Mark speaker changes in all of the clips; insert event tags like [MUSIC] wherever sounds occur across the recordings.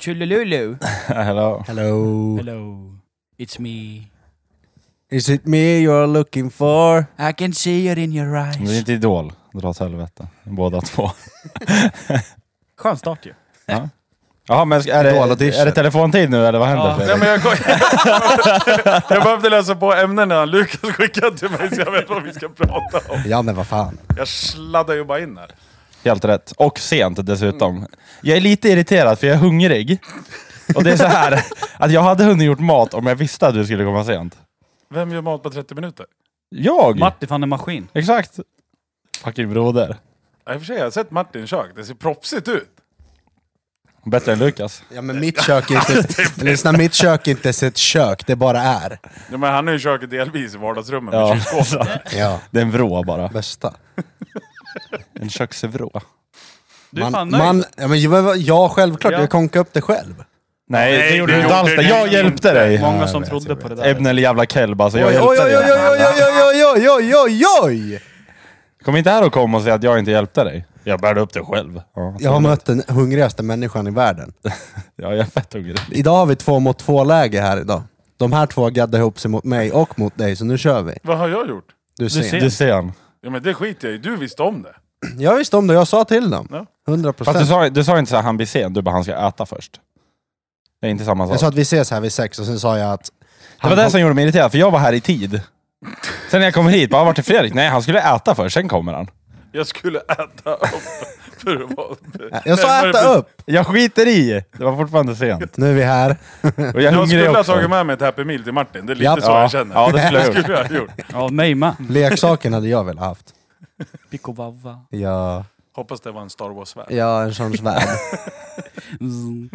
Speaker 1: Chulululu.
Speaker 2: Hello.
Speaker 3: Hello.
Speaker 1: Hello. It's me.
Speaker 3: Is it me you're looking for?
Speaker 1: I can see it in your
Speaker 2: Men Det är
Speaker 1: eyes.
Speaker 2: inte Idol. Dra åt helvete. Båda två.
Speaker 1: Skön start ju.
Speaker 2: Jaha, men ska- är det,
Speaker 3: Idol-audition.
Speaker 2: är det telefontid nu eller vad händer
Speaker 1: Ja.
Speaker 4: Nej,
Speaker 2: Fredrik?
Speaker 4: men jag, [LAUGHS] jag behövde läsa på ämnena Lukas skickade till mig så jag vet vad vi ska prata om.
Speaker 3: Ja men vad fan.
Speaker 4: Jag sladdar ju bara in här.
Speaker 2: Helt rätt. Och sent dessutom. Jag är lite irriterad för jag är hungrig. Och det är så här att jag hade hunnit gjort mat om jag visste att du skulle komma sent.
Speaker 4: Vem gör mat på 30 minuter?
Speaker 2: Jag?
Speaker 1: Martin van en maskin.
Speaker 2: Exakt. Fucking broder.
Speaker 4: Ja, I och för sig, jag har sett Martin kök. Det ser propsigt ut.
Speaker 2: Bättre än Lukas.
Speaker 3: Ja men mitt kök är
Speaker 1: [LAUGHS]
Speaker 3: inte... Lyssna, mitt kök är inte ens ett kök, det bara är.
Speaker 4: Ja, men han är ju köket delvis i vardagsrummet med
Speaker 2: Ja.
Speaker 4: kylskåpet.
Speaker 3: Ja,
Speaker 2: Det är en vrå bara.
Speaker 3: bästa.
Speaker 2: En köksvrå.
Speaker 1: Du är fan nöjd.
Speaker 3: man, ja, men, jag- jag självklart,
Speaker 1: Ja.
Speaker 3: jag konkade upp det själv.
Speaker 2: Nej,
Speaker 4: Nej,
Speaker 2: det gjorde du inte
Speaker 4: gjorde
Speaker 2: alls.
Speaker 4: du
Speaker 2: det. Jag
Speaker 4: inte.
Speaker 2: hjälpte dig.
Speaker 1: Många som
Speaker 3: vet,
Speaker 1: trodde
Speaker 3: jag
Speaker 1: på det där.
Speaker 2: Ebner jävla kelb alltså. Jag
Speaker 3: Oj, oj,
Speaker 2: hjälpte
Speaker 3: oj, oj,
Speaker 2: dig.
Speaker 3: oj, oj, oj, oj, oj, oj, oj!
Speaker 2: Kom inte här och kom och säg att jag inte hjälpte dig. Jag bärde upp det själv. Ja,
Speaker 3: Jag har mött den hungrigaste människan i världen.
Speaker 2: ja jag är fett hungrig.
Speaker 3: Idag har vi två mot två-läge här idag. De här två gaddar ihop sig mot mig och mot dig, så nu kör vi.
Speaker 4: Vad har jag gjort?
Speaker 3: Du ser.
Speaker 1: ser.
Speaker 2: Du ser han.
Speaker 4: Ja, men det skiter jag i. Du visste om det.
Speaker 3: Jag visste om det, jag sa till dem.
Speaker 4: Ja.
Speaker 3: 100
Speaker 2: Fast du
Speaker 3: procent.
Speaker 2: sa, du sa inte så här, han blir sen. Du bara, han ska äta först. Det är inte samma sak.
Speaker 3: Jag sa att vi ses här vid sex och sen sa jag att...
Speaker 2: Det var det som gjorde mig irriterad, för jag var här i tid. Sen när jag kommer hit, bara vart är Fredrik? Nej, han skulle äta först, sen kommer han.
Speaker 4: Jag skulle äta upp för att vara...
Speaker 3: Jag sa
Speaker 4: närmare
Speaker 3: äta upp!
Speaker 2: Jag skiter i! Det var fortfarande sent.
Speaker 3: Nu är vi här.
Speaker 2: Och jag är
Speaker 4: Jag
Speaker 2: hungrig
Speaker 4: skulle ha
Speaker 2: också.
Speaker 4: tagit med mig ett Happy Meal till Martin. Det är lite
Speaker 3: Japp.
Speaker 4: så
Speaker 2: Ja.
Speaker 4: jag känner.
Speaker 2: Ja, det skulle jag
Speaker 4: skulle jag ha gjort.
Speaker 1: Ja, mig med.
Speaker 3: Leksaken hade jag väl haft.
Speaker 1: Pico vava.
Speaker 3: Ja,
Speaker 4: Hoppas det var en Star Wars-värld.
Speaker 3: ja en sån svärd.
Speaker 1: Zoom.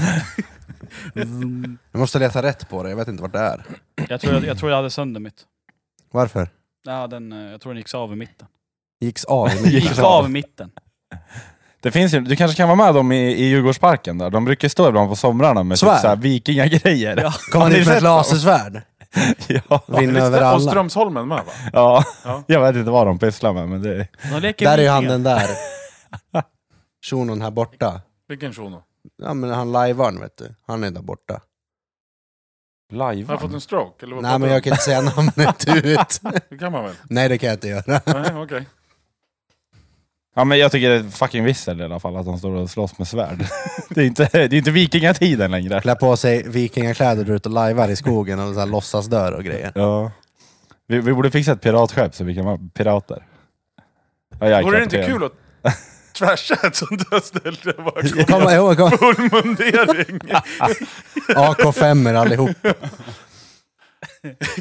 Speaker 1: [LAUGHS] Zoom.
Speaker 3: Jag måste leta rätt på det, jag vet inte vart det är.
Speaker 1: Jag tror jag, jag, tror jag hade sönder mitt.
Speaker 3: Varför?
Speaker 1: Ja, den, eh, jag tror den gick av i mitten.
Speaker 3: Gicks av.
Speaker 2: Gick
Speaker 1: Gick
Speaker 2: av.
Speaker 1: av i mitten.
Speaker 2: Det finns ju, du kanske kan vara med dem i, i Djurgårdsparken där. De brukar stå ibland på somrarna med typ
Speaker 3: Svär.
Speaker 2: så här vikingagrejer.
Speaker 1: [LAUGHS] Ja.
Speaker 3: Kommer
Speaker 2: Har ni
Speaker 3: dit med
Speaker 2: sett
Speaker 3: ett lasersvärd.
Speaker 2: [LAUGHS] Ja.
Speaker 3: Vinner
Speaker 4: Visst
Speaker 3: över
Speaker 4: är- Och
Speaker 3: alla.
Speaker 4: Strömsholmen med va?
Speaker 2: ja.
Speaker 4: Ja.
Speaker 2: [LAUGHS] Jag vet inte vad de pysslar med, men det är...
Speaker 1: De leker
Speaker 3: Där är ju
Speaker 1: vikingar.
Speaker 3: han den där. Shunon här borta.
Speaker 4: Vilken shuno?
Speaker 3: Ja men han lajvarn vet du. Han är där borta.
Speaker 2: Live.
Speaker 4: Har jag fått en stroke? Eller vad
Speaker 3: Nej men jag
Speaker 4: pratar
Speaker 3: kan inte säga namnet ut.
Speaker 4: du om? Det kan
Speaker 3: [LAUGHS]
Speaker 4: man väl?
Speaker 3: Nej det kan jag inte göra.
Speaker 4: Nej, okej.
Speaker 2: Ja, men jag tycker det är fucking vissel i alla fall att de står och slåss med svärd. [LAUGHS] det är inte, det är inte vikingatiden längre.
Speaker 3: Klä på sig vikingakläder och ut och lajvar i skogen och så här låtsas dör
Speaker 2: [LAUGHS]
Speaker 3: och grejer.
Speaker 2: Ja. Vi, vi borde fixa ett piratskepp så vi kan vara pirater. Ja, jag är
Speaker 4: Vore det inte
Speaker 2: kapten.
Speaker 4: kul att trasha ett sånt där ställe? där Bara
Speaker 3: Kom
Speaker 4: komma
Speaker 3: ihåg, kom.
Speaker 4: full mundering.
Speaker 3: AK5 er allihop.
Speaker 4: [LAUGHS]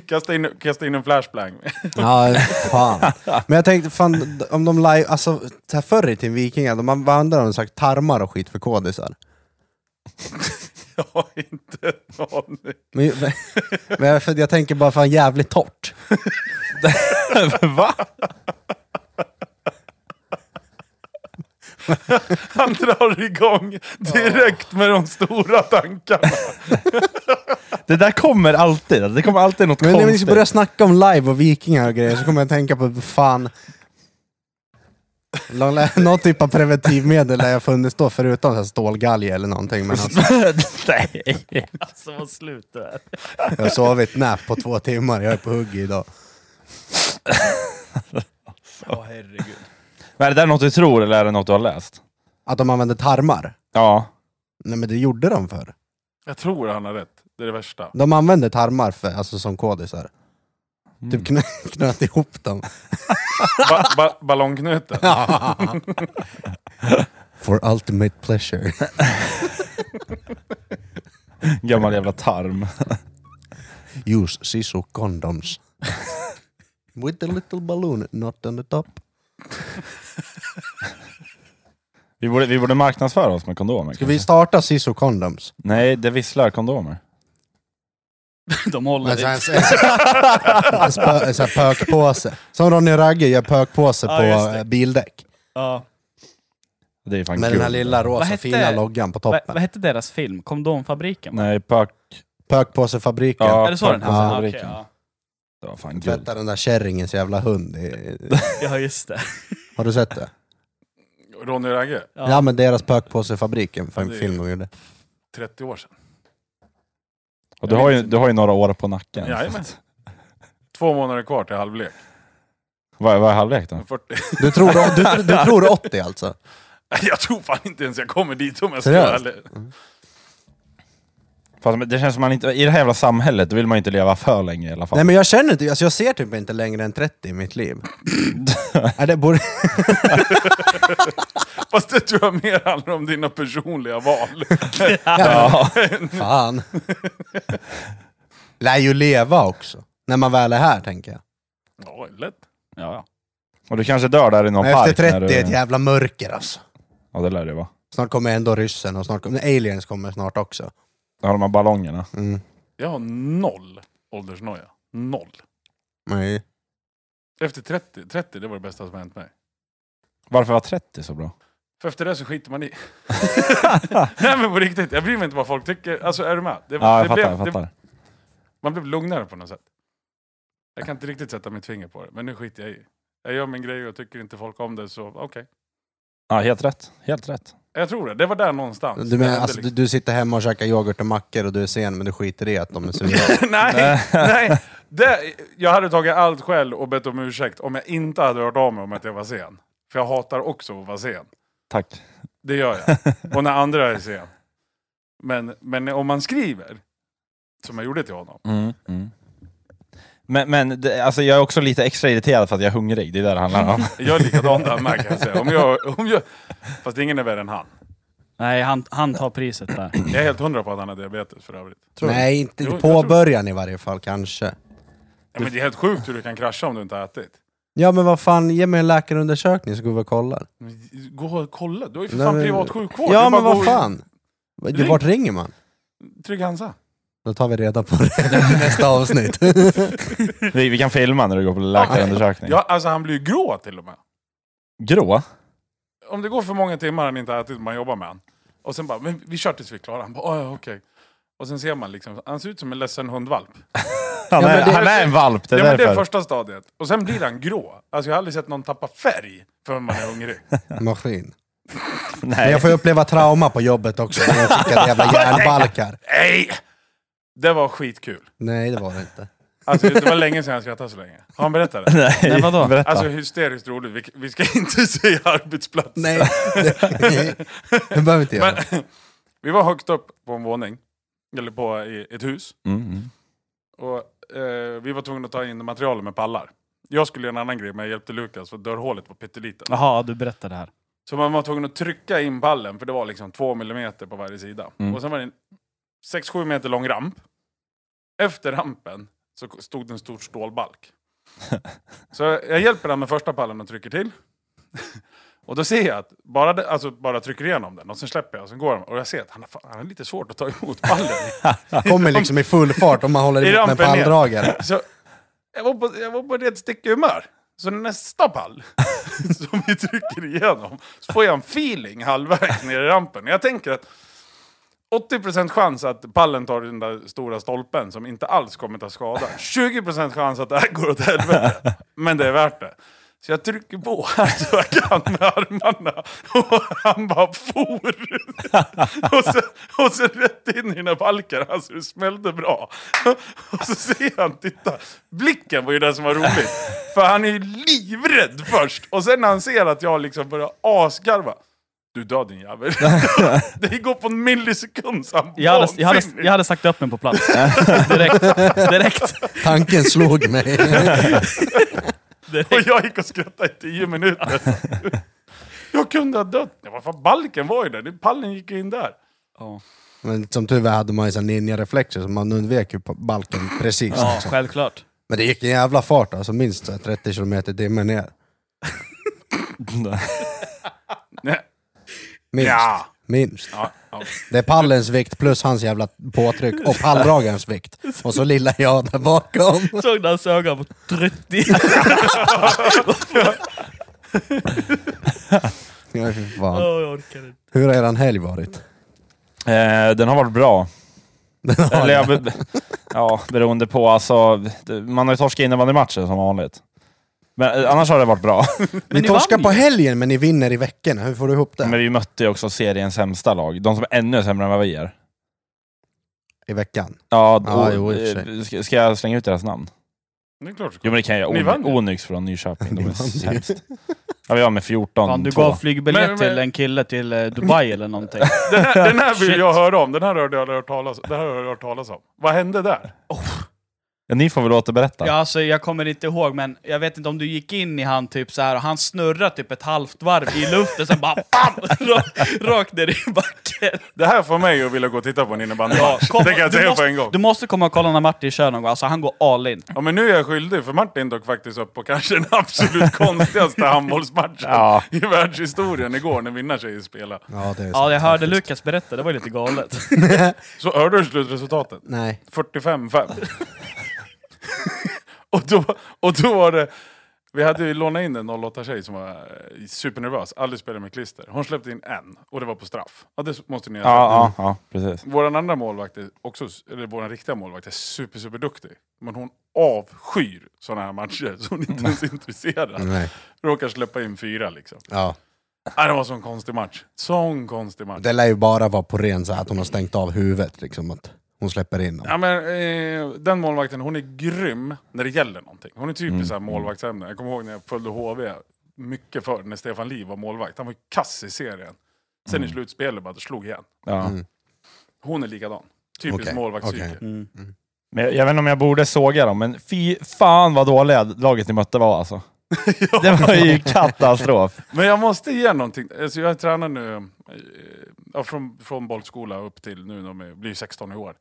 Speaker 4: Kasta in, kasta in en flashbang. [LAUGHS]
Speaker 3: Ja, fan. [LAUGHS] Men jag tänkte, fan, om de live, alltså så här förr i tiden, vikingar, de använde de sagt tarmar och skit för kodisar.
Speaker 4: Jag har inte en aning.
Speaker 3: Men, men, [LAUGHS] men jag, för jag tänker bara, fan jävligt torrt.
Speaker 2: Va?
Speaker 4: Han drar igång direkt med de
Speaker 1: [LAUGHS]
Speaker 4: stora tankarna.
Speaker 2: Det där kommer alltid. Det kommer alltid något
Speaker 3: Men liksom när vi
Speaker 2: konstigt. [LAUGHS]
Speaker 3: ska börja snacka om live och vikingar och grejer så kommer jag att tänka på, fan, någon lä- [LAUGHS] någon typ av preventivmedel där jag funnits då, förutom så här stålgalge eller någonting. Men alltså,
Speaker 2: Nej.
Speaker 1: Alltså vad slut det är.
Speaker 3: jag har sovit napp på två timmar, jag är på hugg idag.
Speaker 1: Åh herregud.
Speaker 2: Men är det där något du tror eller är det något du har läst?
Speaker 3: Att de använde tarmar?
Speaker 2: Ja.
Speaker 3: Nej men det gjorde de förr.
Speaker 4: Jag tror han har rätt. Det är det värsta.
Speaker 3: De använde tarmar för, alltså, som kodisar.
Speaker 2: Mm.
Speaker 3: Typ knö, [LAUGHS] knöt ihop dem.
Speaker 4: Ba ba ballongknuten.
Speaker 3: For ultimate pleasure.
Speaker 2: Gammal jävla tarm.
Speaker 3: Use sisu condoms. With the little balloon, not on the top.
Speaker 2: Vi borde, vi borde marknadsföra oss med kondomer.
Speaker 3: Ska
Speaker 2: kanske.
Speaker 3: vi starta sisu condoms?
Speaker 2: Nej, det visslar kondomer.
Speaker 1: [LAUGHS] De håller
Speaker 3: Alltså, en,
Speaker 1: det.
Speaker 3: en, [LAUGHS] en, spö- en sån eh, här pökpåse. Som Ronny Ragge gör pökpåse
Speaker 1: Ja,
Speaker 3: på
Speaker 1: just det.
Speaker 3: eh, bildäck.
Speaker 1: Ja.
Speaker 2: Det är ju fan
Speaker 3: Med den här
Speaker 2: guld.
Speaker 3: lilla rosa
Speaker 1: Vad hette-
Speaker 3: fina loggan på
Speaker 1: Vad,
Speaker 3: toppen.
Speaker 1: vad hette deras film? Kondomfabriken? va?
Speaker 2: Nej, pök...
Speaker 3: Pökpåsefabriken.
Speaker 2: Ja.
Speaker 1: Är det så den
Speaker 3: Ja,
Speaker 1: här? Ah,
Speaker 2: fabriken. Det var fan guld.
Speaker 3: [LAUGHS] Tvätta den där kärringens jävla hund. Det är-
Speaker 1: ja, just det.
Speaker 3: Har du sett det?
Speaker 4: Ronny och Ragge,
Speaker 1: Ja.
Speaker 3: Ja men deras spökpåsefabriken, för en
Speaker 4: Ja, det är-
Speaker 3: film de gjorde.
Speaker 4: 30 år sedan.
Speaker 2: Och du,
Speaker 4: Jag
Speaker 2: har
Speaker 4: vet
Speaker 2: ju,
Speaker 4: inte.
Speaker 2: du har ju några år på nacken.
Speaker 4: Jajamän. Två månader kvar till halvlek.
Speaker 2: Vad vad är halvlek då?
Speaker 4: Men 40.
Speaker 3: Du tror, du, du tror 80 alltså?
Speaker 4: [LAUGHS] Jag tror fan inte ens jag kommer dit om jag ska vara
Speaker 3: Seriöst?
Speaker 4: ärlig.
Speaker 2: Fast men det känns som man inte, i det här jävla samhället, då vill man ju inte leva för länge i alla fall.
Speaker 3: Nej men jag känner inte, alltså jag ser typ inte längre än 30 i mitt liv. Nej, det borde,
Speaker 4: Fast det tror jag mer handlar om dina personliga val. [LAUGHS]
Speaker 3: [LAUGHS] ja. Fan. Lär ju leva också. När man väl är här tänker jag.
Speaker 4: Ja, lätt.
Speaker 1: Ja, ja.
Speaker 2: Och du kanske dör där i någon
Speaker 3: Men
Speaker 2: park.
Speaker 3: efter 30
Speaker 2: när
Speaker 3: är ett
Speaker 2: du...
Speaker 3: jävla mörker alltså.
Speaker 2: Ja det lär det vara.
Speaker 3: Snart kommer ändå ryssen och snart kommer, aliens kommer snart också.
Speaker 2: Då har de här ballongerna.
Speaker 3: Mm.
Speaker 4: Jag har noll åldersnoja. Noll.
Speaker 3: Nej.
Speaker 4: Efter 30, 30 det var det bästa som hänt mig.
Speaker 2: Varför var 30 så bra?
Speaker 4: För efter det så skiter man i. Nej men på riktigt, jag bryr mig inte vad folk tycker. Alltså är du med? Det,
Speaker 2: Ja jag
Speaker 4: det
Speaker 2: fattar,
Speaker 4: blev-
Speaker 2: jag
Speaker 4: det-
Speaker 2: fattar.
Speaker 4: man blev lugnare på något sätt. Jag kan inte riktigt sätta mitt finger på det, men nu skiter jag i. Jag gör min grej och tycker inte folk om det, så okej.
Speaker 2: Ja helt rätt, helt rätt.
Speaker 4: Jag tror det, det var där någonstans.
Speaker 3: Du,
Speaker 4: Det
Speaker 3: menar,
Speaker 4: hände
Speaker 3: alltså, du,
Speaker 4: liksom.
Speaker 3: du sitter hemma och käkar yoghurt och mackor och du är sen men du skiter i att de är sura.
Speaker 4: liksom. [LAUGHS] nej, nej. Det, jag hade tagit allt själv och bett om ursäkt om jag inte hade hört av mig om att jag var sen. För jag hatar också att vara sen.
Speaker 2: [LAUGHS] Tack.
Speaker 4: Det gör
Speaker 3: [LAUGHS]
Speaker 4: jag. Och när andra är sen. Men, men om man skriver, som jag gjorde till honom.
Speaker 2: Mm. Mm. Men, men det, alltså jag är också lite extra irriterad för att jag är hungrig, det är det det handlar om.
Speaker 4: Jag är likadan där med kan jag säga. Om jag, om jag, fast ingen är värre än han.
Speaker 1: Nej, han, han tar priset där.
Speaker 4: Jag är helt hundra på att han har diabetes för övrigt.
Speaker 3: Nej, inte
Speaker 4: Jo, jag tror-
Speaker 3: påbörjan i varje fall kanske.
Speaker 4: Ja, men det är helt sjukt hur du kan krascha om du inte har ätit.
Speaker 3: Ja men vad fan, ge mig en läkarundersökning så går vi och kollar.
Speaker 4: Men Gå och kolla, du har ju för
Speaker 3: Nej,
Speaker 4: fan
Speaker 3: men-
Speaker 4: privat sjukvård. Det
Speaker 3: Ja
Speaker 4: är bara
Speaker 3: men
Speaker 4: att gå
Speaker 3: vad
Speaker 4: och-
Speaker 3: fan. Du,
Speaker 4: Ring.
Speaker 3: vart ringer man?
Speaker 4: Trygg-Hansa.
Speaker 3: Då tar vi reda
Speaker 4: [LAUGHS]
Speaker 3: på det i nästa avsnitt.
Speaker 2: Vi, vi kan filma när du går på läkarundersökning.
Speaker 4: Ja, alltså han blir ju grå till och med.
Speaker 2: Grå?
Speaker 4: Om det går för många timmar han inte har ätit, man jobbar med han. Och sen bara, men vi kör tills vi är klara. Han bara, "Ah, ja okej. Och sen ser man liksom, han ser ut som en ledsen hundvalp.
Speaker 2: Han,
Speaker 3: Ja,
Speaker 2: är,
Speaker 3: men det-
Speaker 2: han är en valp, det
Speaker 4: Det,
Speaker 2: är
Speaker 4: ja, men det är
Speaker 2: därför.
Speaker 4: första stadiet. Och sen blir han grå. Alltså jag har aldrig sett någon tappa färg förrän man är
Speaker 2: [LAUGHS]
Speaker 4: hungrig.
Speaker 3: Maskin. Men
Speaker 2: Nej.
Speaker 3: jag får ju uppleva trauma på jobbet också när jag
Speaker 4: [LAUGHS]
Speaker 3: skickar jävla järnbalkar.
Speaker 4: Nej! Det var skitkul.
Speaker 3: Nej det var det inte.
Speaker 4: Alltså det var länge sedan jag skrattade så länge. Har han
Speaker 2: [LAUGHS]
Speaker 4: berättat det?
Speaker 2: [LAUGHS] Nej,
Speaker 1: Nej, vadå?
Speaker 2: Berätta.
Speaker 4: Alltså hysteriskt roligt. Vi, vi ska [LAUGHS] inte säga arbetsplats.
Speaker 3: Nej, det, [LAUGHS] det behöver inte jag.
Speaker 4: Men, [LAUGHS] vi var högt upp på en våning, eller på i ett hus.
Speaker 2: Mm, mm.
Speaker 4: Och eh, vi var tvungna att ta in materialet med pallar. Jag skulle göra en annan grej, men jag hjälpte Lukas för dörrhålet var pyttelitet.
Speaker 1: Jaha, du berättade det här.
Speaker 4: Så man var tvungen att trycka in pallen, för det var liksom två millimeter på varje sida.
Speaker 2: Mm.
Speaker 4: Och sen var det en 6-7 meter lång ramp. Efter rampen så stod det en stor stålbalk. så jag hjälper den med första pallen och trycker till. [LAUGHS] och då ser jag att, bara, det, alltså, bara trycker igenom den och sen släpper jag och sen går den. Och jag ser att han har, fan, han har lite svårt att ta emot pallen.
Speaker 3: Kommer liksom i full fart om man håller
Speaker 4: I
Speaker 3: emot med
Speaker 4: rampen ner. [LAUGHS]
Speaker 3: palldragare.
Speaker 4: Så jag var på, jag var på rätt stick i humör. Så nästa pall [LAUGHS] som vi trycker igenom så får jag en feeling halvvägs ner i rampen. Jag tänker att 80% chans att pallen tar den där stora stolpen som inte alls kommer ta skada. 20% chans att det här går åt helvete. Men det är värt det. Så jag trycker på här så jag kan med armarna och han bara for. Och sen, och sen rätt in i den här balken, alltså det smällde bra. Och så ser han, titta, blicken var ju det som var roligt. För han är ju livrädd först och sen när han ser att jag liksom börjar asgarva. Du dör
Speaker 1: [LAUGHS]
Speaker 4: din jävel. det går på en millisekund så han
Speaker 1: Jag hade, jag hade,
Speaker 4: vansinnig.
Speaker 1: jag hade sagt upp mig på plats. [LAUGHS] direkt. direkt.
Speaker 3: Tanken
Speaker 4: [LAUGHS]
Speaker 3: slog mig.
Speaker 4: Och jag gick och skrattade i tio minuter. jag kunde ha dött. Ja, vad fan, balken var ju där, Det- pallen gick ju in där.
Speaker 1: Ja,
Speaker 3: Men som tur var hade man ju sån ninja-reflexer så man undvek ju på balken precis.
Speaker 1: ja
Speaker 3: liksom.
Speaker 1: självklart.
Speaker 3: Men det gick en jävla fart alltså, minst så här 30 km i timmen ner.
Speaker 4: Nej.
Speaker 3: Minst.
Speaker 4: Ja.
Speaker 3: Minst.
Speaker 4: Ja, ja.
Speaker 3: Det är pallens vikt plus hans jävla påtryck och palldragarens vikt. Och så lilla jag där bakom.
Speaker 1: Såg du hans ögon på [LAUGHS] 30?
Speaker 3: Ja, fy
Speaker 1: Åh,
Speaker 3: fan.
Speaker 1: jag orkar inte.
Speaker 3: Hur har eran helg varit?
Speaker 2: Eh, den har varit bra.
Speaker 3: har
Speaker 2: Eller, [LAUGHS] ja, be- ja, beroende på. Alltså, det- man har ju torskat innebandymatcher som vanligt. Men eh, annars har det varit bra.
Speaker 1: Men
Speaker 3: Ni
Speaker 1: ni
Speaker 3: torskar
Speaker 1: vann
Speaker 3: på
Speaker 1: ju.
Speaker 3: helgen men ni vinner i veckorna. Hur får du ihop det?
Speaker 2: Men vi mötte ju också seriens sämsta lag. De som är ännu sämre än vad vi är.
Speaker 3: I veckan?
Speaker 2: Ja,
Speaker 3: Ja,
Speaker 2: och,
Speaker 3: jo, i och för
Speaker 2: eh, ska, ska jag slänga ut deras namn?
Speaker 4: Det är klart du
Speaker 2: Jo men det kan jag
Speaker 4: Ni
Speaker 2: göra.
Speaker 4: vann
Speaker 2: Ony-
Speaker 4: ju.
Speaker 2: Onyx från Nyköping. De
Speaker 3: Ni
Speaker 2: är
Speaker 3: vann ju.
Speaker 2: sämst. Ja, vi var med 14
Speaker 1: Fan, du
Speaker 2: två.
Speaker 1: gav flygbiljett
Speaker 4: Men- men-
Speaker 1: till en kille till eh, Dubai eller någonting.
Speaker 4: Den här,
Speaker 2: [LAUGHS]
Speaker 4: den här vill
Speaker 1: Shit.
Speaker 4: jag höra om. Den här har jag aldrig hört talas om. Den här har jag hört talas om. Vad hände där?
Speaker 2: ja, ni får väl återberätta.
Speaker 1: Ja, alltså, jag kommer inte ihåg, men jag vet inte om du gick in i han typ så här och han snurrade typ ett halvt varv i luften, sen bara BAM! [LAUGHS] Ra- Rakt ner i backen.
Speaker 4: Det här får mig att vilja gå och titta på en
Speaker 1: Ja,
Speaker 4: innebandymatch.
Speaker 1: kom-
Speaker 4: det kan jag
Speaker 1: du
Speaker 4: säga
Speaker 1: måste-
Speaker 4: på en gång.
Speaker 1: Du måste komma och kolla när Martin kör någon gång, alltså han går all in.
Speaker 4: Ja, men nu är jag skyldig, för Martin dök faktiskt upp på kanske den absolut konstigaste handbollsmatchen
Speaker 2: Ja.
Speaker 4: i världshistorien igår när vinnartjejer spelade.
Speaker 3: Ja, det är sant.
Speaker 1: Ja, jag hörde Lukas berätta, det var ju lite galet.
Speaker 4: Så hörde du slutresultatet?
Speaker 3: Nej.
Speaker 4: 45-5. [LAUGHS] och, då, och då var det... Vi hade ju lånat in en 08-tjej som var eh, supernervös, aldrig spelade med klister. Hon släppte in en, och det var på straff. Ja, det måste ni ha sett.
Speaker 2: ja, ja, ja, precis.
Speaker 4: Vår andra målvakt, är också, eller vår riktiga målvakt, är super, super duktig. Men hon avskyr sådana här matcher, [LAUGHS] så hon är inte ens intresserad.
Speaker 3: Nej.
Speaker 4: Råkar släppa in fyra liksom.
Speaker 3: Ja.
Speaker 4: Nej, det var sån konstig match. Sån konstig match.
Speaker 3: Det lär ju bara vara på ren så här att hon har stängt av huvudet. Liksom, att hon släpper in dem.
Speaker 4: Ja, men, eh, den målvakten, hon är grym när det gäller någonting. Hon är typiskt mm. målvaktsämne. Jag kommer ihåg när jag följde HV mycket förr, när Stefan Liv var målvakt. Han var ju kass i serien. Sen i slutspelet bara slog igen.
Speaker 2: Ja.
Speaker 3: Mm.
Speaker 4: Hon är likadan. Typiskt
Speaker 3: Okej,
Speaker 4: målvaktspsyke.
Speaker 3: okej.
Speaker 2: Men jag, jag vet inte om jag borde såga dem, men fy fan vad dåliga laget ni mötte var alltså. Det var ju katastrof.
Speaker 4: Men jag måste ge någonting. Alltså jag tränar nu, eh, ja, från, från bollskola upp till nu när de är- blir 16 i år.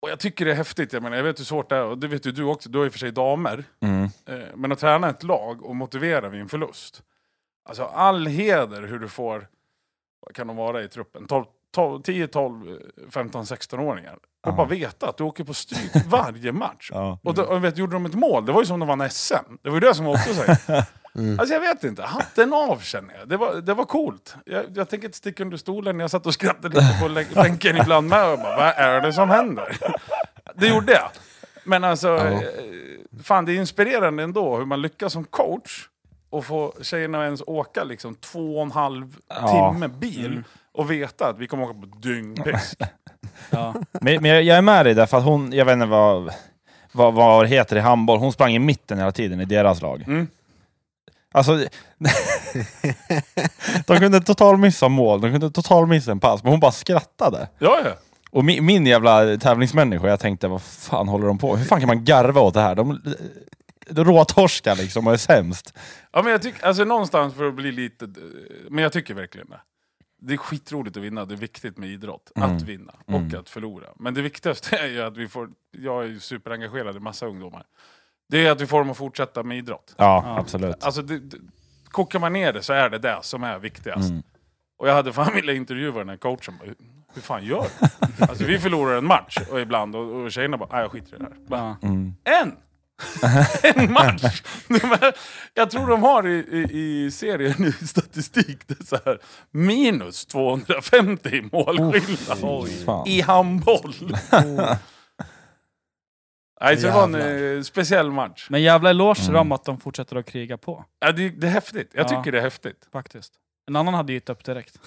Speaker 4: Och jag tycker det är häftigt. Jag, menar, jag vet hur svårt det är, och det vet ju du också. Du har ju för sig damer.
Speaker 2: Mm.
Speaker 4: Eh, Men att träna ett lag och motivera vid en förlust. Alltså all heder hur du får, vad kan de vara i truppen? 12, 12, 10, 12, 15, 16-åringar. eh,
Speaker 2: Ja.
Speaker 4: Och bara veta att du åker
Speaker 2: [LAUGHS]
Speaker 4: på stryk varje match.
Speaker 2: Ja.
Speaker 4: Och, då, och vet, gjorde de ett mål, det var ju som de vann SM. Det var ju det som var också säger.
Speaker 2: [LAUGHS] Mm.
Speaker 4: Alltså jag vet inte, hatten av känner jag. Det var, det var coolt. Jag, jag tänker inte sticka under stolen, jag satt och skrattade lite
Speaker 2: [LAUGHS]
Speaker 4: på lä- bänken ibland med. Och bara, vad är det som händer? Det gjorde jag. Men alltså, eh, fan det är inspirerande ändå hur man lyckas som coach och få tjejerna att ens åka liksom två och en halv
Speaker 2: Ja.
Speaker 4: timme bil och veta att vi kommer åka på dyngpisk.
Speaker 1: Ja.
Speaker 2: Men, men jag, jag är med dig där, för att hon, jag vet inte vad, vad, vad det heter i handboll, hon sprang i mitten hela tiden i deras lag.
Speaker 4: Mm.
Speaker 2: Alltså, de kunde total missa mål, de kunde total missa en pass, men hon bara skrattade.
Speaker 4: Ja, ja.
Speaker 2: Och min, min jävla tävlingsmänniska, jag tänkte vad fan håller de på med? Hur fan kan man garva åt det här? De, de råtorskar liksom och är sämst.
Speaker 4: ja men jag tycker, alltså någonstans för att bli lite, eh, men jag tycker verkligen det. Det är skitroligt att vinna, det är viktigt med idrott. Att vinna och att förlora. Men det viktigaste [LAUGHS] är ju att vi får, jag är ju superengagerad i massa ungdomar. Det är att vi får dem att fortsätta med idrott.
Speaker 2: Ja, absolut.
Speaker 4: Alltså, det, det, kokar man ner det så är det det som är viktigast. Och jag hade fan [LAUGHS] velat intervjua den här coachen. Bara, hur, hur fan gör du? alltså, vi förlorar en match och ibland och, och tjejerna bara, "Nej, jag skiter i det här. Bara,
Speaker 1: Ja.
Speaker 4: En! [LAUGHS] en match! [LAUGHS] jag tror de har i, i, i serien nu statistik, det är så här, minus 250 i målskillnad
Speaker 2: Fan.
Speaker 4: i handboll. Nej, så det var en
Speaker 3: Jävlar.
Speaker 4: eh, speciell match.
Speaker 1: Men jävla eloge till
Speaker 3: Mm.
Speaker 1: dem att de fortsätter att kriga på,
Speaker 4: Ja, det, det är häftigt. Jag
Speaker 1: Ja.
Speaker 4: tycker det är häftigt.
Speaker 1: faktiskt. En annan hade gett upp direkt.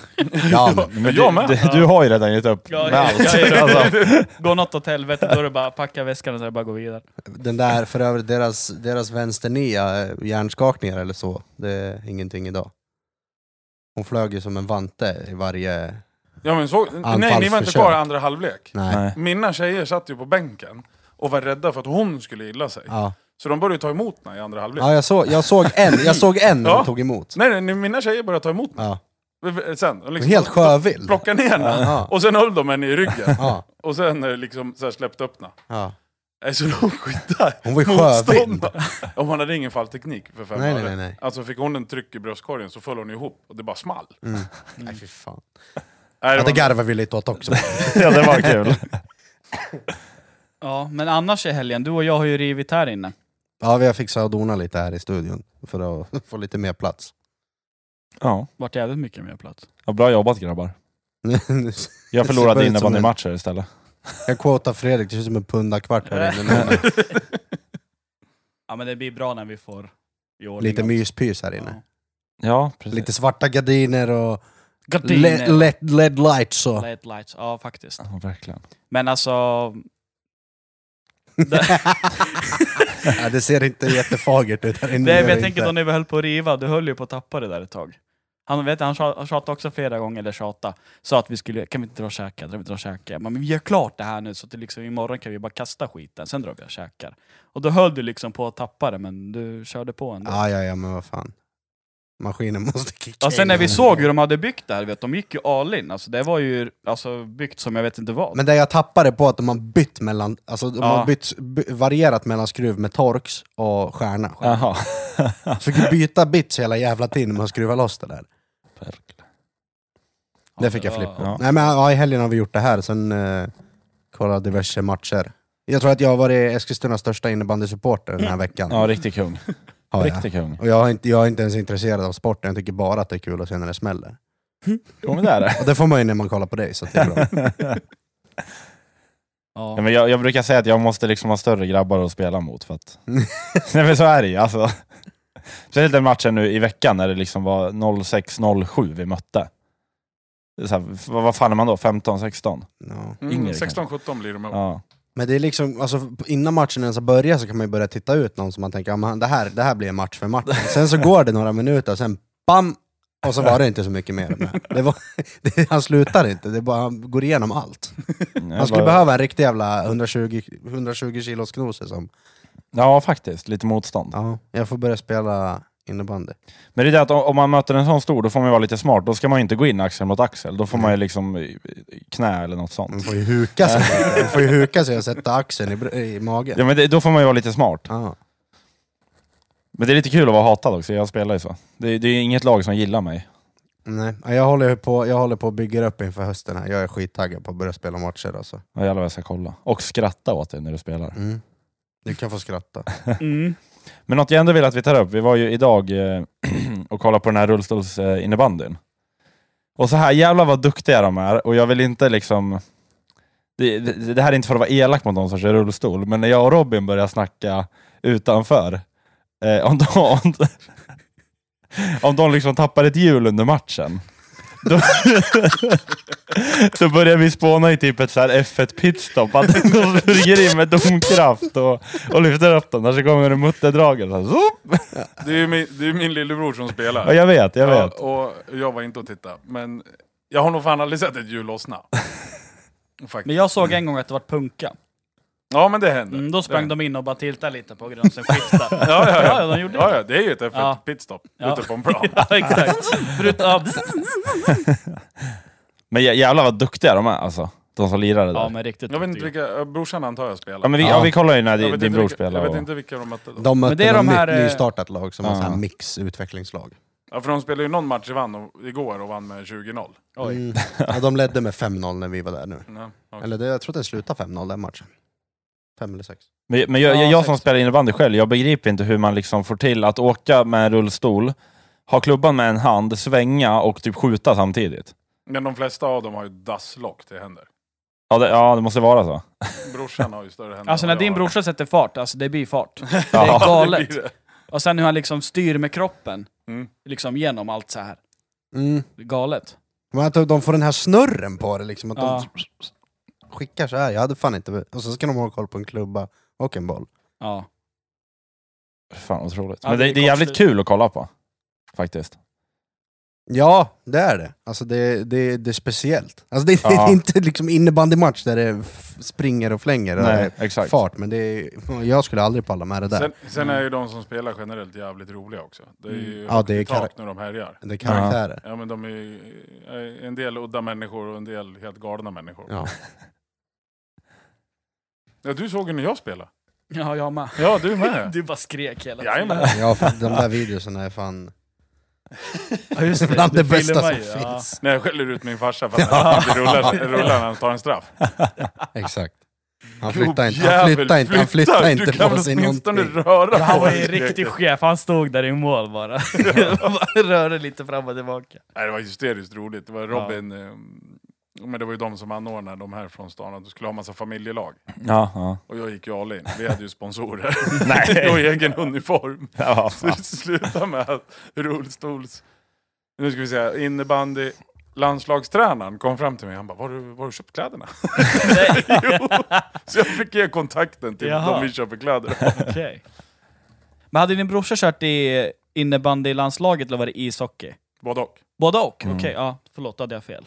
Speaker 3: Ja, men,
Speaker 2: Men
Speaker 4: jag
Speaker 2: du,
Speaker 4: med.
Speaker 2: Du, du har ju redan gett upp
Speaker 1: Ja,
Speaker 2: med
Speaker 1: ja,
Speaker 2: allt.
Speaker 1: ja, ja.
Speaker 2: Alltså, [LAUGHS]
Speaker 1: Går något åt helvete, då är det bara att packa väskan och så är det bara att gå vidare.
Speaker 3: den där, för övrigt, deras, deras vänsternia, eh, hjärnskakningar eller så, det är ingenting idag. Hon flög ju som en vante i varje...
Speaker 4: Ja, men så, nej, ni var inte
Speaker 3: Anfallsförsök.
Speaker 4: kvar i andra halvlek.
Speaker 3: Nej.
Speaker 2: Nej.
Speaker 4: Mina tjejer satt ju på bänken och var rädda för att hon skulle gilla sig.
Speaker 3: Ja.
Speaker 4: Så de började ta emot mig i andra halvlek.
Speaker 3: Ja, jag, såg, jag såg en, jag såg en när
Speaker 4: Ja.
Speaker 3: hon tog emot.
Speaker 4: Nej, nej, nej, mina tjejer började ta emot mig.
Speaker 3: Ja.
Speaker 4: Sen, och liksom,
Speaker 3: Helt sjövild.
Speaker 4: Plocka ner henne.
Speaker 3: Ja.
Speaker 4: Och sen höll de henne i ryggen.
Speaker 3: Ja,
Speaker 4: Och sen eh, liksom, så här, släppte upp henne.
Speaker 3: ja.
Speaker 4: Nej, Så de skyddar
Speaker 3: Hon var ju sjövild.
Speaker 4: motståndarna. Och hon hade ingen fallteknik för fem
Speaker 3: Nej,
Speaker 4: öre.
Speaker 3: nej, nej, nej.
Speaker 4: Alltså fick hon en tryck i bröstkorgen så föll hon ihop och det bara small.
Speaker 3: Mm. Nej, fy fan.
Speaker 4: Nej,
Speaker 3: Ja,
Speaker 4: Mm. det
Speaker 3: det
Speaker 4: var-
Speaker 3: garvar vi lite åt också.
Speaker 2: Ja, det var kul.
Speaker 1: Ja, men annars i helgen, du och jag har ju rivit här inne.
Speaker 3: Ja, vi har fixat och donat lite här i studion för att [LAUGHS] få lite mer plats.
Speaker 2: Ja.
Speaker 1: Vart jävligt mycket mer plats.
Speaker 2: Ja, bra jobbat grabbar.
Speaker 3: Nu-
Speaker 2: Jag
Speaker 3: Det ser bara
Speaker 2: förlorade
Speaker 3: ut som
Speaker 2: innebandymatcher istället.
Speaker 3: jag quotar Fredrik,
Speaker 4: [LAUGHS]
Speaker 3: det ser ut som en pundakvart här inne.
Speaker 1: Ja men det blir bra när vi får i ordning
Speaker 3: Lite
Speaker 1: också.
Speaker 3: myspys här inne.
Speaker 2: Ja, precis.
Speaker 3: Lite svarta gardiner och
Speaker 1: Gardiner.
Speaker 3: le- le- LED lights och...
Speaker 1: LED lights, ja faktiskt.
Speaker 2: Ja, verkligen.
Speaker 1: Men alltså... [LAUGHS]
Speaker 3: [LAUGHS] ja, det ser inte jättefagert ut här inne.
Speaker 1: Nej, men
Speaker 3: gör
Speaker 1: jag
Speaker 3: det
Speaker 1: tänker då
Speaker 3: inte.
Speaker 1: när vi höll på att riva, du höll ju på att tappa det där ett tag. Han, vet, du, han tja- han tjatade också flera gånger, eller tjata, sa att vi skulle, kan vi inte dra och käka, dra vi inte dra och käka? Men vi gör klart det här nu så att det liksom, imorgon kan vi bara kasta skiten, sen drar vi och käkar. Och då höll du liksom på att tappa det, men du körde på ändå.
Speaker 3: Ja, ja, ja, men vad fan. Maskinen måste kicka
Speaker 1: Och sen när
Speaker 3: in.
Speaker 1: vi såg hur de hade byggt det här, vet, de gick ju all in. Alltså, det var ju alltså, byggt som jag vet inte vad.
Speaker 3: Men det jag tappade på att de har bytt mellan, alltså de
Speaker 1: Ja.
Speaker 3: har bytt, by, varierat mellan skruv med torx och stjärna.
Speaker 2: [LAUGHS] Jaha.
Speaker 3: Så fick byta bits hela jävla tiden när man skruvar loss det där.
Speaker 2: Verkligen.
Speaker 3: Det fick
Speaker 1: det
Speaker 3: jag
Speaker 1: var-
Speaker 3: flipp på.
Speaker 2: ja.
Speaker 3: Nej men ja, i helgen har vi gjort det här, sen eh, kollat diverse matcher. Jag tror att jag har varit Eskilstunas största innebandysupporter den här
Speaker 1: Mm.
Speaker 3: veckan.
Speaker 2: Ja, riktig kung.
Speaker 3: har jag.
Speaker 2: Riktig kung.
Speaker 3: Och jag, har inte, jag är inte ens intresserad av sporten, jag tycker bara att det är kul att se när det smäller.
Speaker 2: Jo, men det är det.
Speaker 3: Och det får man ju när man kollar på dig, så att det är
Speaker 2: [LAUGHS]
Speaker 3: bra.
Speaker 1: Ja.
Speaker 2: Ja, men jag, jag brukar säga att jag måste liksom ha större grabbar att spela mot. För [LAUGHS] att... Nej men så är det ju alltså. Speciellt den matchen nu i veckan när det liksom var 06-07 vi mötte. Det är Så här, vad, vad fan är man då? 15-16?
Speaker 3: Ja.
Speaker 4: Mm,
Speaker 2: Yngre
Speaker 4: 16-17 blir de upp.
Speaker 2: Ja.
Speaker 3: Men det är liksom, alltså, innan matchen ens har börjat så kan man ju börja titta ut någon som man tänker, ja, men det, här, det här blir en match för matchen. Sen så går det några minuter, sen bam! Och så var det inte så mycket mer. med. Det var, [LAUGHS] det, han slutar inte, det är bara, han går igenom allt. Han skulle behöva en riktig jävla 120, 120 kilos knose som,
Speaker 2: Ja faktiskt, lite motstånd.
Speaker 3: ja, jag får börja spela innebandy.
Speaker 2: Men det är det att o- om man möter en sån stor, då får man ju vara lite smart. Då ska man ju inte gå in axel mot axel. Då får man ju liksom eh, knä eller något
Speaker 3: Man
Speaker 2: sånt.
Speaker 3: får ju huka sig, man får ju huka sig och sätta axeln i, br- i magen.
Speaker 2: Ja, men det, då får man ju vara lite smart.
Speaker 3: Ja.
Speaker 2: Men det är lite kul att vara hatad också, jag spelar ju så. Det, det är inget lag som gillar mig.
Speaker 3: Nej, ja, jag håller ju på, jag håller på att bygga upp inför hösten här. Jag är skittaggad på att börja spela matcher alltså.
Speaker 2: Ja, jävlar vad jag ska kolla. Och skratta åt dig när du spelar.
Speaker 3: Mm. Du kan få skratta.
Speaker 1: Mm.
Speaker 2: Men något jag ändå vill att vi tar upp, vi var ju idag eh, [CLEARS THROAT] och kollade på den här rullstolsinnebandyn. Och så här, jävlar vad duktiga de är och jag vill inte liksom... Det, det, det här är inte för att vara elak mot någon som kör rullstol, men när jag och Robin börjar snacka utanför, eh, om, de, om, de- [LAUGHS] om de liksom tappar ett hjul under matchen, då, [LAUGHS] då börjar vi spåna i typ ett så här F1 pitstop, att de [LAUGHS] smyger in med domkraft och, och lyfter upp dem, när så kommer det mutterdragen. Så här, zoop.
Speaker 4: Det är ju min, det är ju min lillebror som spelar.
Speaker 2: ja, jag vet, jag vet.
Speaker 4: Ja, och jag var inte och tittade, men jag har nog fan aldrig sett ett
Speaker 2: [LAUGHS]
Speaker 4: hjul lossna. Faktiskt.
Speaker 1: Men jag såg en gång att det var punka.
Speaker 4: Ja, men det händer.
Speaker 1: Mm, då sprang
Speaker 4: det.
Speaker 1: de in och bara tiltade lite på gränsen, skiftade.
Speaker 4: Ja, ja,
Speaker 1: [LAUGHS]
Speaker 4: ja.
Speaker 1: Ja, de gjorde
Speaker 4: ja,
Speaker 1: det.
Speaker 4: ja, det är ju ett F1
Speaker 1: Ja.
Speaker 4: pitstop
Speaker 1: Ja.
Speaker 4: ute på en plan.
Speaker 1: [LAUGHS] Ja, exakt. Förutom, ja,
Speaker 2: Men jä- jävlar vad duktiga de är alltså, de som lirade
Speaker 1: ja,
Speaker 2: där. Ja, men,
Speaker 1: men riktigt
Speaker 4: Jag vet inte
Speaker 1: duktiga.
Speaker 4: vilka, eh, brorsan antar jag spelar.
Speaker 2: vi, ja.
Speaker 3: Ja.
Speaker 2: vi kollar ju när
Speaker 4: jag
Speaker 2: din,
Speaker 4: vet
Speaker 2: din
Speaker 4: inte
Speaker 2: bror
Speaker 4: vilka,
Speaker 2: spelar.
Speaker 4: Jag vet
Speaker 2: och-
Speaker 4: inte vilka de mötte. då.
Speaker 3: De mötte
Speaker 1: Men det är
Speaker 3: något
Speaker 1: de här,
Speaker 3: ny,
Speaker 1: eh,
Speaker 3: nystartat lag som har
Speaker 2: Ja.
Speaker 3: så här mix utvecklingslag.
Speaker 4: Ja, för de spelade ju någon match i vann och, igår och vann med 20-0.
Speaker 1: Oj.
Speaker 3: Mm. Ja, de ledde med 5-0 när vi var där nu.
Speaker 4: Ja, okej.
Speaker 3: Eller det, jag tror att det slutade 5-0 den matchen. 5 eller 6.
Speaker 2: Men, men jag,
Speaker 1: Ja,
Speaker 2: jag, jag som
Speaker 1: sex.
Speaker 2: spelar innebandy själv, jag begriper inte hur man liksom får till att åka med en rullstol, ha klubban med en hand, svänga och typ skjuta samtidigt.
Speaker 4: Men de flesta av dem har ju dasslock till händer.
Speaker 2: Ja, det, ja, det måste vara så.
Speaker 4: Brorsan har ju större händer.
Speaker 1: Alltså
Speaker 4: än
Speaker 1: när
Speaker 4: vad
Speaker 1: din
Speaker 4: jag [LAUGHS] har.
Speaker 1: brorsa sätter fart, alltså det blir fart. Det
Speaker 2: Ja,
Speaker 1: är
Speaker 2: det
Speaker 4: det
Speaker 1: galet.
Speaker 4: blir det.
Speaker 1: Och sen hur han liksom styr med kroppen,
Speaker 4: Mm.
Speaker 1: liksom genom allt så här.
Speaker 3: Mm.
Speaker 1: Det är Galet.
Speaker 3: Men att de får den här snurren på det liksom, att
Speaker 1: Ja.
Speaker 3: de skickar så här. Jag hade fan inte... Och så ska de hålla koll på en klubba och en boll.
Speaker 1: Ja.
Speaker 2: Fan otroligt.
Speaker 1: Ja,
Speaker 2: men
Speaker 1: det
Speaker 2: det,
Speaker 1: är
Speaker 2: det är jävligt
Speaker 1: konstigt.
Speaker 2: kul att kolla på. Faktiskt.
Speaker 3: Ja, det är det. Alltså det, det, det är speciellt. Alltså det, [LAUGHS] det
Speaker 2: Ja.
Speaker 3: är inte liksom innebandymatch där det f- springer och flänger och
Speaker 2: Nej,
Speaker 3: det är
Speaker 2: exakt.
Speaker 3: fart, men det är, jag skulle aldrig palla med det där.
Speaker 4: Sen, sen
Speaker 2: Mm.
Speaker 4: är ju de som spelar generellt jävligt roliga också. Det är ju
Speaker 3: Ja, det är
Speaker 4: högt i tak
Speaker 3: kar-
Speaker 4: när de härjar.
Speaker 3: Det är karaktärer.
Speaker 4: Ja men de är ju eh, en del udda människor och en del helt galna människor. Ja.
Speaker 3: Ja.
Speaker 4: du såg ju när jag spelade.
Speaker 1: Ja, jag med.
Speaker 4: Ja, du
Speaker 3: [LAUGHS]
Speaker 4: med.
Speaker 1: Du bara skrek hela
Speaker 4: Jajamän.
Speaker 3: Ja, för de där videorna är fan
Speaker 1: Ja, just det.
Speaker 3: bland det
Speaker 1: Du
Speaker 3: bästa
Speaker 1: filmar
Speaker 3: som
Speaker 1: ju, ja.
Speaker 4: [LAUGHS]
Speaker 3: finns.
Speaker 4: När jag skäller ut min farsa för att han inte rullar, rullar när han tar en straff.
Speaker 3: Exakt. Han
Speaker 4: Gubb
Speaker 3: flyttar inte, han
Speaker 4: jävel,
Speaker 3: flyttar inte, han flyttar
Speaker 4: Du
Speaker 3: inte
Speaker 4: kan
Speaker 3: på Mm.
Speaker 4: väl
Speaker 3: sig
Speaker 4: åtminstone
Speaker 3: någonting.
Speaker 4: röra
Speaker 1: Ja, Han var ju
Speaker 4: dig,
Speaker 1: en riktig
Speaker 4: skrek
Speaker 1: chef, han stod där i mål bara. [LAUGHS] Bara Rörde lite fram och tillbaka.
Speaker 4: jag. Nej, det var hysteriskt roligt. Det var Robin, eh, Men det var ju de som anordnade de här från stan, att du skulle ha massa familjelag.
Speaker 2: Ja, ja.
Speaker 4: Och jag gick ju all in. Vi hade ju sponsorer.
Speaker 2: Nej.
Speaker 4: [LAUGHS] och egen uniform.
Speaker 2: [LAUGHS] ja vad
Speaker 4: Så
Speaker 2: fan.
Speaker 4: det slutade med att rullstols... Nu ska vi säga, innebandy... Landslagstränaren kom fram till mig han bara, var har du, var har du köpt kläderna? [LAUGHS] jo. Så jag fick ge kontakten till
Speaker 1: Jaha.
Speaker 4: de vi köper kläder
Speaker 1: Okej. Men hade din brorsa kört i innebandylandslaget eller var det ishockey?
Speaker 4: Både och.
Speaker 1: Både och?
Speaker 2: Mm.
Speaker 1: Okej, ja. Förlåt, då hade jag fel.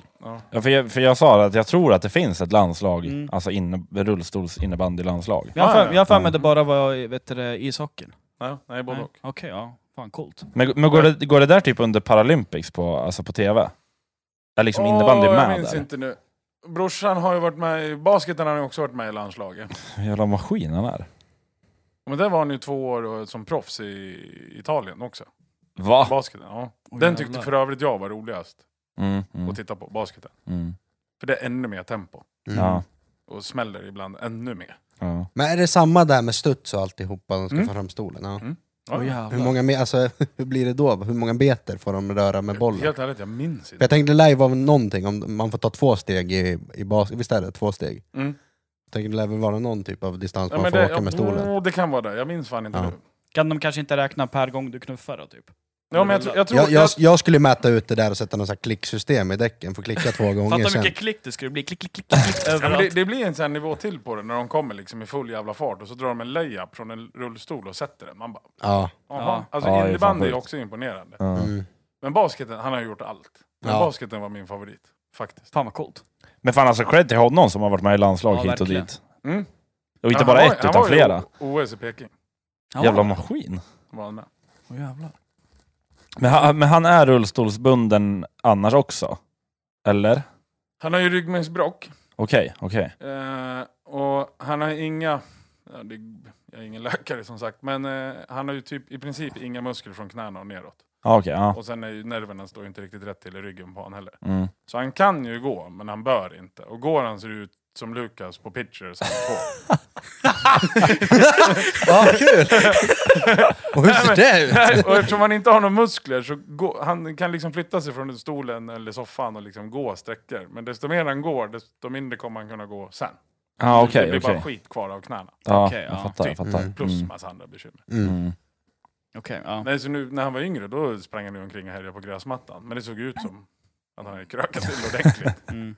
Speaker 2: Ja, för, jag, för jag sa att jag tror att det finns ett landslag,
Speaker 1: Mm.
Speaker 2: alltså inne, rullstolsinnebandylandslag.
Speaker 1: Jag har
Speaker 4: Ah, Ja,
Speaker 1: för- jag har för mig
Speaker 2: ja.
Speaker 1: att det bara var vet du, det, ishockeyn.
Speaker 4: Nej, nej både
Speaker 1: Nej,
Speaker 4: och.
Speaker 1: Okej, ja. Fan coolt.
Speaker 2: Men, men går, det, går det där typ under Paralympics på, alltså på TV? Är liksom
Speaker 4: Åh,
Speaker 2: innebandy
Speaker 4: jag
Speaker 2: med
Speaker 4: minns
Speaker 2: där?
Speaker 4: inte nu. Brorsan har ju varit med i basketen, han har ju också varit med i landslaget.
Speaker 2: Jävla maskin han är.
Speaker 4: Men där var han ju två år och- som proffs i Italien också.
Speaker 2: Va?
Speaker 4: Basketen, ja.
Speaker 1: Åh,
Speaker 4: Den tyckte
Speaker 1: jävlar.
Speaker 4: för övrigt jag var roligast
Speaker 2: Mm, mm,
Speaker 4: att titta på, basketen.
Speaker 2: mm.
Speaker 4: För det är ännu mer tempo.
Speaker 3: Mm.
Speaker 2: Ja,
Speaker 4: Och smäller ibland ännu mer.
Speaker 2: ja.
Speaker 3: Men är det samma där med studs och alltihopa, de ska
Speaker 4: Mm.
Speaker 3: få fram stolen? Ja.
Speaker 4: Ja,
Speaker 1: Åh,
Speaker 4: ja.
Speaker 1: jävlar.
Speaker 3: Hur, många, me- alltså, [LAUGHS] hur blir det då? Hur många meter får de röra med bollen?
Speaker 4: Helt ärligt, jag minns
Speaker 3: För
Speaker 4: inte.
Speaker 3: jag tänkte live av någonting, om man får ta två steg i, i bas, visst är det två steg?
Speaker 4: Mm.
Speaker 3: Jag tänkte det lär väl vara någon typ av distans
Speaker 4: Ja,
Speaker 3: man
Speaker 4: men
Speaker 3: får
Speaker 4: det,
Speaker 3: åka med
Speaker 4: ja,
Speaker 3: stolen.
Speaker 4: åh, det kan vara det, jag minns fan inte
Speaker 3: Ja.
Speaker 4: nu.
Speaker 1: Kan de kanske inte räkna per gång du knuffar då, typ?
Speaker 4: Ja, men jag, tror- jag tror...
Speaker 3: Jag, jag, jag skulle mäta ut det där och sätta något sånt här klicksystem i däcken, får
Speaker 4: [LAUGHS]
Speaker 3: klicka två gånger
Speaker 1: Fattar
Speaker 3: sen.
Speaker 1: vilket klick det skulle bli. Klick, klick, klick, klick
Speaker 4: Ja, men det,
Speaker 1: överallt.
Speaker 4: det blir en sån här nivå till på det när de kommer liksom i full jävla fart och så drar de en layup från en rullstol och sätter den. Man bara,
Speaker 3: Ja.
Speaker 4: Jaha. Alltså
Speaker 2: Ja, det är
Speaker 4: innebandy
Speaker 2: fan
Speaker 4: är ju
Speaker 2: sjukt.
Speaker 4: också imponerande.
Speaker 2: ja.
Speaker 3: Mm.
Speaker 4: Men basketen, han har ju gjort allt. Men
Speaker 3: Ja.
Speaker 4: basketen var min favorit, faktiskt.
Speaker 1: Fan vad coolt.
Speaker 2: Men fan alltså cred till honom som har varit med i landslag
Speaker 1: Ja,
Speaker 2: hit och
Speaker 1: verkligen.
Speaker 2: dit.
Speaker 4: Mm.
Speaker 2: Och inte
Speaker 4: Han
Speaker 2: bara
Speaker 4: var-
Speaker 2: ett
Speaker 4: han
Speaker 2: utan
Speaker 4: var ju
Speaker 2: flera.
Speaker 4: O- OS i Peking
Speaker 1: Ja.
Speaker 2: Jävla maskin.
Speaker 4: var han med.
Speaker 1: Åh, jävlar.
Speaker 2: Men han, men han är rullstolsbunden annars också? Eller?
Speaker 4: Han har ju ryggmärgsbråck.
Speaker 2: Okej, okej.
Speaker 4: Eh, och han har inga... Ja, det, jag är ingen [LAUGHS] läkare som sagt, men eh, han har ju typ i princip inga muskler från knäna och neråt.
Speaker 2: Ja, okej, ja.
Speaker 4: Och sen är ju nerverna står ju inte riktigt rätt till i ryggen på honom heller.
Speaker 2: Mm.
Speaker 4: Så han kan ju gå, men han bör inte. Och går han ser det ut som Lukas på Pitchers han får.
Speaker 2: [LAUGHS]
Speaker 3: Ja, kul! och hur ser det ut?
Speaker 4: Nej, och eftersom han inte har några muskler så går, han kan liksom flytta sig från stolen eller soffan och liksom gå sträckor. Men desto mer han går, desto mindre kommer han kunna gå sen.
Speaker 2: Ja,
Speaker 4: det
Speaker 2: okej,
Speaker 4: blir
Speaker 2: okej.
Speaker 4: bara skit kvar av knäna.
Speaker 2: Ja,
Speaker 1: Okej,
Speaker 2: jag
Speaker 1: ja,
Speaker 2: fattar, jag
Speaker 4: typ.
Speaker 2: fattar.
Speaker 3: Mm.
Speaker 4: Plus
Speaker 2: Mm.
Speaker 4: massa andra bekymmer.
Speaker 3: Mm.
Speaker 2: Mm.
Speaker 1: Okej, ja.
Speaker 4: Nej, så nu, när han var yngre då sprang han ju omkring och härjade på gräsmattan. Men det såg ut som att han hade krökat till ordentligt.
Speaker 1: Mm.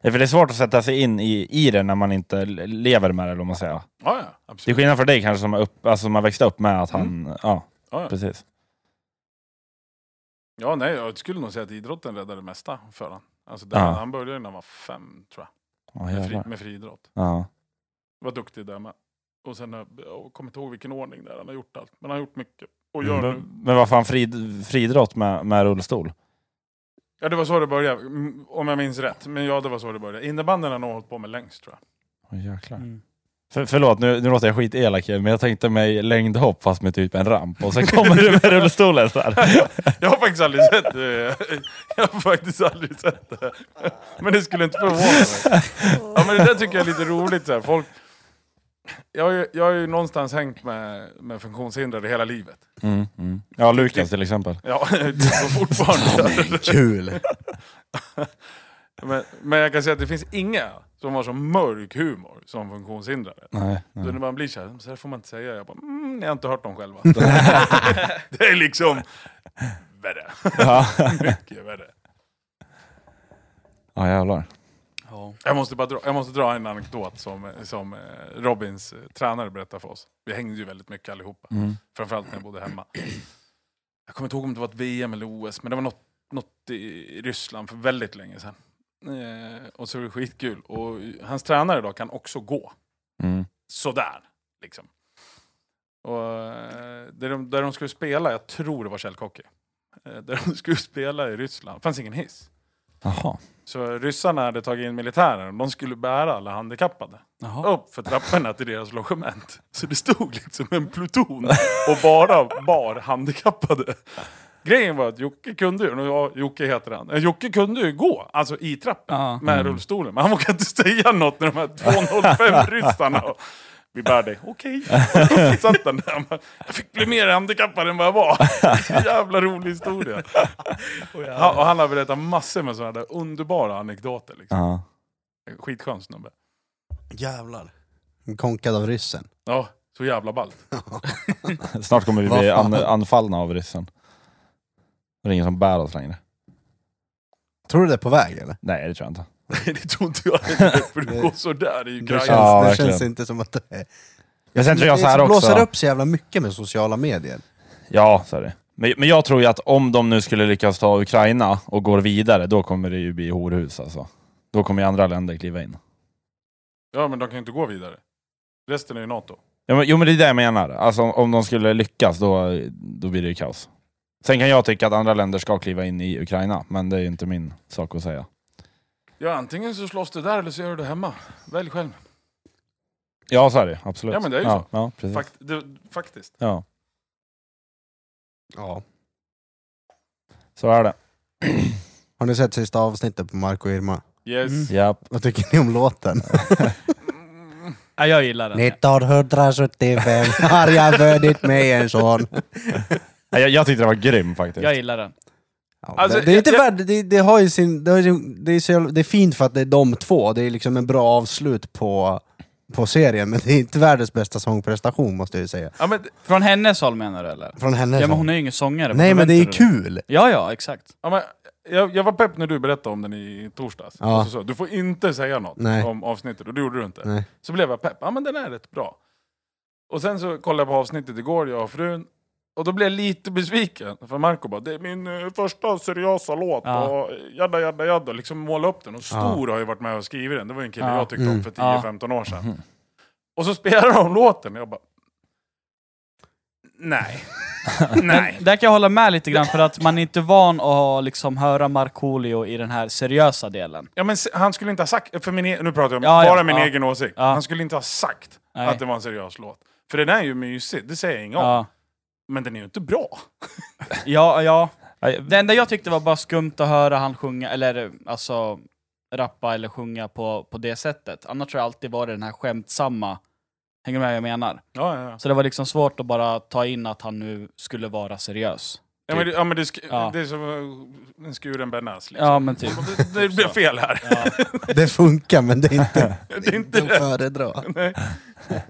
Speaker 2: Ja, för det är svårt att sätta sig in i, i det när man inte le- lever med det, eller vad man säger.
Speaker 4: [LAUGHS] Ja, ja,
Speaker 2: Det är
Speaker 4: absolut.
Speaker 2: skillnad för dig kanske som har, upp, alltså, som har växt upp med att han... Ja,
Speaker 4: Ja, ja.
Speaker 2: precis.
Speaker 4: ja, nej, jag skulle nog säga att idrotten räddade det mesta för honom. Alltså, där,
Speaker 2: Ja.
Speaker 4: Han började ju när han var fem, tror
Speaker 2: Ja,
Speaker 4: jag, med, fri,
Speaker 2: jävlar.
Speaker 4: med friidrott.
Speaker 2: Ja.
Speaker 4: var duktig där med. Och sen, har- jag kommer inte ihåg vilken ordning där han har gjort allt, men han har gjort mycket. Och gör
Speaker 2: Mm, Men,
Speaker 4: nu.
Speaker 2: men vad fan, frid, fridrott med, med rullstol?
Speaker 4: Ja, det var så det började, mm, om jag minns rätt. Men ja, det var så det började. Innebandyn har nog hållit på med längst tror jag.
Speaker 2: Oh, jäklar.
Speaker 1: Mm.
Speaker 2: För, förlåt, nu, nu låter jag skitelak men jag tänkte mig längdhopp fast med typ en ramp och sen kommer du med rullstolen så här.
Speaker 4: [LAUGHS] Jag har faktiskt aldrig sett det. Jag har faktiskt aldrig sett det. Men det skulle inte förvåna mig. Ja, men det där tycker jag är lite roligt. Så här. Folk, jag, har ju, jag har ju någonstans hängt med, med funktionshindrade hela livet.
Speaker 2: Mm, mm. Ja, Lukas till exempel.
Speaker 4: Ja, [LAUGHS] det får fortfarande göra det.
Speaker 3: Kul!
Speaker 4: Men, men jag kan säga att det finns inga som har så mörk humor som funktionshindrade.
Speaker 2: Nej, nej.
Speaker 4: Så när man blir så här, så här får man inte säga. Jag bara, mm, ni har inte hört dem själva. det är liksom värre.
Speaker 2: Ja.
Speaker 4: Mycket värre.
Speaker 2: ja, jävlar.
Speaker 1: Ja.
Speaker 4: Jag måste, bara dra, jag måste dra en anekdot som, som eh, Robins eh, tränare berättade för oss. Vi hängde ju väldigt mycket allihopa.
Speaker 2: Mm.
Speaker 4: Framförallt när jag bodde hemma. Jag kommer inte ihåg om det var ett VM eller OS, men det var något, något i Ryssland för väldigt länge sedan. Eh, och så var det skitkul. Och hans tränare då kan också gå.
Speaker 2: Mm.
Speaker 4: sådär. Liksom. Och, eh, där, de, där de skulle spela, jag tror det var källkocky. Eh, Där de skulle spela i Ryssland, fanns ingen hiss.
Speaker 2: Jaha.
Speaker 4: Så ryssarna hade tagit in militären och de skulle bära alla handikappade
Speaker 1: Jaha.
Speaker 4: upp för trapporna till deras logement. Så det stod liksom en pluton och bara bar handikappade. Grejen var att Jocke kunde ju, ja, Jocke heter han, Eh, Jocke kunde ju gå, alltså i trappen
Speaker 1: Ja. Mm. [LAUGHS]
Speaker 4: med rullstolen. Men han vågade inte säga något när de här 205 ryssarna Vi bär dig. Okej. Okay. satt den där. Man, Jag fick bli mer handikappad än vad jag var. Så Jävla rolig [LAUGHS] historia. Han, och han har berättat massor med sådana där underbara anekdoter. Liksom.
Speaker 2: Ja.
Speaker 4: Skitskön snubbe.
Speaker 3: Jävlar. Konkad av ryssen. [LAUGHS]
Speaker 4: Ja, så jävla ballt. [LAUGHS]
Speaker 2: Snart kommer vi bli
Speaker 3: Vad fan?
Speaker 2: an, anfallna av ryssen. Det är ingen som bär oss längre.
Speaker 3: Tror du det är på väg eller?
Speaker 2: Nej, det tror jag inte.
Speaker 4: Det tror inte jag heller, för det går sådär i
Speaker 3: Det känns,
Speaker 4: Ukraina.
Speaker 2: Ja,
Speaker 3: det
Speaker 2: verkligen.
Speaker 3: känns inte som att det är...
Speaker 2: Men sen tror jag
Speaker 3: Det
Speaker 2: så här
Speaker 3: blåser
Speaker 2: också.
Speaker 3: upp så jävla mycket med sociala medier.
Speaker 2: Ja, så är det. Men, men jag tror ju att om de nu skulle lyckas ta Ukraina och går vidare, då kommer det ju bli horhus alltså. Då kommer ju andra länder kliva in.
Speaker 4: Ja, men de kan ju inte gå vidare. Resten är ju NATO.
Speaker 2: Ja, men, jo men det är det jag menar. Alltså om, om de skulle lyckas, då, då blir det ju kaos. Sen kan jag tycka att andra länder ska kliva in i Ukraina, men det är ju inte min sak att säga.
Speaker 4: Ja, antingen så slåss du där eller så gör du det hemma. Välj själv.
Speaker 2: Ja, så är det absolut.
Speaker 4: Ja, men det är ju
Speaker 2: ja,
Speaker 4: så.
Speaker 2: Ja, precis.
Speaker 4: Fakt, du, faktiskt.
Speaker 2: Ja,
Speaker 3: Ja.
Speaker 2: så är det.
Speaker 3: Har ni sett sista avsnittet på Marco och Irma?
Speaker 4: Yes.
Speaker 1: Mm.
Speaker 2: Japp.
Speaker 3: Vad tycker ni om låten?
Speaker 4: Mm.
Speaker 1: Ja, jag gillar den.
Speaker 3: [LAUGHS] 1975 har jag vunnit mig en sån.
Speaker 2: [LAUGHS] Nej, Jag, jag tyckte det var grym faktiskt.
Speaker 1: Jag gillar den.
Speaker 3: Ja,
Speaker 4: Alltså,
Speaker 3: det, det är inte
Speaker 4: jag- jag-
Speaker 3: värd, det, det har ju sin, det, har ju, sin- det, är så, jävla- det är fint för att det är de två, det är liksom en bra avslut på, på serien, men det är inte världens bästa sångprestation måste jag ju säga.
Speaker 4: Ja, men, d-
Speaker 1: Från hennes håll menar du eller?
Speaker 3: Från henne.
Speaker 1: Ja men
Speaker 3: så.
Speaker 1: hon är ju ingen sångare.
Speaker 3: Nej
Speaker 1: Vad
Speaker 3: men det är ju
Speaker 1: förväntar du dig?
Speaker 3: kul!
Speaker 1: Ja, ja, exakt.
Speaker 4: ja, men, jag, jag var pepp när du berättade om den i torsdags.
Speaker 3: Ja.
Speaker 4: Och så, sa jag, du får inte säga något
Speaker 3: Nej.
Speaker 4: om avsnittet, och det gjorde du inte.
Speaker 3: Nej.
Speaker 4: Så blev jag pepp. Ja, men den är rätt bra. Och sen så kollade jag på avsnittet igår, jag och frun. Och då blev jag lite besviken, för Marco bara det är min eh, första seriösa låt
Speaker 1: Ja.
Speaker 4: och jadda jadda jadda, liksom måla upp den. Och Stor har ju varit med och skrivit den, det var ju en kille
Speaker 1: Ja.
Speaker 4: jag tyckte om
Speaker 3: Mm.
Speaker 4: för
Speaker 1: Ja. Mhm.
Speaker 4: 10-15 år sedan. Och så spelar de låten och jag bara...
Speaker 1: [LAUGHS]
Speaker 4: Nej. Nej.
Speaker 1: Där kan jag hålla med lite grann för att man är inte van att ha, liksom, höra Markoolio i den här seriösa delen.
Speaker 4: Ja, men se- han skulle inte ha sagt... För min e- nu pratar jag om
Speaker 1: Ja, ja,
Speaker 4: bara min
Speaker 1: ja.
Speaker 4: egen åsikt.
Speaker 1: Ja.
Speaker 4: Han skulle inte ha sagt
Speaker 1: Nej.
Speaker 4: att det var en seriös låt. För den är ju mysig, det säger jag inget om.
Speaker 1: Ja.
Speaker 4: Men den är ju inte bra.
Speaker 1: Ja, ja.
Speaker 2: Nej,
Speaker 1: Det enda jag tyckte var bara skumt att höra han sjunga, eller alltså rappa eller sjunga på, på det sättet. Annars har det alltid varit den här skämtsamma, hänger du med vad jag menar?
Speaker 4: Ja, ja, ja.
Speaker 1: Så det var liksom svårt att bara ta in att han nu skulle vara seriös.
Speaker 4: Ja, men, det- ja, men det, sk-
Speaker 1: Typ. Ja.
Speaker 4: det är som eh, en skuren benäs. Liksom.
Speaker 1: Ja men typ.
Speaker 4: Det, det blev fel här. [LAUGHS]
Speaker 1: Ja.
Speaker 3: Det funkar men det är inte,
Speaker 4: Det är inte
Speaker 3: inte
Speaker 4: rätt.
Speaker 3: att föredra.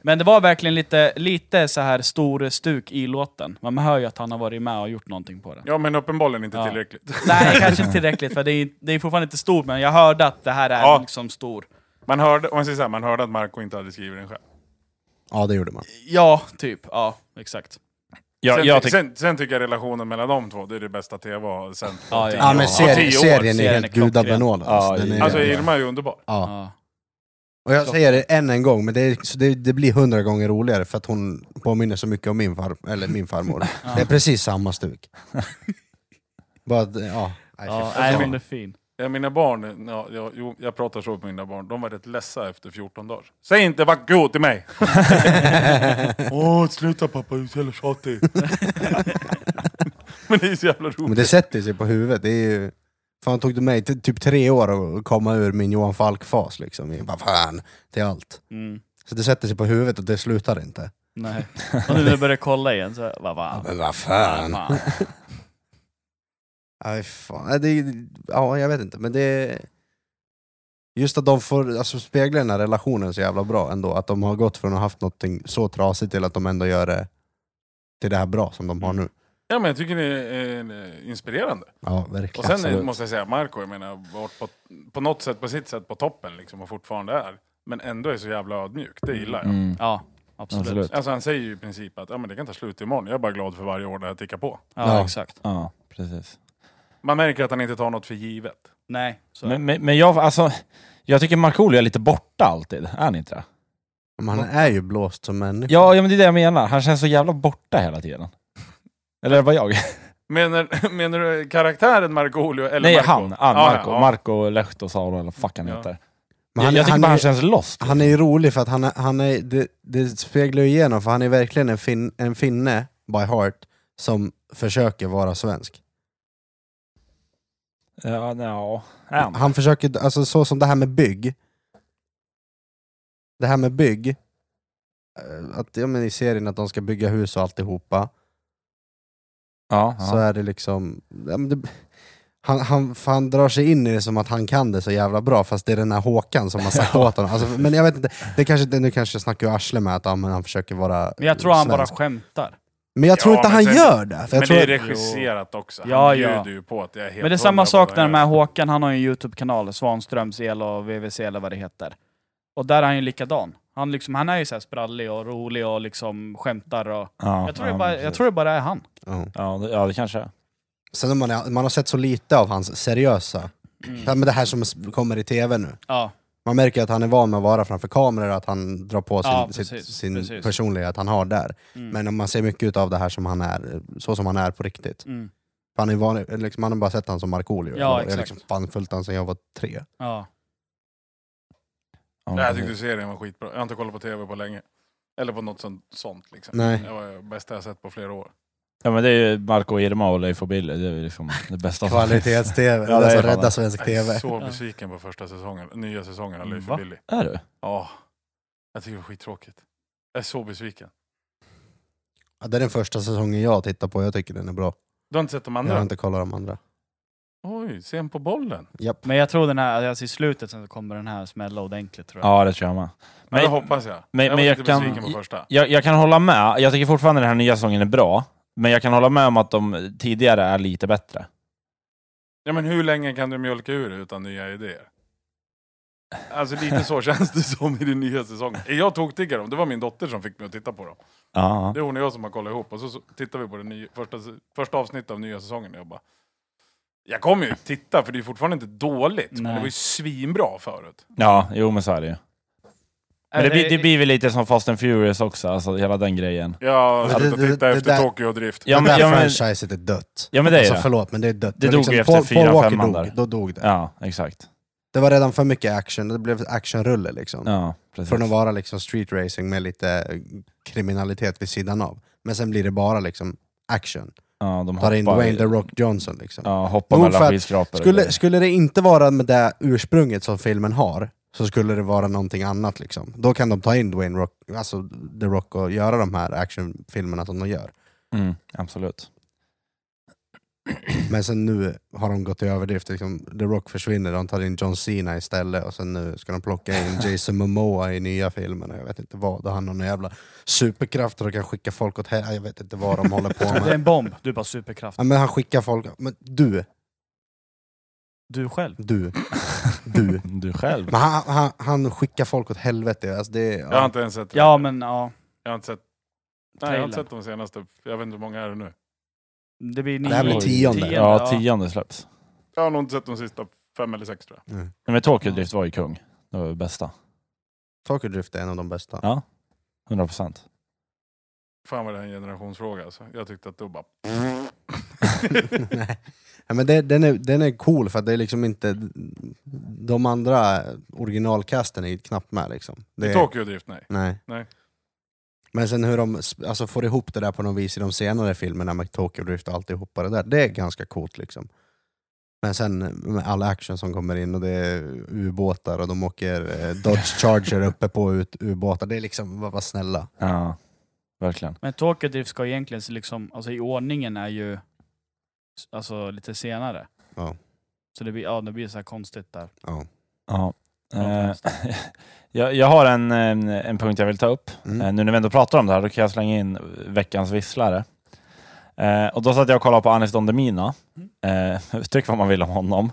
Speaker 1: Men det var verkligen lite, lite så här stor stuk i låten. Men Man hör ju att han har varit med och gjort någonting på den.
Speaker 4: Ja, men uppenbarligen inte
Speaker 1: Ja.
Speaker 4: tillräckligt.
Speaker 1: [LAUGHS] Nej, kanske inte tillräckligt för det är, det är fortfarande inte stor, men jag hörde att det här är
Speaker 4: Ja.
Speaker 1: liksom stor.
Speaker 4: Man hörde, om man, säger så här, man hörde att Marco inte hade skrivit den själv.
Speaker 3: Ja det gjorde man.
Speaker 1: Ja, typ. Ja, exakt.
Speaker 2: jag,
Speaker 4: sen,
Speaker 2: jag
Speaker 4: ty-
Speaker 2: tyck-
Speaker 4: sen, sen tycker jag relationen mellan de två, det är det bästa tv har sänt. på
Speaker 1: Ja,
Speaker 4: tio
Speaker 1: ja.
Speaker 3: Ja
Speaker 4: år.
Speaker 3: men
Speaker 4: På tio
Speaker 3: serien,
Speaker 4: år.
Speaker 3: serien är
Speaker 1: serien
Speaker 3: helt
Speaker 1: är klockren.
Speaker 3: gudabenådad.
Speaker 2: Ja,
Speaker 3: Alltså, den är-
Speaker 4: Alltså Irma är ju underbar.
Speaker 3: ja.
Speaker 1: Ja.
Speaker 3: Och jag säger det än en gång, men det, så det, det blir hundra gånger roligare för att hon påminner så mycket om min, far, eller
Speaker 1: [LAUGHS]
Speaker 3: min farmor. Det är precis samma stuk. Bara, att, ja. Nej,
Speaker 1: Ja,
Speaker 3: fy
Speaker 1: nej,
Speaker 3: fan.
Speaker 1: men det är fin.
Speaker 4: Ja, mina barn, ja, jag, jo, jag pratar så på mina barn, de var rätt ledsa efter 14 dagar. Säg inte vad god till
Speaker 3: [LAUGHS]
Speaker 4: mig! Åh, sluta pappa, du är så jävla tjatig. [LAUGHS] Men det är så jävla
Speaker 3: men
Speaker 4: roligt.
Speaker 3: det sätter sig på huvudet. Det är ju, fan tog det mig ty- typ tre år att komma ur min Johan Falk-fas liksom. Jag bara, fan, till allt.
Speaker 1: Mm.
Speaker 3: Så det sätter sig på huvudet och det slutar inte.
Speaker 1: Nej. [LAUGHS] Och nu när jag börjar kolla igen så, vad fan.
Speaker 3: Men vad fan.
Speaker 1: fan.
Speaker 3: Aj, fan. Nej, Det, är- ja, jag vet inte. Men det är- Just att de får alltså, spegla den här relationen så jävla bra ändå. Att de har gått från att ha haft något så trasigt till att de ändå gör det till det här bra som de har nu.
Speaker 4: Ja, men jag tycker det är eh, inspirerande.
Speaker 3: Ja,
Speaker 4: Och
Speaker 3: verkligen.
Speaker 4: sen
Speaker 2: Absolut.
Speaker 4: måste jag säga, Marco, jag menar, varit på, på något sätt, på sitt sätt på toppen liksom, och fortfarande är. Men ändå är så jävla ödmjuk, det gillar jag.
Speaker 2: mm,
Speaker 1: Ja, absolut.
Speaker 2: absolut.
Speaker 4: Alltså han säger ju i princip att ja, men det kan ta slut imorgon, jag är bara glad för varje år det här tickar på.
Speaker 1: Ja,
Speaker 3: Ja.
Speaker 1: exakt.
Speaker 2: Ja, precis.
Speaker 4: Man märker att han inte tar något för givet.
Speaker 1: Nej, så.
Speaker 2: Men, men, men jag, alltså, jag tycker Markoolio är lite borta alltid, är han inte det?
Speaker 3: Men han är ju blåst som människa.
Speaker 2: Ja, ja, men det är det jag menar. Han känns så jävla borta hela tiden. Eller var jag?
Speaker 4: Menar, [LAUGHS] menar du karaktären Markoolio eller
Speaker 2: Nej,
Speaker 4: Marco?
Speaker 2: han. Ah,
Speaker 4: Ja,
Speaker 2: Marco,
Speaker 4: ja.
Speaker 2: Marco Lehto Salo eller fuck han
Speaker 4: Ja.
Speaker 2: heter.
Speaker 3: Men
Speaker 2: jag,
Speaker 3: han,
Speaker 2: jag tycker
Speaker 3: han,
Speaker 2: bara han
Speaker 3: är,
Speaker 2: känns lost.
Speaker 3: han är ju rolig för att han, är- han är, det, det speglar ju igenom för han är verkligen en, fin, en finne by heart som försöker vara svensk.
Speaker 2: Ja, nej, ja. Är han?
Speaker 3: Han försöker, alltså så som det här med bygg. Det här med bygg. eh, att, ja, men i serien att de ska bygga hus och alltihopa,
Speaker 2: Ja, ja.
Speaker 3: så är det liksom... Ja, men det, han, han, för han drar sig in i det som att han kan det så jävla bra, fast det är den här Håkan som har sagt åt honom. Alltså, men jag vet inte, det kanske, det, nu kanske jag snackar ur arslet med att ja, men han försöker vara
Speaker 1: Men jag tror han bara
Speaker 3: svensk.
Speaker 1: skämtar.
Speaker 3: Men jag tror
Speaker 4: Ja,
Speaker 3: inte
Speaker 4: men
Speaker 3: han
Speaker 4: sen-
Speaker 3: gör det. För jag
Speaker 4: men
Speaker 3: tror
Speaker 4: det är
Speaker 3: att-
Speaker 4: regisserat också. Han
Speaker 1: Ja, ja.
Speaker 4: bjuder ju på att jag är helt
Speaker 1: Men det är samma
Speaker 4: hundra
Speaker 1: sak
Speaker 4: på
Speaker 1: när
Speaker 4: det
Speaker 1: de
Speaker 4: här.
Speaker 1: här Håkan, han har ju en YouTube-kanal, Svanströms el och VVC eller vad det heter. Och där är han ju likadan. Han, liksom, han är ju så här sprallig och rolig och liksom skämtar och...
Speaker 2: ja,
Speaker 1: Jag tror,
Speaker 2: ja,
Speaker 1: det, bara,
Speaker 2: precis.
Speaker 1: jag tror det bara är han.
Speaker 3: Ja.
Speaker 2: Ja, det, ja, det kanske är.
Speaker 3: Sen har man, man har sett så lite av hans seriösa, ja, men
Speaker 1: mm.
Speaker 3: det här som s- kommer i tv nu.
Speaker 1: Ja.
Speaker 3: Man märker att han är van med att vara framför kameror och att han drar på sin,
Speaker 1: Ja,
Speaker 3: sitt-
Speaker 1: precis,
Speaker 3: sin
Speaker 1: precis.
Speaker 3: personlighet han har där.
Speaker 1: Mm.
Speaker 3: Men om man ser mycket av det här som han är, så som han är på riktigt.
Speaker 1: Mm.
Speaker 3: För Han är van, liksom, man har bara sett han som Markoolio.
Speaker 1: Ja,
Speaker 3: jag har
Speaker 1: exakt.
Speaker 3: liksom fan följt han sedan jag var tre.
Speaker 1: ja.
Speaker 2: Ja,
Speaker 4: Nej, Jag tyckte serien var skitbra. Jag har inte kollat på tv på länge. Eller på något sånt, sånt liksom.
Speaker 3: Nej.
Speaker 4: Det var det bästa jag sett på flera år.
Speaker 2: ja, men det är ju Marco och Irma och Leif och Billy. Det är ju liksom det bästa som finns.
Speaker 3: Kvalitets-tv,
Speaker 2: [LAUGHS] Ja, det
Speaker 3: det
Speaker 2: är fan
Speaker 3: som
Speaker 2: det.
Speaker 3: räddar svensk
Speaker 4: Jag är
Speaker 3: tv.
Speaker 4: så
Speaker 1: Ja.
Speaker 4: besviken på första säsongen, nya säsongen av Leif
Speaker 2: Va?
Speaker 4: och Billy.
Speaker 2: Är du?
Speaker 4: Ja. Jag tycker det var skittråkigt. Jag är så besviken.
Speaker 3: Ja, det är den första säsongen jag tittar på, jag tycker den är bra.
Speaker 4: Du har inte sett de
Speaker 3: Jag
Speaker 4: andra?
Speaker 3: har inte kollat de andra.
Speaker 4: Oj, sen på bollen.
Speaker 3: Japp.
Speaker 1: Men jag tror den här, alltså i slutet sen så kommer den här smälla ordentligt tror jag.
Speaker 2: Ja, det tror jag med.
Speaker 4: Men,
Speaker 2: Men-
Speaker 4: det hoppas jag.
Speaker 2: men-
Speaker 4: jag
Speaker 2: men
Speaker 4: var
Speaker 2: jag
Speaker 4: lite
Speaker 2: kan-
Speaker 4: besviken på första.
Speaker 2: Jag, jag kan hålla med. Jag tycker fortfarande den här nya sången är bra. Men jag kan hålla med om att de tidigare är lite bättre.
Speaker 4: Ja, men hur länge kan du mjölka ur det utan nya idéer? Alltså
Speaker 2: [LAUGHS]
Speaker 4: lite så känns det som i den nya säsongen. Jag tog till dem, det var min dotter som fick mig att titta på dem.
Speaker 2: Ja,
Speaker 4: Det är hon och jag som har kollat ihop och så, så tittar vi på det nya, första, första avsnittet av nya säsongen och jag bara... Jag kommer ju titta för det är fortfarande inte dåligt, men
Speaker 1: Nej.
Speaker 4: det var ju svinbra förut.
Speaker 2: ja jo men så är det ju. Men det,
Speaker 1: Eller-
Speaker 2: blir- det blir väl lite som Fast and Furious också, alltså hela den grejen.
Speaker 4: Jag
Speaker 3: Men det-
Speaker 4: slutade
Speaker 3: det-
Speaker 4: titta
Speaker 3: det
Speaker 4: efter
Speaker 3: där-
Speaker 4: Tokyo Drift.
Speaker 2: Ja,
Speaker 3: det
Speaker 2: men,
Speaker 3: där
Speaker 2: ja, men,
Speaker 3: franchiset är dött.
Speaker 2: ja men det är
Speaker 3: alltså,
Speaker 2: det.
Speaker 3: förlåt, men det är dött.
Speaker 2: Det
Speaker 3: Men
Speaker 2: dog ju efter
Speaker 3: Paul,
Speaker 2: fyran,
Speaker 3: Paul Walker
Speaker 2: femman
Speaker 3: dog,
Speaker 2: där.
Speaker 3: då dog det.
Speaker 2: Ja, exakt.
Speaker 3: Det var redan för mycket action, det blev actionrulle liksom.
Speaker 2: Ja, precis.
Speaker 3: Från att vara liksom street racing med lite eh, kriminalitet vid sidan av. Men sen blir det bara liksom action.
Speaker 2: ja, de
Speaker 3: Tar in Dwayne The
Speaker 2: hoppar,
Speaker 3: Rock Johnson liksom.
Speaker 2: ja, hoppar
Speaker 3: Nog för
Speaker 2: mellan
Speaker 3: att-
Speaker 2: skyskrapor.
Speaker 3: Skulle, skulle det inte vara med det ursprunget som filmen har, så skulle det vara någonting annat liksom. Då kan de ta in Dwayne Rock, alltså The Rock och göra de här actionfilmerna som de gör.
Speaker 2: Mm, absolut.
Speaker 3: Men sen nu har de gått i överdrift, liksom, The Rock försvinner, de tar in John Cena istället och sen nu ska de plocka
Speaker 4: [LAUGHS]
Speaker 3: in Jason Momoa i nya filmen och jag vet inte vad. Då har han någon jävla superkrafter och kan skicka folk åt här. jag vet inte vad de håller på
Speaker 1: [LAUGHS] Det är
Speaker 4: [LAUGHS]
Speaker 3: med.
Speaker 1: en bomb, du är bara superkraft.
Speaker 3: Ja, men han skickar folk, men du,
Speaker 1: Du själv.
Speaker 3: du, du.
Speaker 2: Du själv.
Speaker 3: Men han, han, han skickar folk åt helvete. Alltså det,
Speaker 4: Jag har
Speaker 3: ja.
Speaker 4: inte ens sett det.
Speaker 1: Ja men ja,
Speaker 4: Jag har inte sett, nej, jag har inte
Speaker 1: Trailern.
Speaker 4: sett de senaste, jag vet inte hur många är det nu.
Speaker 1: det blir nio.
Speaker 3: Det här blir tionde.
Speaker 2: Ja, tionde släpps.
Speaker 4: Jag har nog inte sett de sista fem eller sex tror jag.
Speaker 3: mm.
Speaker 2: Nej, Men Tokyo Drift var ju kung. Det var det bästa.
Speaker 3: Tokyo Drift är en av de bästa.
Speaker 2: Ja. 100 procent.
Speaker 4: Fan vad det här är en generationsfråga alltså. Jag tyckte att det var bara...
Speaker 3: Mm, [LAUGHS] Nej. Ja, men det, den, är, den är cool för att det är liksom inte... De andra originalkasten är ju knappt med liksom. Det
Speaker 4: I
Speaker 3: är,
Speaker 4: Tokyo Drift, nej.
Speaker 3: nej.
Speaker 4: Nej.
Speaker 3: Men sen hur de sp- alltså, får ihop det där på något vis i de senare filmerna med Tokyo Drift och alltihopa det där, det är ganska coolt liksom. Men sen med all action som kommer in och det är ubåtar och de åker eh,
Speaker 4: [LAUGHS]
Speaker 3: Dodge Charger uppe på ut- ubåtar, det är liksom, vad var snälla.
Speaker 2: Ja, verkligen.
Speaker 1: Men Tokyo Drift ska egentligen, se liksom, alltså i ordningen är ju s- alltså lite senare.
Speaker 3: Ja.
Speaker 1: Så det blir, ja, det blir så här konstigt där.
Speaker 3: Ja.
Speaker 2: Ja. Eh, jag, jag har en, en, en punkt jag vill ta upp.
Speaker 3: Mm.
Speaker 2: Eh, Nu när vi ändå pratar om det här, då kan jag slänga in veckans visslare. Eh, och då satt jag och kollade på Anis Don Demina. Eh, [LAUGHS] tyck vad man vill om honom.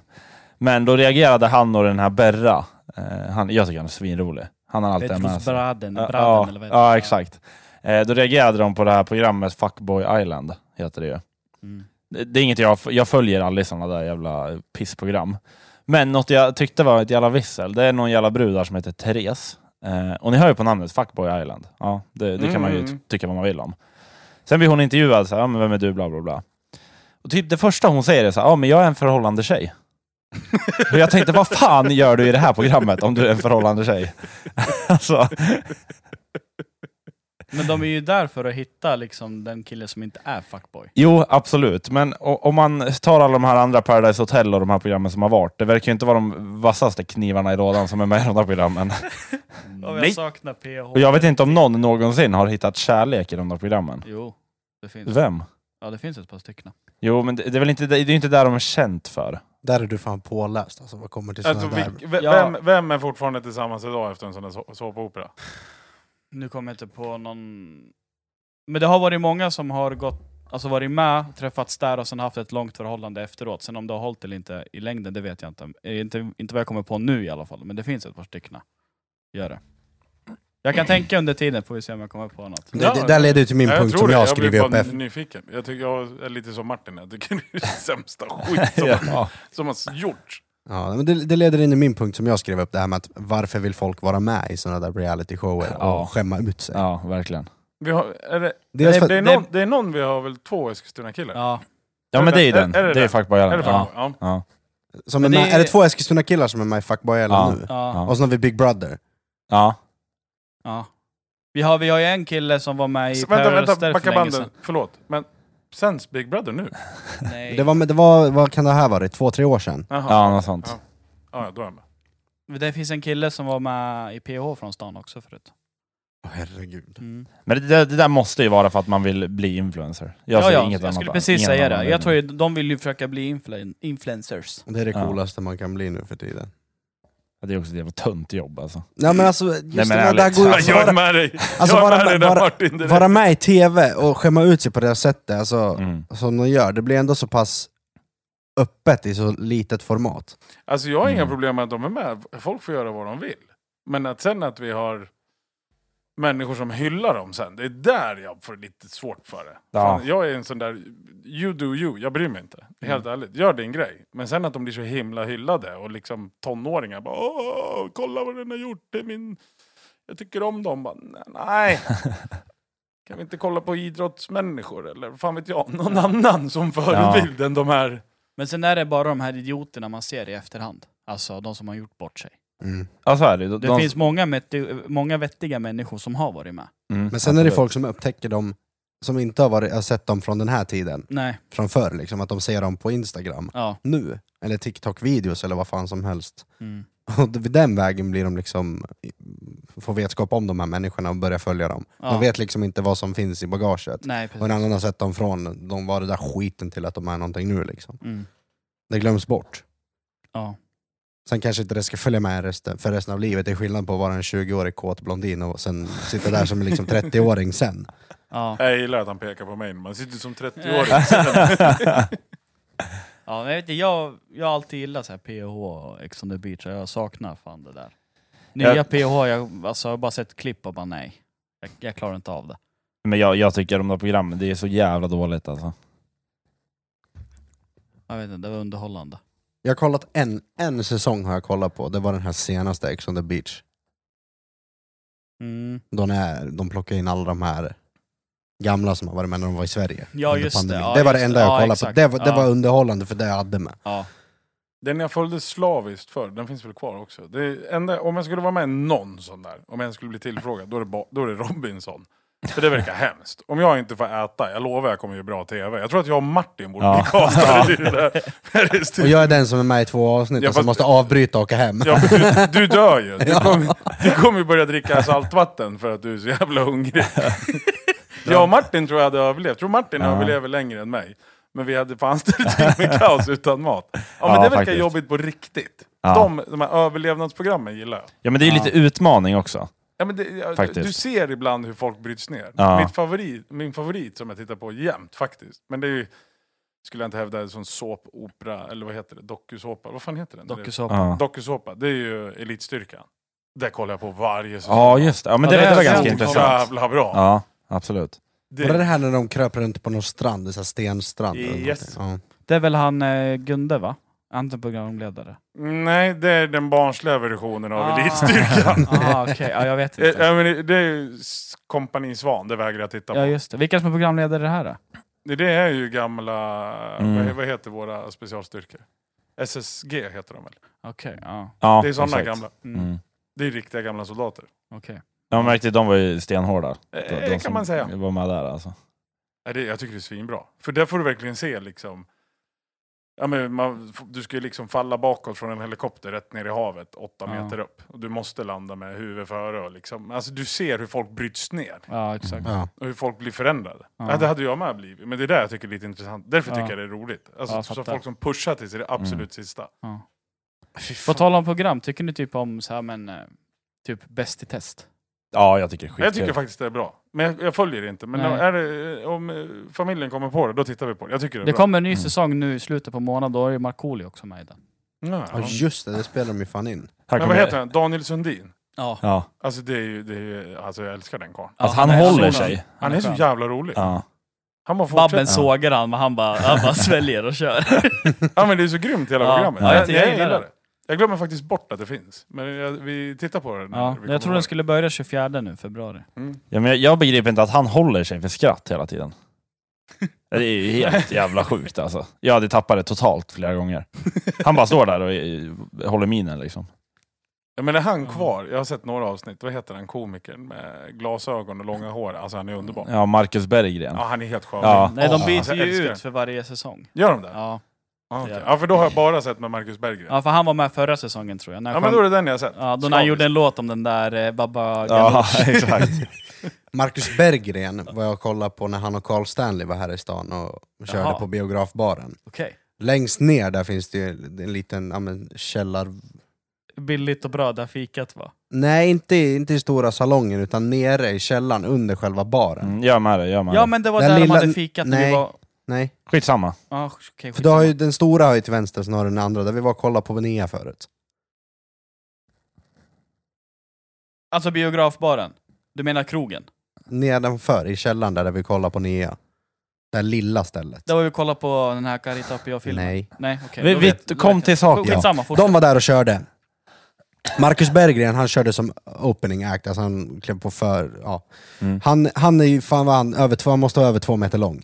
Speaker 2: Men då reagerade han och den här Berra. Eh, han, jag tycker han är svinrolig. Han har alltid en med
Speaker 1: Petrus
Speaker 2: sig.
Speaker 1: Braden,
Speaker 2: Ja,
Speaker 1: Braden
Speaker 2: ja,
Speaker 1: eller vad heter
Speaker 2: ja,
Speaker 1: det?
Speaker 2: exakt. Eh, då reagerade de på det här programmet Fuckboy Island, heter det ju.
Speaker 1: Mm.
Speaker 2: Det det är inget jag, jag följer aldrig sådana där jävla pissprogram. Men något jag tyckte var ett jävla vissel, det är någon jävla brud där som heter Therese. Eh, och ni hör ju på namnet, Fuckboy Island. Ja, det, det kan man ju
Speaker 4: Mm.
Speaker 2: ty- tycka vad man vill om. Sen blir hon intervjuad, så här, ja, men vem är du, bla bla bla. Och typ det första hon säger är så här, ja men jag är en förhållande tjej. och jag tänkte, vad fan gör du i det här programmet om du är en förhållande tjej? [LAUGHS] alltså,
Speaker 1: Men de är ju där för att hitta liksom den kille som inte är fuckboy.
Speaker 2: Jo, absolut. Men o- om man tar alla de här andra Paradise Hotel och de här programmen som har varit, det verkar ju inte vara de vassaste knivarna i lådan som är med i de här programmen.
Speaker 1: Och
Speaker 2: Mm. Nej.
Speaker 1: jag saknar PH.
Speaker 2: Och jag vet inte om någon någonsin har hittat kärlek i de där programmen.
Speaker 1: Jo, det finns.
Speaker 2: Vem?
Speaker 1: Ja, det finns ett par stycken.
Speaker 2: Jo, men det, det är väl inte, det är ju inte där de är känt för.
Speaker 3: Där är du fan påläst alltså, vad kommer till sådana
Speaker 4: Alltså,
Speaker 3: där.
Speaker 4: vi, ve-
Speaker 1: Ja.
Speaker 4: vem, vem är fortfarande tillsammans idag efter en sån där så- såpopera?
Speaker 1: Nu kommer jag inte på någon... Men det har varit många som har gått, alltså varit med, träffats där och sen haft ett långt förhållande efteråt. Sen om det har hållit eller inte i längden, det vet jag inte. Eh, Inte, inte vad jag kommer på nu i alla fall, men det finns ett par stycken. Gör det. Jag kan tänka under tiden, får vi se om jag kommer på något.
Speaker 4: Ja,
Speaker 3: Det, det där leder ju till min
Speaker 4: Ja,
Speaker 3: punkt
Speaker 4: tror
Speaker 3: som
Speaker 4: det.
Speaker 3: jag
Speaker 4: blir
Speaker 3: har skrivit upp.
Speaker 4: bara
Speaker 3: efter.
Speaker 4: nyfiken. Jag, tycker, jag är lite som Martin, jag tycker [LAUGHS] det är det
Speaker 3: [LAUGHS]
Speaker 4: sämsta skit som,
Speaker 2: [LAUGHS] Ja.
Speaker 4: som har gjorts.
Speaker 3: Ja, men det, det leder in i min punkt som jag skrev upp, det här med att varför vill folk vara med i sådana där realityshower och
Speaker 2: Ja.
Speaker 3: skämma ut sig?
Speaker 2: ja, verkligen.
Speaker 4: Vi har, är det,
Speaker 3: Dels för,
Speaker 4: det, är
Speaker 1: det-
Speaker 4: någon, det är någon vi har väl två Eskilstuna-killar?
Speaker 1: Ja,
Speaker 2: Ja, men det är ju den.
Speaker 4: Är- är det
Speaker 2: Det är
Speaker 4: den? Är
Speaker 2: fuckboyaren.
Speaker 4: det
Speaker 2: Ja.
Speaker 4: fan? Ja.
Speaker 2: Ja.
Speaker 3: som är,
Speaker 1: Men
Speaker 3: med,
Speaker 1: det-
Speaker 3: är det två Eskilstuna-killar som är med i Fuckboy eller
Speaker 2: Ja.
Speaker 3: nu?
Speaker 1: ja,
Speaker 2: Ja.
Speaker 3: Och sen har vi Big Brother.
Speaker 2: ja.
Speaker 1: ja. Vi har, vi har ju en kille som var med i
Speaker 4: Så, vänta,
Speaker 1: Terrorister
Speaker 4: vänta,
Speaker 1: för
Speaker 4: backa
Speaker 1: länge
Speaker 4: banden.
Speaker 1: sedan.
Speaker 4: Förlåt. Men sänds Big Brother nu?
Speaker 1: Nej.
Speaker 3: Det var, med- det var, vad kan det här vara? Två, tre år sedan?
Speaker 4: Jaha.
Speaker 2: Ja, något sånt.
Speaker 4: Ja, ja, då är jag med.
Speaker 1: Det finns en kille som var med i PH från stan också förut.
Speaker 3: Åh, herregud.
Speaker 1: Mm.
Speaker 2: Men det, där- det där måste ju vara för att man vill bli influencer. Jag
Speaker 1: ja,
Speaker 2: ser
Speaker 1: ja,
Speaker 2: inget
Speaker 1: jag
Speaker 2: annat.
Speaker 1: skulle precis
Speaker 2: ingen
Speaker 1: säga
Speaker 2: annan
Speaker 1: det. Jag
Speaker 2: anledning.
Speaker 1: tror ju de vill ju försöka bli influen- influencers.
Speaker 3: Det är det
Speaker 2: Ja.
Speaker 3: coolaste man kan bli nu för tiden.
Speaker 2: Ja, Det är också ett jävla tunt jobb alltså.
Speaker 3: Nej men alltså, just
Speaker 2: men
Speaker 3: det här, det här
Speaker 2: ärligt.
Speaker 3: går ju
Speaker 4: Ja,
Speaker 3: att
Speaker 4: jag är
Speaker 3: Alltså, vara,
Speaker 4: med dig!
Speaker 3: alltså,
Speaker 4: jag är
Speaker 3: vara,
Speaker 4: med dig
Speaker 3: med,
Speaker 4: där
Speaker 3: vara,
Speaker 4: Martin! direkt.
Speaker 3: vara med i TV och skämma ut sig på det här sättet, alltså,
Speaker 2: Mm.
Speaker 3: som de gör, det blir ändå så pass öppet i så litet format.
Speaker 4: Alltså jag har inga
Speaker 2: Mm.
Speaker 4: problem med att de är med. Folk får göra vad de vill. Men att sen att vi har människor som hyllar dem sen. Det är där jag får lite svårt för det.
Speaker 2: Ja.
Speaker 4: Fan, jag är en sån där, you do you, jag bryr mig inte.
Speaker 3: Mm.
Speaker 4: Helt ärligt, gör din grej. Men sen att de blir så himla hyllade och liksom tonåringar bara Åh, kolla vad den har gjort, det är min... Jag tycker om dem. Bara, nej. Kan vi inte kolla på idrottsmänniskor eller fan vet jag, någon annan som förebild än de här...
Speaker 1: Men sen är det bara de här idioterna man ser i efterhand. Alltså de som har gjort bort sig.
Speaker 3: Mm.
Speaker 2: [LAUGHS] Ja, så är det ju.
Speaker 1: Det
Speaker 2: De-
Speaker 1: finns många, metti- många vettiga människor som har varit med.
Speaker 2: Mm,
Speaker 3: Men sen är det
Speaker 2: absolut.
Speaker 3: folk som upptäcker dem, som inte har, varit, har sett dem från den här tiden,
Speaker 1: Nej,
Speaker 3: från förr, liksom, att de ser dem på Instagram
Speaker 1: ja.
Speaker 3: nu, eller TikTok-videos eller vad fan som helst.
Speaker 1: Mm.
Speaker 3: Och vid den vägen blir de liksom, får vetskap om de här människorna och börjar följa dem.
Speaker 1: ja.
Speaker 3: De vet liksom inte vad som finns i bagaget.
Speaker 1: Nej,
Speaker 3: Och en
Speaker 1: precis.
Speaker 3: annan har sett dem från, de var det där skiten till att de är någonting nu liksom.
Speaker 1: Mm.
Speaker 3: Det glöms bort.
Speaker 1: Ja.
Speaker 3: Sen kanske inte det ska följa med resten, för resten av livet. Det är skillnad på att vara en 20-årig kåt blondin och sen sitta där som
Speaker 1: [LAUGHS]
Speaker 3: en liksom 30-åring sen.
Speaker 1: Ja.
Speaker 4: Jag gillar att han pekar på mig, man sitter som 30-åring.
Speaker 1: Ja, men jag, vet inte, jag, jag har alltid gillat så här PH och Ex on the beach, och jag saknar fan det där. Nya
Speaker 2: Jag-
Speaker 1: PH, jag, alltså, jag har bara sett klipp och bara nej. Jag, jag klarar inte av det.
Speaker 2: [LAUGHS] Men jag, jag tycker de där programmen, det är så jävla dåligt alltså.
Speaker 1: Jag vet inte, det var underhållande.
Speaker 3: Jag har kollat en, en säsong har jag kollat på, det var den här senaste Ex on the beach.
Speaker 1: Mm.
Speaker 3: Då när de plockade in alla de här gamla som har varit med när de var i Sverige.
Speaker 1: Ja,
Speaker 3: under
Speaker 1: just det.
Speaker 3: pandemin.
Speaker 1: Ja,
Speaker 3: det var det
Speaker 1: just
Speaker 3: enda
Speaker 1: det.
Speaker 3: jag
Speaker 1: Ja,
Speaker 3: kollade
Speaker 1: exakt.
Speaker 3: på. Det, var- det
Speaker 1: Ja.
Speaker 3: var underhållande för det jag hade med.
Speaker 1: Ja.
Speaker 4: [LAUGHS] Den jag följde slaviskt för, den finns väl kvar också. Det är enda, om jag skulle vara med i någon sån där, om jag skulle bli tillfrågad, då är det, ba, då är det Robinson. För det verkar hemskt. Om jag inte får äta, jag lovar jag kommer ju bra tv. Jag tror att jag och Martin borde
Speaker 2: Ja.
Speaker 4: bli castade i det där. Det är
Speaker 1: Typ.
Speaker 3: Och
Speaker 4: styr-
Speaker 3: jag är den som är med i två avsnitt
Speaker 4: Ja,
Speaker 3: och som
Speaker 4: fast-
Speaker 3: måste avbryta och åka hem.
Speaker 4: Ja, men du, du dör ju.
Speaker 2: [LAUGHS]
Speaker 4: Du kommer, du kommer ju börja dricka saltvatten för att du är så jävla
Speaker 2: [LAUGHS]
Speaker 4: hungrig. Jag och Martin tror jag hade överlevt. Jag tror Martin
Speaker 2: Ja.
Speaker 4: överlever längre än mig. Men vi hade fan ställt till med kaos utan mat. Ja, men
Speaker 2: Ja,
Speaker 4: det verkar
Speaker 2: faktiskt.
Speaker 4: jobbigt på riktigt.
Speaker 2: Ja.
Speaker 4: De, de här överlevnadsprogrammen gillar jag.
Speaker 2: Ja men det är ju lite utmaning också.
Speaker 4: Ja, men det, ja,
Speaker 2: Faktiskt.
Speaker 4: du ser ibland hur folk bryts ner.
Speaker 2: Ja.
Speaker 4: Mitt favorit, min favorit som jag tittar på jämt faktiskt, men det är ju, skulle jag inte hävda är sån såpopera, eller vad heter det? Dokusåpa? Vad fan heter den?
Speaker 1: Dokusåpa.
Speaker 2: Ja,
Speaker 4: Dokusåpa, det är ju Elitstyrkan. Det kollar jag på varje säsong.
Speaker 2: ja just det. Ja men det,
Speaker 1: Ja, det
Speaker 2: det var
Speaker 1: är
Speaker 2: ganska
Speaker 1: sant.
Speaker 2: intressant.
Speaker 4: Jävla bra!
Speaker 2: Ja, absolut.
Speaker 4: Det,
Speaker 3: Var det det här när de kröp runt på någon strand, det är så här stenstrand? eller
Speaker 4: Yes.
Speaker 3: någonting?
Speaker 1: Det är väl han eh, Gunde va? Inte programledare.
Speaker 4: Nej, det är den barnsliga versionen av
Speaker 1: Ah.
Speaker 2: [LAUGHS]
Speaker 4: Elitstyrkan.
Speaker 1: [LAUGHS] Ah, okej. Ja, jag vet
Speaker 4: Eh,
Speaker 1: inte.
Speaker 4: Ja, men det- det är ju S- Kompani Svan, det vägrar jag titta på.
Speaker 1: Ja, just det. Vilka som är programledare i det här då?
Speaker 4: Det- Det är ju gamla,
Speaker 2: Mm.
Speaker 4: vad, vad heter våra specialstyrkor? SSG heter de väl?
Speaker 1: Okej, ja.
Speaker 2: Ja,
Speaker 4: det är sådana
Speaker 2: exakt.
Speaker 4: gamla.
Speaker 1: Mm.
Speaker 2: Mm.
Speaker 4: Det är riktiga gamla soldater.
Speaker 1: Okej.
Speaker 2: Jag märkte att de var ju stenhårda.
Speaker 4: Eh,
Speaker 2: De,
Speaker 4: kan
Speaker 2: de som
Speaker 4: man säga.
Speaker 2: var med där alltså.
Speaker 4: Ja, det- Jag tycker det är svinbra. För där får du verkligen se liksom Ja, men man, du ska ju liksom falla bakåt från en helikopter rätt ner i havet, åtta
Speaker 1: Ja.
Speaker 4: meter upp. Och du måste landa med huvudet före. Och liksom, alltså, du ser hur folk bryts ner
Speaker 1: Ja, exakt.
Speaker 2: Mm.
Speaker 3: Ja.
Speaker 4: och hur folk blir förändrade.
Speaker 1: Ja.
Speaker 4: Ja. det hade jag med blivit, men det är det jag tycker är lite intressant. Därför
Speaker 1: Ja.
Speaker 4: tycker jag det är roligt. Alltså,
Speaker 1: Ja,
Speaker 4: så
Speaker 1: fattar. Mm.
Speaker 4: folk som pushar till sig det absolut sista.
Speaker 1: På tal om program, tycker ni typ om så här, men, eh, typ Bäst i test?
Speaker 2: Ja, jag tycker det är skitkul.
Speaker 4: Jag tycker faktiskt det är bra. Men jag, jag följer det inte. Men
Speaker 1: Nej.
Speaker 4: är det, om eh, familjen kommer på det, då tittar vi på det. Jag tycker det är
Speaker 1: Det
Speaker 4: bra.
Speaker 1: kommer en ny
Speaker 2: Mm.
Speaker 1: säsong nu i slutet på månaden, då är ju Markoolio också med i den.
Speaker 4: Ja.
Speaker 3: Ja just det, det spelar de ju fan in.
Speaker 2: Här
Speaker 4: Men
Speaker 2: kommer-
Speaker 4: vad heter han? Daniel Sundin.
Speaker 1: Ja.
Speaker 2: Ja,
Speaker 4: Alltså, det är ju, det är ju, alltså jag älskar den karln.
Speaker 2: att han
Speaker 1: är
Speaker 2: håller
Speaker 1: skön.
Speaker 2: sig.
Speaker 4: Han är så
Speaker 1: skön.
Speaker 4: jävla rolig.
Speaker 2: Ja.
Speaker 4: Han bara fortsätter.
Speaker 1: Babben sågar han, men han bara, han
Speaker 2: [LAUGHS]
Speaker 1: bara sväljer och kör.
Speaker 4: Ja men det är så grymt hela
Speaker 1: Ja.
Speaker 4: programmet.
Speaker 1: Ja, jag
Speaker 4: jag,
Speaker 1: tycker
Speaker 4: jag,
Speaker 1: jag gillar
Speaker 4: gillar
Speaker 1: det.
Speaker 4: det. Jag glömmer faktiskt bort att det finns. Men jag, vi tittar på det när
Speaker 1: Ja,
Speaker 4: vi kommer
Speaker 1: jag tror den
Speaker 4: ihåg.
Speaker 1: skulle börja 24 nu, februari.
Speaker 4: Mm.
Speaker 2: Ja, men jag, jag begriper inte att han håller sig för skratt hela
Speaker 1: [LAUGHS]
Speaker 2: tiden. Det är ju helt jävla sjukt alltså. Jag hade tappat det totalt flera gånger. Han bara står där och eh, håller minen liksom.
Speaker 4: Ja, men är han kvar? Jag har sett några avsnitt. Vad heter han komikern med glasögon och långa hår? Alltså han är underbar.
Speaker 2: Ja, Marcus Berggren.
Speaker 4: Ja, han är helt skön.
Speaker 2: Ja.
Speaker 1: Nej, de
Speaker 4: Åh,
Speaker 1: byter ju
Speaker 4: jag älskar
Speaker 1: ut
Speaker 4: den.
Speaker 1: för varje säsong.
Speaker 4: Gör de det? Ja.
Speaker 1: Ja.
Speaker 4: okej. ja, för då har jag bara sett med Marcus Berggren. Ja,
Speaker 1: ja, för han var med förra säsongen tror jag. När
Speaker 4: men
Speaker 1: han,
Speaker 4: då är det den jag har sett.
Speaker 1: ja, då när han
Speaker 4: Slaviskt.
Speaker 1: gjorde en låt om den där eh, Baba
Speaker 2: Ja,
Speaker 1: [LAUGHS] Ganoush.
Speaker 2: exakt.
Speaker 3: Marcus Berggren var jag och kollade på när han och Carl Stanley var här i stan och körde
Speaker 1: Jaha.
Speaker 3: på biografbaren.
Speaker 1: Okej.
Speaker 3: Längst ner där finns det ju en liten ja, men, källar...
Speaker 1: Billigt och bra, där fikat va?
Speaker 3: Nej, inte, i- inte i stora salongen utan nere i källaren under själva baren.
Speaker 2: Mm, gör med det, gör med
Speaker 1: Ja,
Speaker 2: det.
Speaker 1: men det var
Speaker 3: Den
Speaker 1: där de
Speaker 3: lilla-
Speaker 1: hade fikat när vi
Speaker 3: nej.
Speaker 1: var...
Speaker 3: Nej,
Speaker 2: Skitsamma.
Speaker 1: Ah, okay,
Speaker 3: för då har ju, den stora har ju till vänster sen har du den andra där vi var och kollade på Benea förut.
Speaker 1: Alltså biografbaren. Du menar krogen?
Speaker 3: Nedanför i källaren där, där vi kollade på Nea. Det här lilla stället.
Speaker 1: Där var vi och kollade på den här Carita Pia-filmen?
Speaker 3: Nej.
Speaker 1: Nej, okej.
Speaker 2: Vi-
Speaker 1: då
Speaker 2: vi-
Speaker 1: vet- då
Speaker 2: kom
Speaker 1: vet
Speaker 2: till
Speaker 1: jag.
Speaker 2: saken.
Speaker 1: Skitsamma, fortsätt.
Speaker 3: De var där och körde. Marcus Berggren, han körde som opening act, alltså han klev på för... Ja.
Speaker 2: Mm.
Speaker 3: Han, han är ju fan vad han, över två, han måste vara över två meter lång.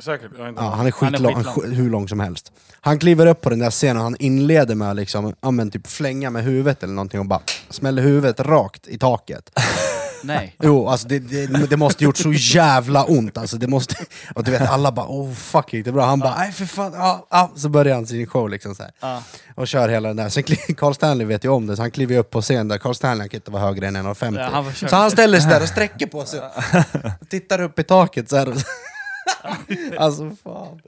Speaker 4: Säkert. Jag har inte
Speaker 3: Ja, han är skitlång, han är
Speaker 1: skitlång.
Speaker 3: sk- hur lång som helst. Han kliver upp på den där scenen och han inleder med att liksom, ja, men typ flänga med huvudet eller någonting och bara smäller huvudet rakt i taket.
Speaker 1: Nej.
Speaker 3: Jo, alltså det, det, det måste gjort så jävla ont. Alltså det måste, och du vet, alla bara oh fuck, gick det bra? Han bara nej för fan, ja, ja. Så börjar han sin show liksom så här. [LAUGHS]
Speaker 1: Ja.
Speaker 3: Och kör hela den där. Sen kliver- [LAUGHS] Carl Stanley vet ju om det, så han kliver ju upp på scen där. Carl Stanley han kan inte vara högre än 1,50.
Speaker 1: Ja, han försöker. [LAUGHS]
Speaker 3: så han ställer sig där och sträcker på sig. Och tittar upp i taket så här. alltså fan.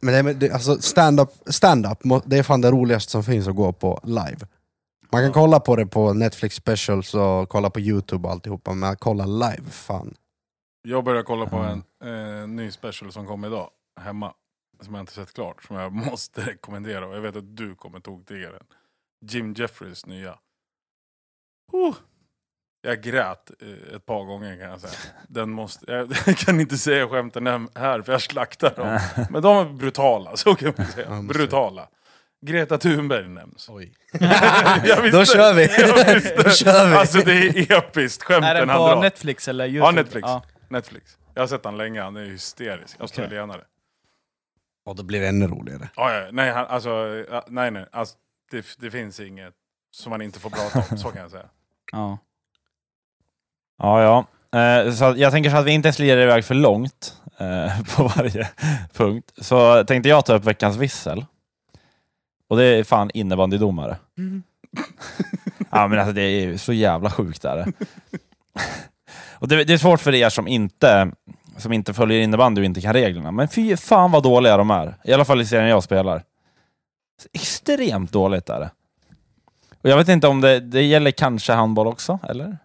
Speaker 3: Men, det, men det, alltså stand-up, stand-up, må- det är fan det roligaste som finns att gå på live. Man kan kolla på det på Netflix specials och kolla på youtube och alltihopa, men att kolla live, fan.
Speaker 4: Jag började kolla på
Speaker 2: Mm.
Speaker 4: en eh, ny special som kom idag, hemma. Som jag inte sett klart, som jag [LAUGHS] måste rekommendera. Och jag vet att du kommer tokdigga den. Jim Jeffries nya. Oh. Jag grät eh, ett par gånger kan jag
Speaker 3: [LAUGHS]
Speaker 4: säga. Den måste, jag, jag [LAUGHS] kan inte säga skämten hem- här för jag slaktar dem. Men de är brutala, [LAUGHS] så kan man
Speaker 3: Ja,
Speaker 4: säga.
Speaker 3: måste-
Speaker 4: Brutala. Greta Thunberg
Speaker 3: [LAUGHS]
Speaker 4: nämns.
Speaker 3: Oj.
Speaker 4: [LAUGHS] Jag visste-
Speaker 3: Då kör vi.
Speaker 4: jag visste.
Speaker 3: [LAUGHS] Då kör vi.
Speaker 4: Alltså det är episkt skämten
Speaker 1: Är den
Speaker 4: han
Speaker 1: på
Speaker 4: drar.
Speaker 1: Netflix eller Youtube?
Speaker 4: Netflix. Netflix. Jag har sett han länge, han är hysterisk. Australienare.
Speaker 3: Och då blir det ännu roligare.
Speaker 4: Ja, ja, nej, han, alltså, ja, nej, nej. Alltså, det, det finns inget som man inte får prata om, så kan jag säga.
Speaker 1: Ja.
Speaker 2: Ja, ja. Eh, Så att jag tänker så att vi inte slirar iväg för långt eh, [LAUGHS] på varje punkt. Så tänkte jag ta upp veckans vissel. Och det är fan innebandydomare.
Speaker 3: Mm.
Speaker 2: Ja, men alltså det är ju så jävla sjukt där. Och det, det är svårt för er som inte, som inte följer innebandy och inte kan reglerna. Men fy fan vad dåliga de är. I alla fall i serien jag spelar. Så extremt dåligt är det. Och jag vet inte om det, det gäller kanske handboll också, eller?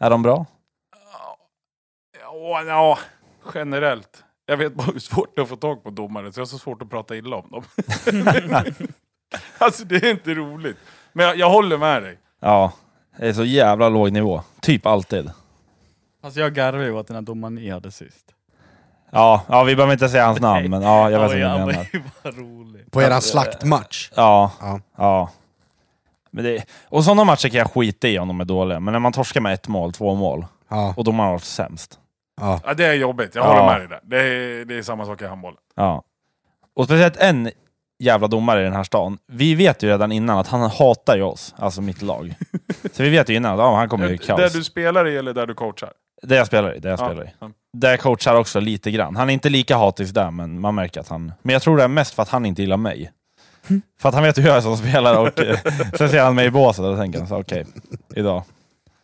Speaker 2: Är de bra?
Speaker 4: [LAUGHS] Ja, ja, generellt. Jag vet bara hur svårt det är att få tag på domare, så jag har så svårt att prata illa om dem. [LAUGHS] alltså, det är inte roligt. Men jag, jag håller med dig.
Speaker 2: Ja, det är så jävla låg nivå. Typ alltid.
Speaker 1: Alltså jag garvade ju åt den här domaren ni hade sist.
Speaker 2: Ja, ja vi behöver inte säga hans namn,
Speaker 1: Nej.
Speaker 2: men ja, jag vet inte vad
Speaker 1: han
Speaker 2: du
Speaker 1: var
Speaker 2: menar.
Speaker 1: [LAUGHS] ju bara rolig.
Speaker 3: På eran slaktmatch.
Speaker 2: Ja,
Speaker 3: Ja.
Speaker 2: ja. Men det, och sådana matcher kan jag skita i om de är dåliga, men när man torskar med ett mål, två mål,
Speaker 3: Ja,
Speaker 2: och domarna har varit sämst.
Speaker 3: ja.
Speaker 4: Ja, det är jobbigt, jag
Speaker 2: Ja.
Speaker 4: håller med dig där. Det är, det är samma sak i handboll.
Speaker 2: Ja. Och speciellt en jävla domare i den här stan. Vi vet ju redan innan att han hatar ju oss, alltså mitt lag. Så vi vet ju innan att ja, han kommer ju
Speaker 4: Eh, Där
Speaker 2: kaos.
Speaker 4: du spelar i eller där du coachar?
Speaker 2: Det jag spelar i, det jag
Speaker 4: Ja.
Speaker 2: spelar i. Där coachar också lite grann. Han är inte lika hatisk där, men man märker att han... Men jag tror det är mest för att han inte gillar mig. För att han vet hur jag är som spelare och eh, sen ser han mig i båset och tänker han så okej, idag.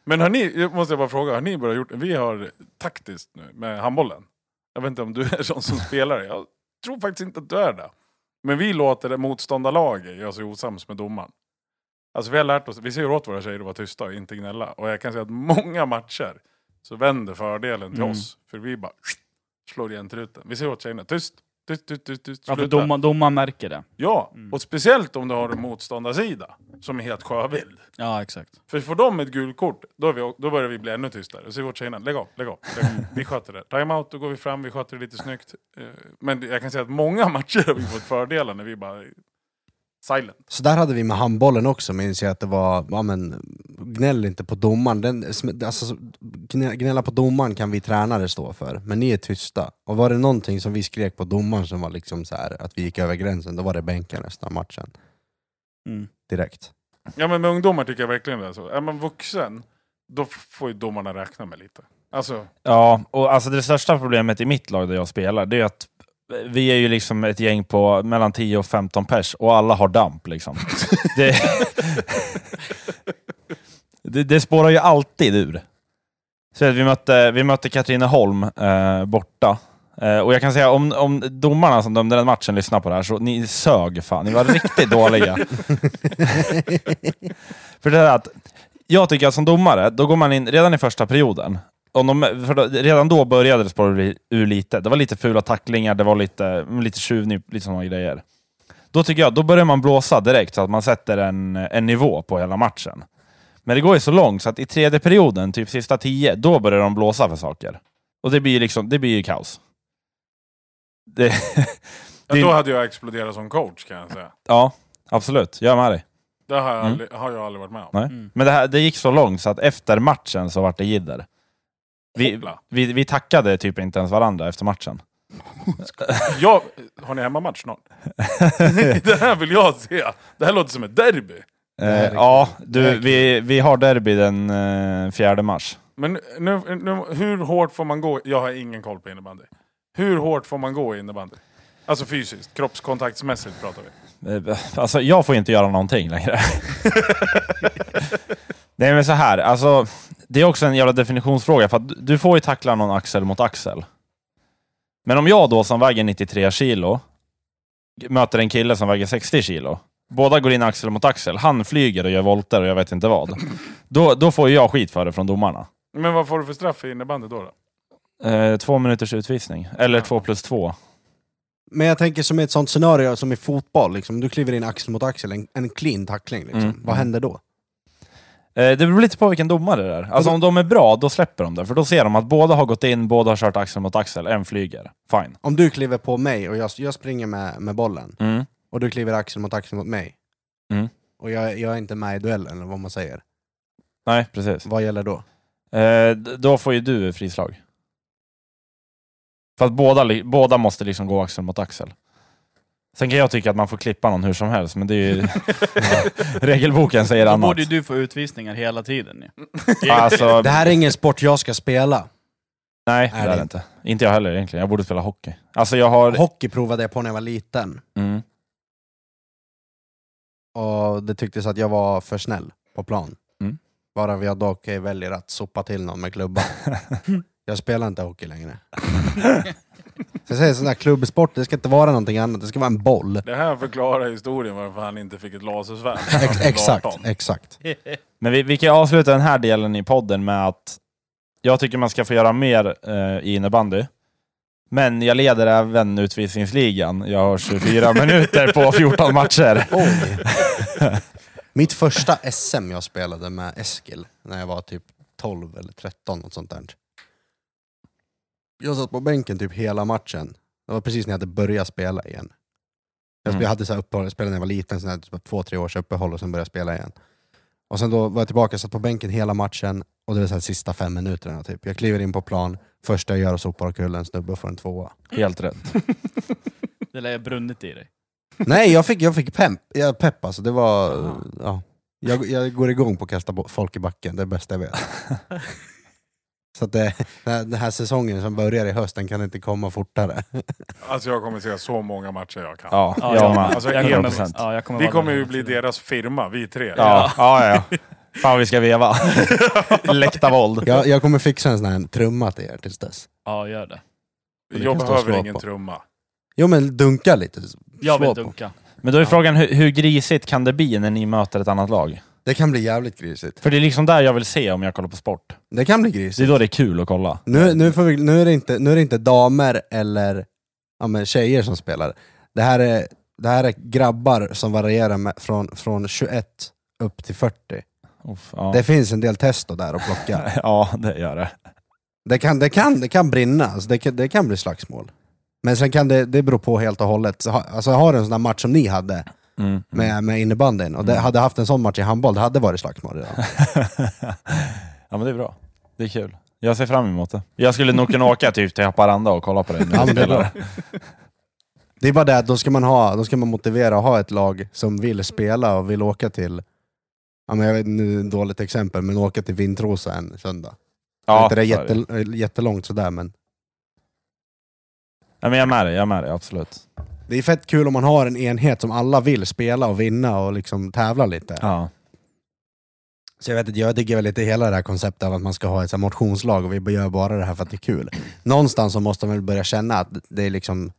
Speaker 4: Men har ni, måste jag bara fråga, har ni börjat gjort, vi har taktiskt nu med handbollen. Jag vet inte om du [LAUGHS] är sån som spelare, jag tror faktiskt inte att du är det. Men vi låter det motståndarlaget göra sig osams med domaren. Alltså vi har lärt oss, vi säger åt våra tjejer att vara tysta och inte gnälla. Och jag kan säga att många matcher så vänder fördelen till
Speaker 1: Mm.
Speaker 4: oss. För vi bara slår igen truten. Vi säger åt tjejerna, tyst, tyst, tyst, tyst, tyst
Speaker 1: Ja, för
Speaker 4: sluta."
Speaker 1: domar, domar märker det.
Speaker 4: Ja,
Speaker 1: Mm.
Speaker 4: och speciellt om du har en motståndarsida som är helt sjövild.
Speaker 1: Ja, exakt.
Speaker 4: För får de ett gult kort, då, är vi, då börjar vi bli ännu tystare. Så säger vi åt tjejerna, lägg av, lägg av,
Speaker 2: [LAUGHS]
Speaker 4: lägg av. Vi sköter det. Timeout, då går vi fram, vi sköter det lite snyggt. Eh, Men jag kan säga att många [LAUGHS] matcher har vi fått fördelar när vi bara... är Silent.
Speaker 3: Så där hade vi med handbollen också, minns jag att det var, ja men gnäll inte på domaren. Den, sm- alltså, gnä- gnälla på domaren kan vi tränare stå för, men ni är tysta. Och var det någonting som vi skrek på domaren som var liksom så här att vi gick över gränsen, då var det bänken nästa matchen.
Speaker 1: Mm.
Speaker 3: Direkt.
Speaker 4: Ja men med ungdomar tycker jag verkligen det är så. Är man vuxen, då får ju domarna räkna med lite. Alltså,
Speaker 2: Ja, och alltså det största problemet i mitt lag där jag spelar, det är att vi är ju liksom ett gäng på mellan 10 och 15 pers och alla har damp liksom. det, det, det spårar ju alltid ur. Så att vi mötte, vi mötte Katrineholm eh, borta. Eh, och jag kan säga om, om domarna som dömde den matchen lyssnar på det här, så ni sög fan. Ni var riktigt dåliga. För det är att jag tycker att som domare, då går man in redan i första perioden. Om de, för då, redan då började det spåra ur- ur lite. Det var lite fula tacklingar, det var lite, lite tjuvnyp, lite sådana grejer. Då tycker jag, då börjar man blåsa direkt så att man sätter en, en nivå på hela matchen. Men det går ju så långt så att i tredje perioden, typ sista tio, då börjar de blåsa för saker. Och det blir ju liksom, det blir ju kaos. Det,
Speaker 4: ja,
Speaker 2: Det-
Speaker 4: då hade jag exploderat som coach kan jag säga.
Speaker 2: ja, absolut. Jag är med dig.
Speaker 4: Det har jag,
Speaker 2: Mm.
Speaker 4: aldrig, har jag aldrig varit med om.
Speaker 2: Nej.
Speaker 1: Mm.
Speaker 2: Men det, här, det gick så långt så att efter matchen så vart det jidder. Vi,
Speaker 4: Hoppla.
Speaker 2: vi, vi tackade typ inte ens varandra efter matchen.
Speaker 4: Jag, har ni
Speaker 2: [LAUGHS]
Speaker 4: hemmamatch snart? [LAUGHS] det här vill jag se! Det här låter som ett derby.
Speaker 2: Eh,
Speaker 3: är
Speaker 2: ja,
Speaker 3: det
Speaker 2: du,
Speaker 3: är
Speaker 2: vi, vi har derby den eh, 4 mars.
Speaker 4: Men nu, nu, hur hårt får man gå? Jag har ingen koll på innebandy. Hur hårt får man gå i innebandy? Alltså fysiskt, kroppskontaktsmässigt pratar vi.
Speaker 2: Eh, Alltså, jag får inte göra någonting längre. [LAUGHS] Nej, men så här. Alltså, det är också en jävla definitionsfråga, för att du- du får ju tackla någon axel mot axel. Men om jag då, som väger 93 kilo, möter en kille som väger 60 kilo, båda går in axel mot axel, han flyger och gör volter och jag vet inte vad, då, då får ju jag skit för det från domarna.
Speaker 4: Men vad får du för straff i innebandy då? då?
Speaker 2: Eh, två minuters utvisning, eller två plus två.
Speaker 3: Men jag tänker som i ett sånt scenario som i fotboll, liksom, du kliver in axel mot axel, en, en clean tackling. Liksom.
Speaker 2: Mm.
Speaker 3: Vad händer då?
Speaker 2: Eh, Det beror lite på vilken domare det är. Alltså om de är bra, då släpper de det. För då ser de att båda har gått in, båda har kört axel mot axel, en flyger. Fine.
Speaker 3: Om du kliver på mig och jag, jag springer med, med bollen,
Speaker 2: Mm.
Speaker 3: och du kliver axel mot axel mot mig,
Speaker 2: Mm.
Speaker 3: och jag, jag är inte med i duellen, eller vad man säger.
Speaker 2: Nej, precis.
Speaker 3: Vad gäller då?
Speaker 2: Eh, d- Då får ju du frislag. För att båda, li- båda måste liksom gå axel mot axel. Sen kan jag tycka att man får klippa någon hur som helst, men det är [LAUGHS] ju... [LAUGHS] Regelboken säger
Speaker 1: Då
Speaker 2: annat.
Speaker 1: borde ju du få utvisningar hela tiden. [LAUGHS] ju.
Speaker 2: Alltså,
Speaker 3: Det här är ingen sport jag ska spela.
Speaker 2: nej, det är det inte. Inte jag heller egentligen. Jag borde spela hockey. Alltså jag har...
Speaker 3: Hockey provade jag på när jag var liten,
Speaker 2: Mm.
Speaker 3: och det tycktes att jag var för snäll på plan.
Speaker 2: Mm.
Speaker 3: Varav jag dock eh, väljer att sopa till någon med klubban. jag spelar inte hockey längre. Så jag säger sådana här klubbsport, det ska inte vara någonting annat, det ska vara en boll.
Speaker 4: Det här förklarar historien varför han inte fick ett lasersvärd.
Speaker 3: [LAUGHS]
Speaker 4: [LAUGHS] Alltså,
Speaker 3: Ex- exakt,
Speaker 4: 18.
Speaker 3: exakt.
Speaker 2: Men vi, vi kan avsluta den här delen i podden med att jag tycker man ska få göra mer eh, i innebandy. Men jag leder även utvisningsligan. Jag
Speaker 1: [LAUGHS]
Speaker 2: har 24 minuter på 14 matcher.
Speaker 3: Oj. Mitt första SM jag spelade med Eskil, när jag var typ 12 eller 13, något sånt där. Jag satt på bänken typ hela matchen. Det var precis när jag hade börjat spela igen. Jag spe-
Speaker 2: Mm.
Speaker 3: hade så här uppehåll, jag spelade när jag var liten, sån här typ två, tre års uppehåll och sen började jag spela igen. Och sen då var jag tillbaka, satt på bänken hela matchen och det var så här sista fem minuterna typ. Jag kliver in på plan, första jag gör och sopar och kullen, en snubbe och får en tvåa.
Speaker 2: Helt rätt.
Speaker 1: Det lär jag brunnit i dig.
Speaker 3: Nej, jag fick, jag fick pemp, jag pepp alltså. Det var...
Speaker 2: Aha.
Speaker 3: Ja. Jag, jag går igång på att kasta bo- folk i backen, det är det bästa jag vet. Så att det, den här- den här säsongen som börjar i höst, den kan inte komma fortare.
Speaker 4: Alltså jag kommer se så många matcher jag kan.
Speaker 2: Ja,
Speaker 1: Ja,
Speaker 2: jag
Speaker 1: ja.
Speaker 2: med.
Speaker 4: Alltså,
Speaker 1: Jag
Speaker 4: 100%.
Speaker 1: kommer, ja, jag kommer
Speaker 4: Vi
Speaker 1: vara
Speaker 4: kommer
Speaker 1: där.
Speaker 4: ju bli deras firma, vi tre.
Speaker 2: Ja, ja, ja. Fan vad vi
Speaker 1: [LAUGHS]
Speaker 2: ska veva. Läktarvåld.
Speaker 3: Jag, jag kommer fixa en sån här trumma till er tills dess.
Speaker 1: Ja, gör det.
Speaker 3: det
Speaker 4: jag
Speaker 3: kan stå och
Speaker 4: behöver
Speaker 3: slå
Speaker 4: ingen
Speaker 3: på.
Speaker 4: trumma.
Speaker 3: Jo men dunka lite. s-
Speaker 1: Jag
Speaker 3: slå
Speaker 1: vill
Speaker 3: på.
Speaker 1: dunka.
Speaker 2: Men då är frågan hur, hur grisigt kan det bli när ni möter ett annat lag?
Speaker 3: Det kan bli jävligt grisigt.
Speaker 2: För det är liksom där jag vill se om jag kollar på sport.
Speaker 3: Det kan bli
Speaker 2: Det är
Speaker 3: grisigt.
Speaker 2: då det är kul att kolla.
Speaker 3: Nu, nu, får vi, nu, är, det inte, nu är det inte damer eller ja, men tjejer som spelar. Det här är, det här är grabbar som varierar med, från, från 21 upp till 40.
Speaker 2: Uff, ja.
Speaker 3: Det finns en del testo där att plocka.
Speaker 2: [LAUGHS] ja, det gör det.
Speaker 3: Det kan, det kan, det kan brinna, alltså det, kan, det kan bli slagsmål. Men sen kan det, det bero på helt och hållet. Så ha- Alltså har du en sån där match som ni hade
Speaker 2: Mm.
Speaker 3: med, med innebandyn, och det,
Speaker 2: Mm.
Speaker 3: hade haft en sån match i handboll, det hade varit slagsmål redan.
Speaker 2: [LAUGHS] ja, men det är bra. Det är kul. Jag ser fram emot det. Jag skulle nog kunna åka typ till Haparanda och kolla på det när
Speaker 3: Ja,
Speaker 2: vi
Speaker 3: men det är
Speaker 2: spelar.
Speaker 3: Det är bara det att då ska man, ha, då ska man motivera att ha ett lag som vill spela och vill åka till, ja, men jag vet nu är det ett dåligt exempel, men åka till Vintrosa en söndag. Ja, inte det är
Speaker 2: så är det.
Speaker 3: jätte, jättelångt sådär, men
Speaker 2: Ja, men jag är med dig, jag är med dig, absolut.
Speaker 3: det är fett kul om man har en enhet som alla vill spela och vinna och liksom tävla lite.
Speaker 2: Ja.
Speaker 3: Så jag vet inte, jag tycker väl lite hela det här konceptet av att man ska ha ett så här motionslag och vi gör bara det här för att det är kul. Någonstans så måste man väl börja känna att det är liksom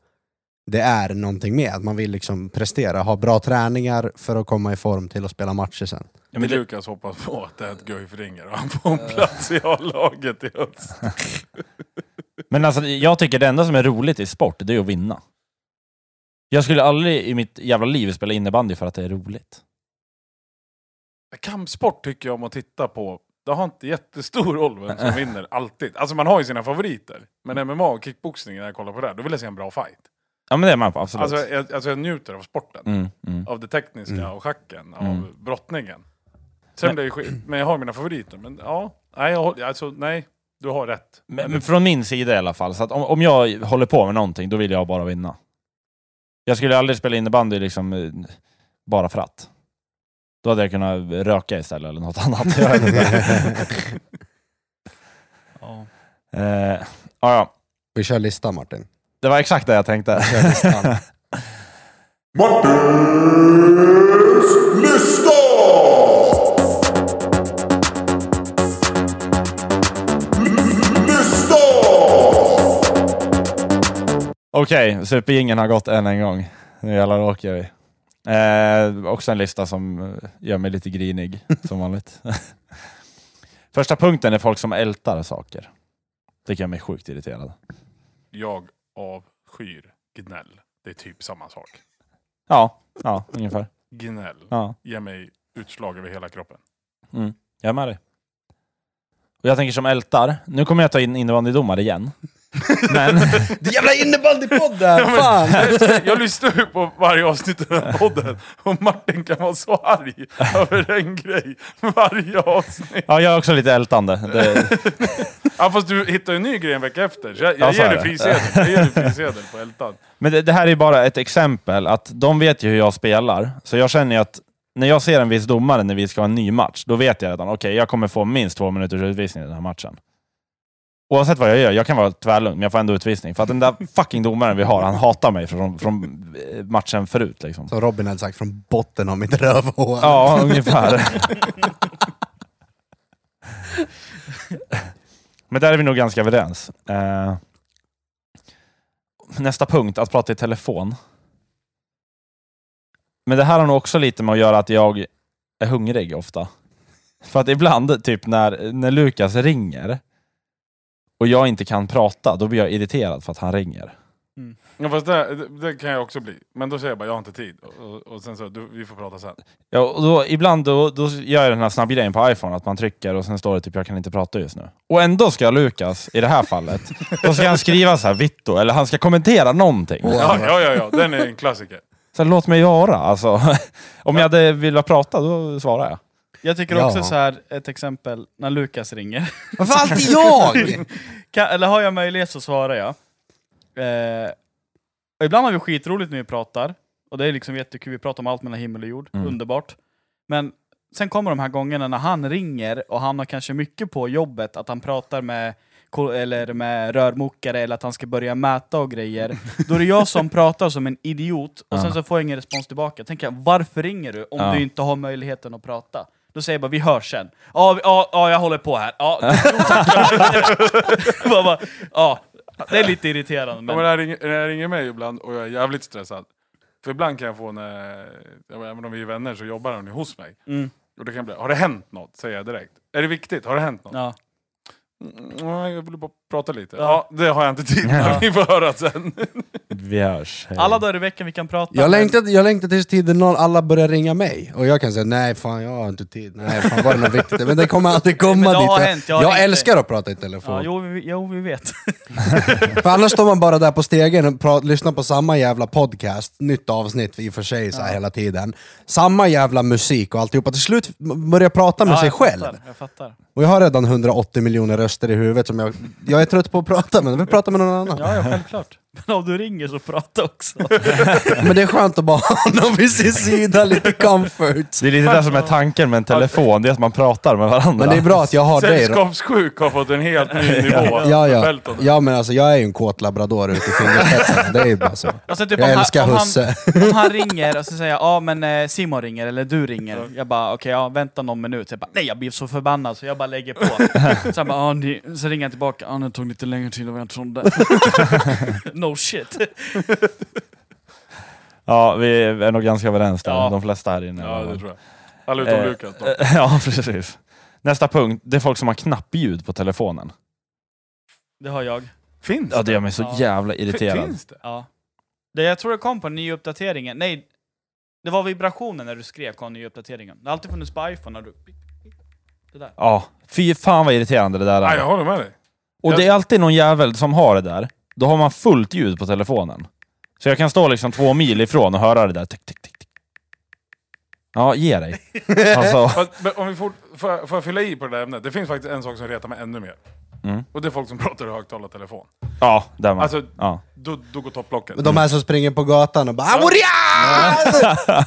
Speaker 3: det är någonting med, att man vill liksom prestera, ha bra träningar för att komma i form till att spela matcher sen.
Speaker 2: Ja, men det,
Speaker 4: Lukas hoppas på att det är ett Guif ringer och han får en plats i A-laget i höst.
Speaker 2: men alltså, jag tycker det enda som är roligt i sport, det är att vinna. Jag skulle aldrig i mitt jävla liv spela innebandy för att det är roligt.
Speaker 4: Kampsport tycker jag om att titta på. Det har inte jättestor roll vem som vinner, alltid. Alltså man har ju sina favoriter. Men
Speaker 2: Mm.
Speaker 4: MMA och kickboxning, när jag kollar på det, här, då vill jag se en bra fight.
Speaker 2: Ja, men det är man på, absolut.
Speaker 4: Alltså jag, alltså jag njuter av sporten.
Speaker 2: mm, mm.
Speaker 4: Av det tekniska och schacken, av
Speaker 2: Mm.
Speaker 4: brottningen. Sen blir det skit, men jag har mina favoriter. Men ja, nej, jag, håller- alltså, nej du har rätt.
Speaker 2: Men, men från min sida i alla fall, så att om, om jag håller på med någonting, då vill jag bara vinna. Jag skulle aldrig spela innebandy liksom, eh, bara för att. Då hade jag kunnat röka istället eller något [LAUGHS] annat. Jag vet inte.
Speaker 1: Ja.
Speaker 2: eh, ja, ja.
Speaker 3: Vi kör listan Martin.
Speaker 2: Det var exakt det jag tänkte.
Speaker 3: Vi kör listan.
Speaker 2: Okej, supergingen har gått än en gång. Nu jävlar åker vi. Eh, också en lista som eh, gör mig lite grinig, som vanligt. [LAUGHS] Första punkten är folk som ältar saker. Det gör mig sjukt irriterad.
Speaker 4: Jag avskyr gnäll. Det är typ samma sak.
Speaker 2: Ja, ja ungefär.
Speaker 4: Gnäll
Speaker 2: Ja.
Speaker 4: ger mig utslag över hela kroppen.
Speaker 2: Mm. Jag är med dig. Och jag tänker som ältar, nu kommer jag ta in innebandydomare igen. Men,
Speaker 3: Det jävla innebandypodden! Fan!
Speaker 4: Jag lyssnar ju på varje avsnitt av den här podden och Martin kan vara så arg över en grej varje avsnitt.
Speaker 2: ja, jag är också lite ältande. Det,
Speaker 4: Ja fast du hittar ju en ny grej en vecka efter. Så jag,
Speaker 2: Ja,
Speaker 4: jag,
Speaker 2: så
Speaker 4: ger
Speaker 2: är
Speaker 4: dig
Speaker 2: det.
Speaker 4: frisedel. jag ger dig frisedel på ältan.
Speaker 2: men det, det här är bara ett exempel, att de vet ju hur jag spelar, så jag känner ju att när jag ser en viss domare när vi ska ha en ny match, då vet jag redan, okej, jag kommer få minst två minuters utvisning i den här matchen. Oavsett vad jag gör, jag kan vara tvärlugn, men jag får ändå utvisning. För att den där fucking domaren vi har, han hatar mig från, från eh, matchen förut. Liksom.
Speaker 3: Som Robin hade sagt, från botten av mitt rövhål.
Speaker 2: Ja, ungefär. Men där är vi nog ganska överens. Eh, nästa punkt, att prata i telefon. Men det här har nog också lite med att göra att jag är hungrig ofta. För att ibland, typ när, när Lukas ringer och jag inte kan prata, då blir jag irriterad för att han ringer.
Speaker 4: Ja, fast det, det kan jag också bli. Men då säger jag bara jag har inte tid. Och, och, och sen så, du, vi får prata sen.
Speaker 2: Ja, och då, ibland då, då gör jag den här snabbgrejen på iPhone, att man trycker och sen står det typ jag kan inte prata just nu. Och ändå ska Lukas, i det här [LAUGHS] fallet, då ska han skriva så här Vitto, eller han ska kommentera någonting.
Speaker 4: Ja, ja, ja, ja. den är en klassiker.
Speaker 2: Så här, låt mig göra, [LAUGHS] alltså. Om jag hade velat prata, då svarar jag.
Speaker 1: Jag tycker
Speaker 3: Ja.
Speaker 1: också så här ett exempel, när Lukas ringer. [LAUGHS]
Speaker 3: Varför alltid jag?
Speaker 1: Kan, eller har jag möjlighet så svarar jag. Eh, och ibland har vi skitroligt när vi pratar, och det är liksom jättekul, vi pratar om allt mellan himmel och jord,
Speaker 2: Mm.
Speaker 1: underbart. Men sen kommer de här gångerna när han ringer, och han har kanske mycket på jobbet, att han pratar med ko- eller med rörmokare eller att han ska börja mäta och grejer. Då är det jag som pratar som en idiot och sen så får jag ingen respons tillbaka. Tänker jag, varför ringer du om
Speaker 2: Ja.
Speaker 1: du inte har möjligheten att prata? Då säger jag bara, vi hörs sen. Ja, vi- ja, ja jag håller på här. Ja, jo, tack. Bara, [LAUGHS] bara, ja, det är lite irriterande. Men...
Speaker 4: Ja, men när, jag ringer, när jag ringer mig ibland och jag är jävligt stressad. För ibland kan jag få när, ja, men även om vi är vänner så jobbar han ju hos mig.
Speaker 2: Mm.
Speaker 4: Och det kan bli, har det hänt något? Säger jag direkt. Är det viktigt? Har det hänt något?
Speaker 1: Ja.
Speaker 4: Mm, nej, jag ville bara prata lite. Ja,
Speaker 1: Ja.
Speaker 4: det har jag inte tid med.
Speaker 2: Ja.
Speaker 4: [LAUGHS] Vi får höra sen.
Speaker 2: Vi hörs. Hej.
Speaker 1: Alla dagar i veckan vi kan prata.
Speaker 3: Jag
Speaker 1: men-
Speaker 3: längtar, jag längtar tills tiden någon, alla börjar ringa mig. Och jag kan säga nej fan jag har inte tid, nej fan var det något viktigt? Men det
Speaker 1: [LAUGHS]
Speaker 3: kommer alltid komma
Speaker 1: Men det har
Speaker 3: dit.
Speaker 1: hänt, jag
Speaker 3: jag
Speaker 1: har ringt
Speaker 3: älskar att prata i telefon.
Speaker 1: Ja, jo, vi, jo, vi
Speaker 3: [LAUGHS]
Speaker 1: vet.
Speaker 3: För annars står man bara där på stegen och pra- lyssnar på samma jävla podcast, nytt avsnitt i och för sig så här hela tiden. Samma jävla musik och alltihopa. Till slut m- börjar jag prata med
Speaker 1: Ja,
Speaker 3: sig
Speaker 1: jag
Speaker 3: själv.
Speaker 1: Fattar, jag fattar.
Speaker 3: Och jag har redan 180 miljoner röster i huvudet som jag... Jag är trött på att prata men jag vill prata med någon annan.
Speaker 1: Ja, ja, självklart. [LAUGHS] Men om du ringer så prata också.
Speaker 3: Men det är skönt att bara ha någon vid sin sida, lite comfort.
Speaker 2: Det är lite det som är tanken med en telefon, det är att man pratar med varandra.
Speaker 3: Men det är bra att jag har dig då.
Speaker 4: Sällskapssjuk har fått en helt ny nivå.
Speaker 3: Ja, ja.
Speaker 4: Belton.
Speaker 3: ja men alltså jag är ju en kåt labrador ute i fingerspetsarna, det är ju bara så.
Speaker 1: [LAUGHS] Alltså, typ,
Speaker 3: Jag
Speaker 1: om han-
Speaker 3: älskar
Speaker 1: om han-
Speaker 3: husse.
Speaker 1: Om han ringer och så säger jag, ja men eh, Simon ringer, eller du ringer. Jag bara, okej, ja, vänta någon minut. Jag bara, nej jag blir så förbannad så jag bara lägger på.
Speaker 3: [LAUGHS]
Speaker 1: Så, han bara, ja, ni, så ringer han tillbaka, ja det tog lite längre tid än vad jag trodde.
Speaker 3: [LAUGHS]
Speaker 1: [LAUGHS] no shit.
Speaker 2: Ja, vi är nog ganska överens där,
Speaker 1: Ja.
Speaker 2: de flesta här inne.
Speaker 4: Ja, det tror jag. Alla utom
Speaker 2: Eh,
Speaker 4: Lukas. då.
Speaker 2: [LAUGHS] ja, precis. Nästa punkt, det är folk som har knappljud på telefonen.
Speaker 1: Det har jag.
Speaker 4: Finns
Speaker 2: Ja, det gör mig så
Speaker 1: Ja.
Speaker 2: jävla
Speaker 4: Fin-
Speaker 2: irriterad.
Speaker 4: Finns det?
Speaker 1: Ja. Det, jag tror det kom på en ny uppdateringen. Nej, det var vibrationen när du skrev kom nya uppdateringen. Det har alltid funnits på iPhone. När du... Det där.
Speaker 2: Ja, fy fan vad irriterande det där
Speaker 4: Nej, jag
Speaker 2: är.
Speaker 4: håller med dig.
Speaker 2: Och det är alltid någon jävel som har det där. Då har man fullt ljud på telefonen. Så jag kan stå liksom två mil ifrån och höra det där. Tick, tick, tick, tick. Ja, ge
Speaker 4: [LAUGHS]
Speaker 2: dig. Alltså,
Speaker 4: Fast, men om vi fort, får, jag- får jag fylla i på det där ämnet? Det finns faktiskt en sak som retar mig ännu mer.
Speaker 2: Mm.
Speaker 4: Och det är folk som pratar i högtalartelefon.
Speaker 2: ja, där man.
Speaker 4: Alltså,
Speaker 2: ja.
Speaker 4: då, då går topplocket.
Speaker 3: De här som springer på gatan och bara "Ah, "Amoria!"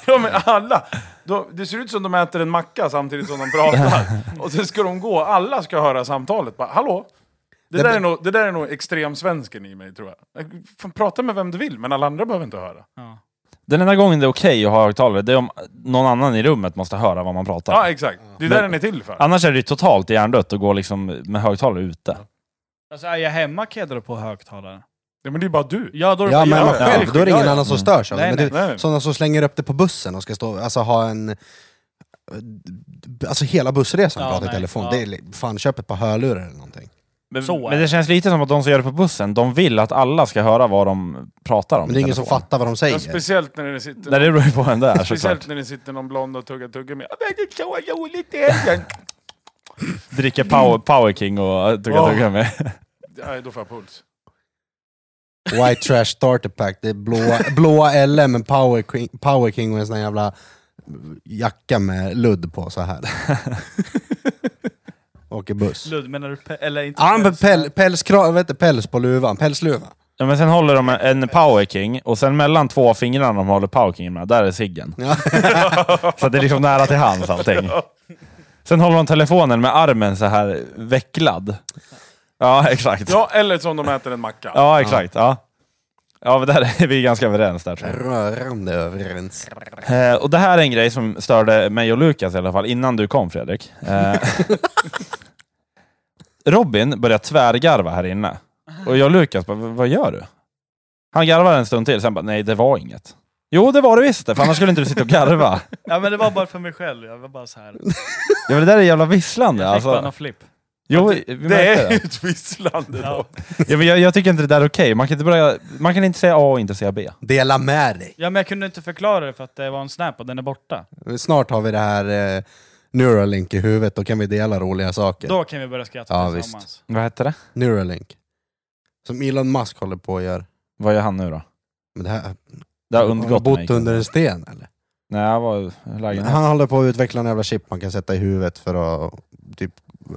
Speaker 4: Ja, men alla! De, det ser ut som de äter en macka samtidigt som de pratar.
Speaker 2: [LAUGHS]
Speaker 4: Och sen ska de gå, alla ska höra samtalet. Bara, hallå? Det,
Speaker 3: Det-
Speaker 4: där är nog, det där är nog extremsvensken i mig, tror jag. Fan, prata med vem du vill, men alla andra behöver inte höra.
Speaker 2: Den enda gången det är okej att ha högtalare, det är om någon annan i rummet måste höra vad man pratar.
Speaker 4: Ja, exakt. Det är där
Speaker 2: Men-
Speaker 4: den är till för.
Speaker 2: Annars är det ju totalt hjärndött att gå liksom med högtalare ute.
Speaker 4: Mm.
Speaker 1: Alltså är jag hemma kan jag dra på högtalaren.
Speaker 4: Ja, men det är bara du.
Speaker 1: Ja, då är det
Speaker 3: Ja
Speaker 1: bara
Speaker 3: men
Speaker 1: jag.
Speaker 3: man själv, då är det ingen annan som störs av det.
Speaker 1: Nej,
Speaker 3: Men det
Speaker 4: nej,
Speaker 3: är
Speaker 4: nej.
Speaker 3: sådana som slänger upp det på bussen och ska stå, alltså ha en... Alltså hela bussresan
Speaker 1: Ja,
Speaker 3: pratar i
Speaker 1: nej,
Speaker 3: telefon.
Speaker 1: ja.
Speaker 3: Det är, li- fan köp ett par hörlurar eller någonting.
Speaker 2: Men,
Speaker 1: Så är
Speaker 2: men det
Speaker 1: det.
Speaker 2: känns lite som att de som gör det på bussen, de vill att alla ska höra vad de pratar om.
Speaker 3: Men det är ingen som fattar vad de
Speaker 4: Ja,
Speaker 3: säger.
Speaker 4: speciellt när det sitter...
Speaker 2: Nej, det beror ju på vem det är såklart.
Speaker 4: Speciellt när det sitter någon blond och tuggar tuggummi. Ja, men det var roligt i
Speaker 2: [LAUGHS]
Speaker 4: helgen.
Speaker 2: Dricker power, power King och äh, tugga
Speaker 4: Åh.
Speaker 2: tugga med.
Speaker 4: Nej, då får jag puls.
Speaker 3: White trash starter pack, det är blåa, blåa LM, en power king, power king och en sån här jävla jacka med ludd på så här. Åker buss.
Speaker 1: Lud, menar du pe- eller inte?
Speaker 3: Ja, men päl, pälskra, vad heter det? päls på luvan, pälsluva.
Speaker 2: Ja, men sen håller de en- en power King och sen mellan två fingrarna de håller power King med, där är ciggen.
Speaker 3: Ja.
Speaker 2: [LAUGHS] Så att det är liksom nära till hands allting. Sen håller de telefonen med armen så här vecklad. Ja, exakt.
Speaker 4: Ja, eller som de äter en macka. [LAUGHS]
Speaker 2: Ja, exakt. Ja. Ja, men där är vi ganska överens där tror jag.
Speaker 3: Rörande överens.
Speaker 2: Eh, och det här är en grej som störde mig och Lukas i alla fall, innan du kom Fredrik. Eh, [LAUGHS] Robin började tvärgarva här inne. Och jag och Lukas bara, vad gör du? Han garvade en stund till, sen bara, nej det var inget. Jo, det var det visst det, för annars skulle inte du sitta och garva.
Speaker 1: Ja men det var bara för mig själv, jag var bara så här. Jag
Speaker 2: Ja, men det där är jävla visslande
Speaker 1: fick bara
Speaker 2: alltså.
Speaker 1: någon flipp.
Speaker 2: Jo, vi
Speaker 4: Det
Speaker 2: märkte
Speaker 4: är ju
Speaker 2: det.
Speaker 4: ett visslande då.
Speaker 1: Ja.
Speaker 2: Ja, men jag, jag tycker inte det där är okej. Man, kan inte börja- man kan inte säga A och inte säga B.
Speaker 3: Dela med dig.
Speaker 1: ja men jag kunde inte förklara det för att det var en snap och den är borta.
Speaker 3: Snart har vi det här eh, Neuralink i huvudet, då kan vi dela roliga saker.
Speaker 1: Då kan vi börja skratta
Speaker 3: Ja,
Speaker 1: tillsammans.
Speaker 2: Vad hette det?
Speaker 3: Neuralink. Som Elon Musk håller på att göra.
Speaker 2: Vad gör han nu då?
Speaker 3: Men det här,
Speaker 2: Det har
Speaker 3: har han
Speaker 2: undgått mig.
Speaker 3: bott under en sten eller?
Speaker 2: Nej, jag var i lägenhet.
Speaker 3: Han håller på att utveckla en jävla chip man kan sätta i huvudet för att typ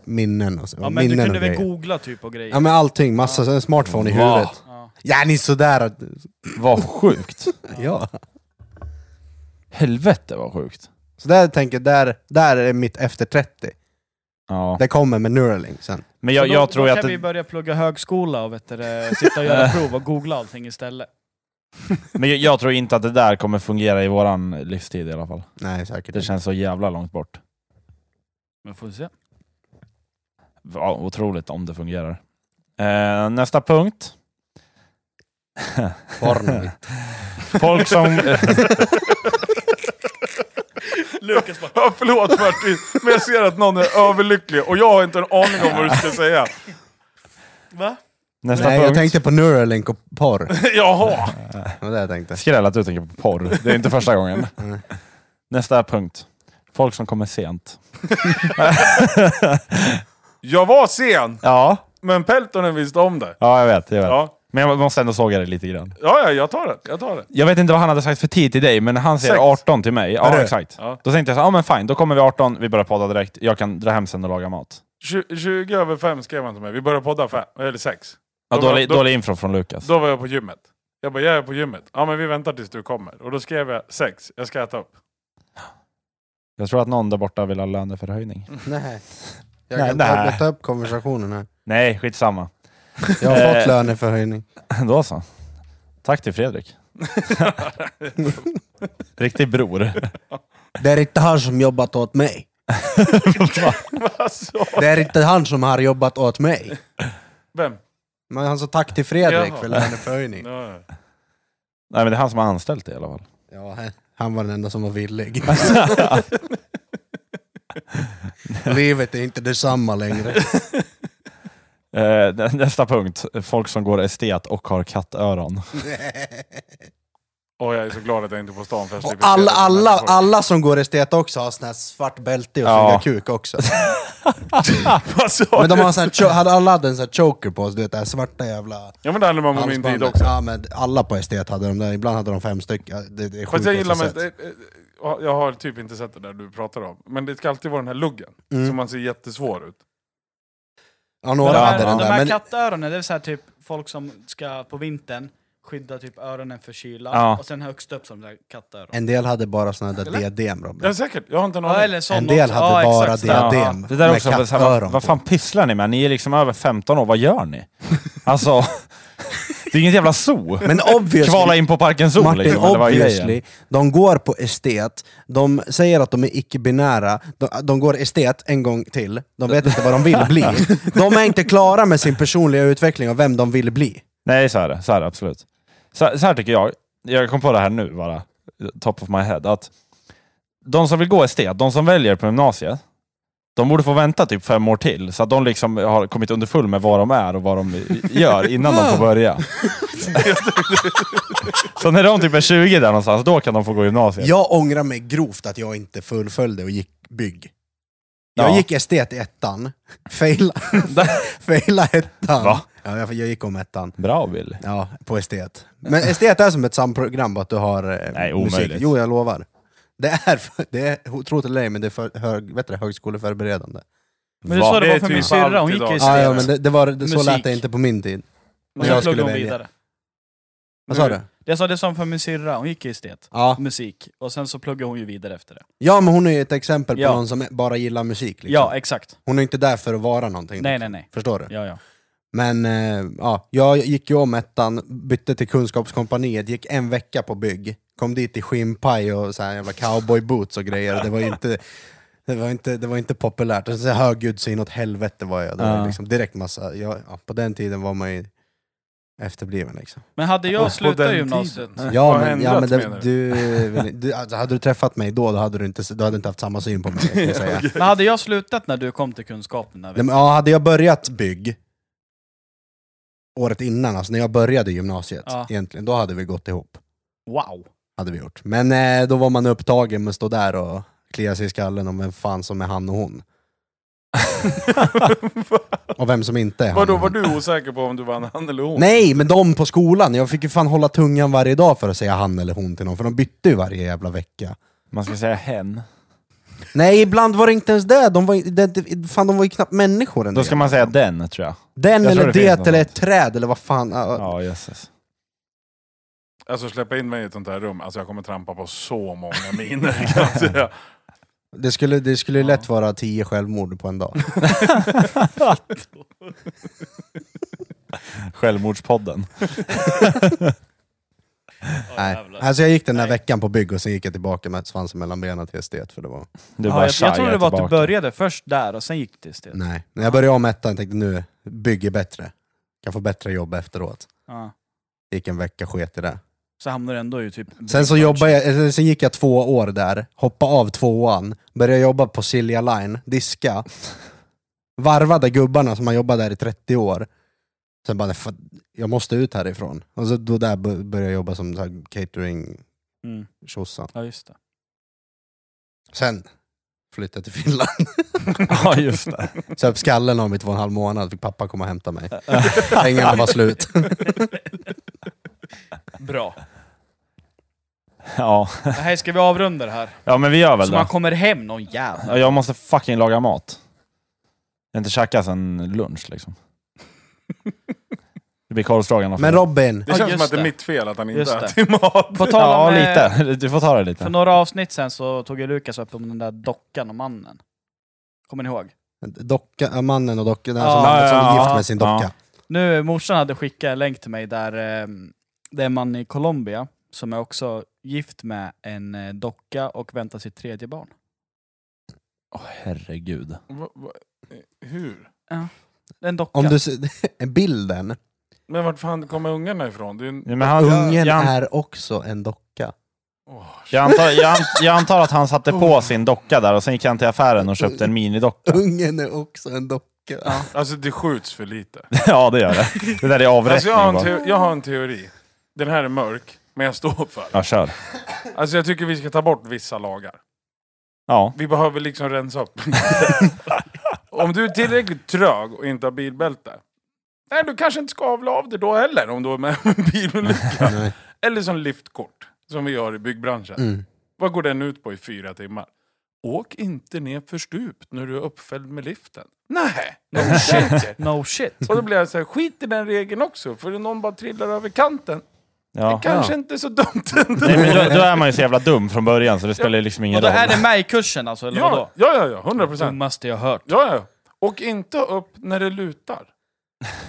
Speaker 3: minnen och så.
Speaker 1: Ja men du
Speaker 3: minnen
Speaker 1: kunde
Speaker 3: och
Speaker 1: väl
Speaker 3: grejer.
Speaker 1: googla typ och grejer?
Speaker 3: Ja men allting, massa, en smartphone i
Speaker 2: Va?
Speaker 3: huvudet.
Speaker 1: Ja.
Speaker 3: Ja ni är sådär att...
Speaker 2: Vad
Speaker 3: [LAUGHS]
Speaker 2: sjukt.
Speaker 3: Ja.
Speaker 2: Helvete vad sjukt.
Speaker 3: Så där tänker jag, där, där är mitt efter 30.
Speaker 2: Ja.
Speaker 3: Det kommer med Neuralink [LAUGHS] sen.
Speaker 2: Men jag,
Speaker 1: Så då,
Speaker 2: jag tror
Speaker 1: då
Speaker 2: ju
Speaker 1: kan
Speaker 2: att...
Speaker 1: vi
Speaker 2: Det,
Speaker 1: börja plugga högskola och vet du, det, sitta och
Speaker 4: [LAUGHS]
Speaker 1: göra prov och googla allting istället.
Speaker 2: men jag, jag tror inte att det där kommer fungera i våran livstid i alla fall.
Speaker 3: Nej, säkert
Speaker 2: Det
Speaker 3: inte.
Speaker 2: känns så jävla långt bort.
Speaker 1: Men får vi se.
Speaker 2: Ja, otroligt om det fungerar. Eh, nästa punkt.
Speaker 3: Porno.
Speaker 2: Folk som...
Speaker 1: Lukas bara,
Speaker 4: Ja, förlåt Martin, men jag ser att någon är överlycklig och jag har inte en aning om vad du ska säga.
Speaker 1: va?
Speaker 2: nästa
Speaker 3: Nej,
Speaker 2: punkt.
Speaker 3: jag tänkte på Neuralink och [LAUGHS] porr.
Speaker 4: [LAUGHS] Jaha!
Speaker 3: Det var det jag tänkte.
Speaker 2: Skräll att du tänker på porr. Det är inte första gången. Nästa punkt. Folk som kommer sent.
Speaker 4: Jag var sen,
Speaker 2: Ja,
Speaker 4: men Peltonen visste om det.
Speaker 2: ja jag vet. Jag vet.
Speaker 4: Ja,
Speaker 2: Men jag måste ändå såga det lite grann.
Speaker 4: ja, ja jag tar det. Jag tar det.
Speaker 2: Jag vet inte vad han hade sagt för tid till dig, men han säger
Speaker 4: Sex.
Speaker 2: 18 till mig. Ja,
Speaker 3: Är det?
Speaker 2: exakt.
Speaker 4: Ja.
Speaker 2: Då tänkte jag så här, ja men fine, då kommer vi 18, vi börjar podda direkt. Jag kan dra hem sen och laga mat.
Speaker 4: Tju- 20 över fem skrev han till mig. Vi började podda fem, eller sex.
Speaker 2: Ja,
Speaker 4: Då-
Speaker 2: dålig,
Speaker 4: då-
Speaker 2: dålig info från Lukas.
Speaker 4: Då var jag på gymmet. Jag bara, jag är på gymmet. Ja, men vi väntar tills du kommer. Och då skrev jag sex, jag ska äta upp.
Speaker 2: Jag tror att någon där borta vill ha löneförhöjning.
Speaker 3: Nej. Jag
Speaker 2: Nej,
Speaker 3: kan
Speaker 2: nej.
Speaker 3: Ta, ta upp konversationen här.
Speaker 2: Nej, skitsamma.
Speaker 3: Jag har
Speaker 2: Eh.
Speaker 3: fått löneförhöjning.
Speaker 2: Då så. Tack till [LAUGHS] Fredrik. Riktig bror.
Speaker 3: Det är inte han som jobbat åt mig.
Speaker 4: Alltså.
Speaker 3: Det är inte han som har jobbat åt mig.
Speaker 4: Vem?
Speaker 3: Men han sa tack till Fredrik
Speaker 4: Jaha.
Speaker 3: för [LAUGHS] löneförhöjning.
Speaker 4: Ja, ja.
Speaker 2: Nej men det är han som har anställt dig i alla fall. [LAUGHS]
Speaker 3: Ja, han- han var den enda som var [LAUGHS] villig. Livet är inte detsamma längre.
Speaker 2: Eh, nä- nästa punkt. Folk som går estet och har kattöron.
Speaker 4: Och jag är så glad att jag inte är på stan. För jag
Speaker 3: Och
Speaker 4: slipper
Speaker 3: alla,
Speaker 4: se det.
Speaker 3: alla, alla som går estet också har sån här svart bälte och
Speaker 2: Ja.
Speaker 3: snygga kuk också.
Speaker 4: [LAUGHS] Vad sa
Speaker 3: Men de
Speaker 4: du?
Speaker 3: har sån här, cho- hade alla hade en sån här choker på sig, du vet det här svarta jävla
Speaker 4: Ja men det handlar om min tid
Speaker 3: halsbandet.
Speaker 4: också.
Speaker 3: Ja men alla på estet hade de där, ibland hade de fem stycken. Ja, Det, det är
Speaker 4: Fast
Speaker 3: sjukt
Speaker 4: jag
Speaker 3: att
Speaker 4: gillar
Speaker 3: jag
Speaker 4: mest,
Speaker 3: sett.
Speaker 4: eh, eh, jag har typ inte sett det där du pratar om. Men det ska alltid vara den här luggen, som man ser jättesvår ut.
Speaker 3: Mm. Ja
Speaker 1: Men
Speaker 3: några
Speaker 1: de
Speaker 3: hade
Speaker 1: här,
Speaker 3: den
Speaker 1: de här
Speaker 3: där. Men,
Speaker 1: kattöronen, det är så här typ folk som ska på vintern skydda typ öronen för kyla
Speaker 2: Ja.
Speaker 1: och sen högst upp som där kattöron.
Speaker 3: en del hade bara såna där diadem Robin.
Speaker 4: Ja säkert, jag har inte en
Speaker 1: Ja,
Speaker 4: aning.
Speaker 1: eller sån
Speaker 3: En del
Speaker 1: också.
Speaker 3: hade
Speaker 1: ja,
Speaker 3: bara
Speaker 1: exakt.
Speaker 3: diadem.
Speaker 2: Det där
Speaker 3: med
Speaker 2: också, så här, vad,
Speaker 3: kattöron
Speaker 2: vad
Speaker 3: på.
Speaker 2: fan pysslar ni med? Ni är liksom över 15 år, vad gör ni? Alltså, [LAUGHS] det är inget jävla zoo.
Speaker 3: Men obviously,
Speaker 2: Kvala in på Parken Zoo
Speaker 3: Martin,
Speaker 2: liksom. eller vad är grejen?
Speaker 3: obviously, de går på estet, de säger att de är icke-binära, de, de går estet en gång till, de vet inte vad de vill
Speaker 2: [LAUGHS]
Speaker 3: bli. De är inte klara med sin personliga utveckling och vem de vill bli.
Speaker 2: Nej, så är det. Så är det absolut. Så, så här tycker jag. Jag kom på det här nu bara, top of my head, att de som vill gå estet, de som väljer på gymnasiet, de borde få vänta typ fem år till, så att de liksom har kommit underfull med vad de är och vad de gör innan de får
Speaker 3: [LAUGHS]
Speaker 2: börja. så när de typ är 20 där någonstans, då kan de få gå gymnasiet.
Speaker 3: Jag ångrar mig grovt att jag inte fullföljde och gick bygg. Jag
Speaker 2: Ja.
Speaker 3: gick estet i ettan,
Speaker 2: [LAUGHS]
Speaker 3: faila, faila ettan.
Speaker 2: Va?
Speaker 3: Ja, jag, jag gick om ettan.
Speaker 2: Bra Bill.
Speaker 3: Ja, på estet. Men estet är som ett samprogram, bara att du har eh,
Speaker 2: Nej,
Speaker 3: musik.
Speaker 2: omöjligt.
Speaker 3: Jo, jag lovar. Det är, det är tro det eller ej, men det är för, hög, vet du, det, högskoleförberedande.
Speaker 1: Men du sa
Speaker 4: Det
Speaker 1: det var
Speaker 4: är
Speaker 1: för
Speaker 4: typ
Speaker 1: min syrra, hon
Speaker 4: allt
Speaker 1: gick
Speaker 4: idag.
Speaker 1: i
Speaker 3: Ja,
Speaker 1: stenar.
Speaker 3: ja, men det, det var, det, så
Speaker 1: Musik.
Speaker 3: lät det inte på min tid.
Speaker 1: Och
Speaker 3: jag
Speaker 1: sen
Speaker 3: skulle
Speaker 1: pluggade hon
Speaker 3: välja.
Speaker 1: vidare.
Speaker 3: Vad sa
Speaker 1: Nu-
Speaker 3: du?
Speaker 1: Jag sa det som för min syrra, hon gick i estet,
Speaker 3: Ja.
Speaker 1: musik, och sen så pluggade hon ju vidare efter det.
Speaker 3: ja, men hon är ju ett exempel på
Speaker 1: Ja.
Speaker 3: någon som bara gillar musik. Liksom.
Speaker 1: Ja, exakt.
Speaker 3: Hon är inte där för att vara någonting. typ.
Speaker 1: Nej, nej, nej.
Speaker 3: Förstår du?
Speaker 1: Ja, ja.
Speaker 3: Men eh, ja, jag gick ju om ettan, bytte till Kunskapskompaniet, gick en vecka på bygg, kom dit i skinnpaj och så här jävla cowboy boots och grejer. Det var ju inte, det var inte, det var inte populärt. Och Så här högljudd så inåt helvete var jag. Det var
Speaker 2: Ja.
Speaker 3: ju liksom direkt massa, jag, ja, på den tiden var man ju efterbliven
Speaker 4: [LAUGHS]
Speaker 3: liksom.
Speaker 1: Men hade jag
Speaker 4: Och på
Speaker 1: slutat
Speaker 4: den
Speaker 1: gymnasiet...
Speaker 4: tiden. Vad
Speaker 3: Ja
Speaker 4: har
Speaker 3: men, ja,
Speaker 4: ändrat,
Speaker 3: men det,
Speaker 4: menar du?
Speaker 3: du, vill- du, alltså, hade du träffat mig då, då hade du inte, du hade inte haft samma syn på mig. Kan jag säga.
Speaker 1: Men hade jag slutat när du kom till kunskapen? När vi...
Speaker 3: Nej, men, Ja, hade jag börjat bygg året innan, alltså när jag började gymnasiet
Speaker 1: Ja.
Speaker 3: egentligen, då hade vi gått ihop.
Speaker 1: Wow!
Speaker 3: Hade vi gjort. Men eh, då var man upptagen med att stå där och klia sig i skallen om vem fan som är han och hon. och vem som inte är han
Speaker 4: Vadå,
Speaker 3: och
Speaker 4: var
Speaker 3: hon.
Speaker 4: du osäker på om du vann han eller hon?
Speaker 3: Nej, men de på skolan. Jag fick ju fan hålla tungan varje dag för att säga han eller hon till någon, för de bytte ju varje jävla vecka.
Speaker 2: Man ska säga hen.
Speaker 3: Nej, ibland var det inte ens det. De var, ju- det, fan, de var ju knappt människor. en
Speaker 2: Då
Speaker 3: del.
Speaker 2: ska man säga den, tror jag.
Speaker 3: Den
Speaker 2: jag tror
Speaker 3: eller
Speaker 2: det
Speaker 3: det,
Speaker 2: finns något
Speaker 3: eller
Speaker 2: sånt.
Speaker 3: ett träd eller vad fan. ja,
Speaker 2: Ja, jösses.
Speaker 4: Alltså släppa in mig i ett sånt här rum, alltså jag kommer trampa på så många miner kan jag säga.
Speaker 3: Det skulle, det skulle ju lätt vara tio självmord på en dag.
Speaker 2: Självmordspodden.
Speaker 3: [LAUGHS] Nej. Alltså jag gick den där veckan på bygg och sen gick jag tillbaka med svansen mellan benen till estet för det var...
Speaker 2: Du bara
Speaker 1: Ja, jag, jag
Speaker 2: tjajar
Speaker 1: trodde det var att du
Speaker 2: tillbaka.
Speaker 1: började först där och sen gick det istället.
Speaker 3: Nej. När jag började om ettan tänkte nu, bygg är bättre. Kan få bättre jobb efteråt.
Speaker 2: Mm.
Speaker 1: Ja.
Speaker 3: Gick en vecka, sket i det.
Speaker 1: Så hamnade du ändå ju typ...
Speaker 3: Sen så jobbade jag, eller sen gick jag två år där, hoppade av tvåan, började jobba på Silja Line, diska. Varvade gubbarna som har jobbat där i 30 år. Sen bara, "Nej, fan, jag måste ut härifrån. Och så då där bör- började jag jobba som så här catering
Speaker 1: Mm.
Speaker 3: tjosan.
Speaker 1: Ja, just det.
Speaker 3: Sen flyttade jag till Finland.
Speaker 2: [LAUGHS]
Speaker 3: [LAUGHS]
Speaker 2: Ja, just det.
Speaker 3: Så upp skallen av mig i två och en halv månad, fick pappa komma och
Speaker 2: [LAUGHS]
Speaker 3: hämta mig. Pengarna var slut.
Speaker 1: [LAUGHS] Bra.
Speaker 2: Ja.
Speaker 1: Det här ska vi avrunda det här.
Speaker 2: ja, men vi gör [LAUGHS] väl
Speaker 1: Så man
Speaker 2: det.
Speaker 1: kommer hem någon
Speaker 2: Ja,
Speaker 1: jävla...
Speaker 2: Jag måste fucking laga mat. Jag har inte käkat sen lunch liksom. Det blir korvstroganoff.
Speaker 3: Men Robin,
Speaker 4: Det
Speaker 1: Ja,
Speaker 4: känns
Speaker 1: just
Speaker 4: som att det
Speaker 1: det.
Speaker 4: är mitt fel att han inte
Speaker 1: Just det.
Speaker 4: äter mat.
Speaker 1: På tal
Speaker 2: [LAUGHS] Ja,
Speaker 1: om, eh,
Speaker 2: lite. Du får ta det
Speaker 1: För
Speaker 2: lite.
Speaker 1: några avsnitt sen så tog ju Lukas upp om den där dockan och mannen. Kommer ni ihåg?
Speaker 3: docka, ja, mannen och dockan, den
Speaker 1: Ja,
Speaker 3: som,
Speaker 2: ja,
Speaker 3: som är
Speaker 2: ja,
Speaker 3: gift med sin
Speaker 2: ja.
Speaker 3: docka.
Speaker 1: Nu, morsan hade skickat en länk till mig där eh, det är en man i Colombia som är också gift med en eh, docka och väntar sitt tredje barn.
Speaker 2: Åh, herregud.
Speaker 4: Va- va- eh, Hur?
Speaker 1: En docka.
Speaker 3: Om du [LAUGHS] ser, bilden,
Speaker 4: Men vart fan kommer ungarna ifrån? Det är en...
Speaker 2: Ja, men han,
Speaker 3: ungen
Speaker 2: jag,
Speaker 3: är också en docka.
Speaker 4: Åh,
Speaker 2: jag, antar, jag, an- jag antar att han satte på sin docka där och sen gick han till affären och köpte en minidocka. [LAUGHS]
Speaker 3: Ungen är också en docka.
Speaker 4: Alltså det skjuts för lite.
Speaker 2: Ja, det gör det. Det där är avrättning
Speaker 4: Alltså, jag, har en
Speaker 2: bara.
Speaker 4: teo- jag har en teori. Den här är mörk, men jag står för den.
Speaker 2: Ja, kör.
Speaker 4: Alltså jag tycker vi ska ta bort vissa lagar.
Speaker 2: Ja.
Speaker 4: Vi behöver liksom rensa upp. [LAUGHS] om du är tillräckligt trög och inte har bilbälte. Nej, du kanske inte ska avla av det då heller om du är med [LAUGHS] om en bilolycka.
Speaker 3: Nej.
Speaker 4: Eller som liftkort, som vi gör i byggbranschen.
Speaker 3: Mm.
Speaker 4: Vad går den ut på i fyra timmar? Åk inte ner för stup när du är uppfälld med liften. Nej,
Speaker 3: [LAUGHS]
Speaker 4: no shit.
Speaker 1: No shit.
Speaker 4: Och då blir jag så här, skit i den regeln också, för om någon bara trillar över kanten,
Speaker 2: ja.
Speaker 4: kanske inte är så dumt ändå.
Speaker 2: Nej, men då, då är man ju så jävla dum från början så det spelar ju liksom ingen
Speaker 1: Och då
Speaker 2: roll.
Speaker 1: är det med i kursen alltså, eller
Speaker 4: Ja,
Speaker 1: vadå?
Speaker 4: ja, ja, ja, 100 procent.
Speaker 1: Dummaste jag hört.
Speaker 4: Ja, ja. Och inte upp när det lutar.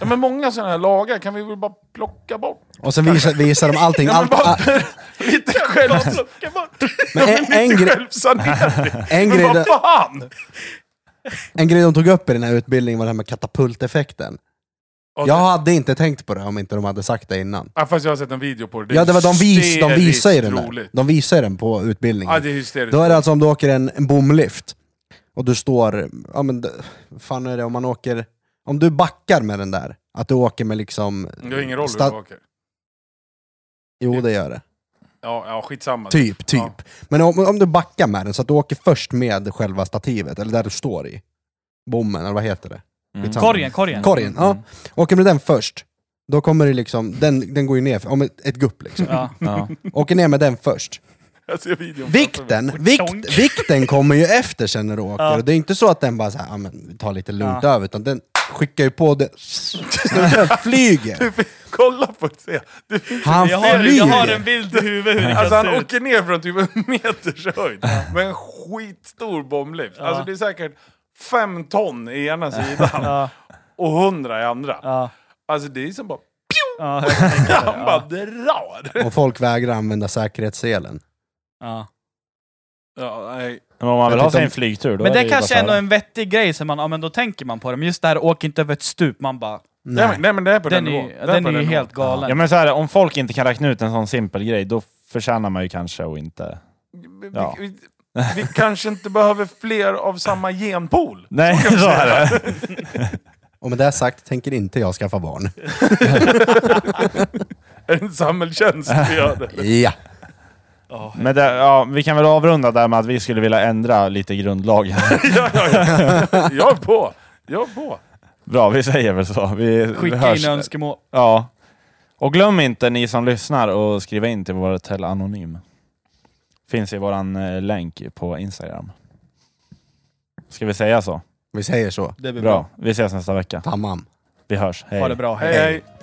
Speaker 4: Ja, men många sådana här lagar kan vi väl bara plocka bort?
Speaker 3: Och sen visar, visar de allting.
Speaker 4: Ja, men
Speaker 3: Allt, ah,
Speaker 4: bara,
Speaker 3: a,
Speaker 4: [LAUGHS] lite själv... plocka bort.
Speaker 3: Men
Speaker 4: Ja,
Speaker 3: en-
Speaker 4: men
Speaker 3: en
Speaker 4: lite
Speaker 3: grej-
Speaker 4: självsanering.
Speaker 3: [LAUGHS] en,
Speaker 4: Men
Speaker 3: grej,
Speaker 4: [LAUGHS] vad fan!
Speaker 3: en grej de tog upp i den här utbildningen var det här med katapulteffekten.
Speaker 4: Och-
Speaker 3: Jag hade inte tänkt på det om inte de hade sagt det innan.
Speaker 4: Ja, fast jag har sett en video på det. det är
Speaker 3: Ja, det var de, vis, de visar ju den
Speaker 4: hysteriskt
Speaker 3: där.
Speaker 4: roligt.
Speaker 3: De visar ju den på utbildningen.
Speaker 4: Ja, det är hysteriskt.
Speaker 3: Då är det alltså om du åker en, en bomlift och du står, ja men d- fan är det om man åker, om du backar med den där, att du åker med liksom...
Speaker 4: Det har ingen roll hur
Speaker 3: sta-
Speaker 4: du åker.
Speaker 3: Jo det gör det.
Speaker 4: Ja, ja skitsamma.
Speaker 3: Typ, typ. Men om, om du backar med den så att du åker först med själva stativet, eller där du står i. Bommen, eller vad heter det?
Speaker 2: Mm.
Speaker 3: Skitsamma.
Speaker 1: Korgen, korgen.
Speaker 3: Korgen, ja.
Speaker 2: Mm.
Speaker 3: Åker med den först, då kommer det liksom, den, den går ju ner, för- om ett, ett
Speaker 1: [LAUGHS]
Speaker 3: gupp liksom.
Speaker 1: Ja.
Speaker 2: Ja.
Speaker 3: Åker ner med den först.
Speaker 4: Jag ser videon framför mig.
Speaker 3: Vikten, vikt, vikten kommer ju efter sen när du åker.
Speaker 1: Ja.
Speaker 3: Och Det är inte så att den bara så här, "Ah, men vi tar lite lugnt
Speaker 1: Ja.
Speaker 3: över, utan den skickar ju
Speaker 1: [LAUGHS]
Speaker 3: på det. Snubben flyger.
Speaker 4: [LAUGHS] Kolla på det. se. det finns...
Speaker 3: Han
Speaker 1: Jag har,
Speaker 3: flyger.
Speaker 1: jag har en bild i huvudet hur det
Speaker 4: Alltså
Speaker 1: kan
Speaker 4: han
Speaker 1: se ut.
Speaker 4: åker ner från typ en meters höjd med en skitstor bomblyft. Alltså det är säkert fem ton i ena sidan
Speaker 1: Ja,
Speaker 4: och hundra i andra.
Speaker 1: ja,
Speaker 4: Alltså det är som bara...
Speaker 1: ja,
Speaker 2: [LAUGHS]
Speaker 1: jag tänkte det,
Speaker 4: Han bara
Speaker 1: [LAUGHS] ja,
Speaker 4: drar!
Speaker 3: Och folk vägrar använda säkerhetsselen.
Speaker 1: ja.
Speaker 4: Ja, nej.
Speaker 2: Men om man vill
Speaker 3: Jag
Speaker 2: ha sig
Speaker 3: tyckte-
Speaker 2: en flygtur då
Speaker 1: Men
Speaker 2: är
Speaker 1: det
Speaker 2: ju
Speaker 1: kanske
Speaker 2: bara
Speaker 1: är
Speaker 2: att
Speaker 1: ändå
Speaker 2: köra.
Speaker 1: en vettig grej, som man, ja, men då tänker man på det. Men just det här, åk inte över ett stup. Man bara,
Speaker 4: Nej. men- nej men det är på den,
Speaker 1: den är,
Speaker 4: nivån. Det
Speaker 1: ju- den
Speaker 4: på
Speaker 1: är ju
Speaker 4: nivån.
Speaker 1: helt galen.
Speaker 2: Ja men så här, om folk inte kan räkna ut en sån simpel grej då förtjänar man ju kanske att inte...
Speaker 4: Vi,
Speaker 2: Ja.
Speaker 4: vi, vi, vi kanske inte behöver fler av samma genpool.
Speaker 1: [LAUGHS]
Speaker 2: Nej, så är det.
Speaker 3: Och med det sagt tänker inte jag
Speaker 1: [LAUGHS]
Speaker 3: skaffa barn.
Speaker 4: Är det en samhällstjänst vi gör det?
Speaker 3: Ja.
Speaker 2: Men det, ja, vi kan väl avrunda där med att vi skulle vilja ändra lite i grundlagen.
Speaker 4: [LAUGHS]
Speaker 2: [LAUGHS]
Speaker 4: Ja, ja, ja. Jag är på! Jag är på!
Speaker 2: Bra, vi säger väl så. Vi, vi
Speaker 1: Skicka
Speaker 2: hörs.
Speaker 1: in önskemål.
Speaker 2: Ja. Och glöm inte ni som lyssnar och skriva in till vår Tell Anonym. Finns i våran eh, länk på Instagram. Ska vi säga så?
Speaker 3: Vi säger så.
Speaker 1: Det blir
Speaker 2: Bra. Vi ses nästa vecka.
Speaker 3: Tamam.
Speaker 2: Vi hörs. Hej.
Speaker 1: Ha det bra,
Speaker 4: Hej, hej!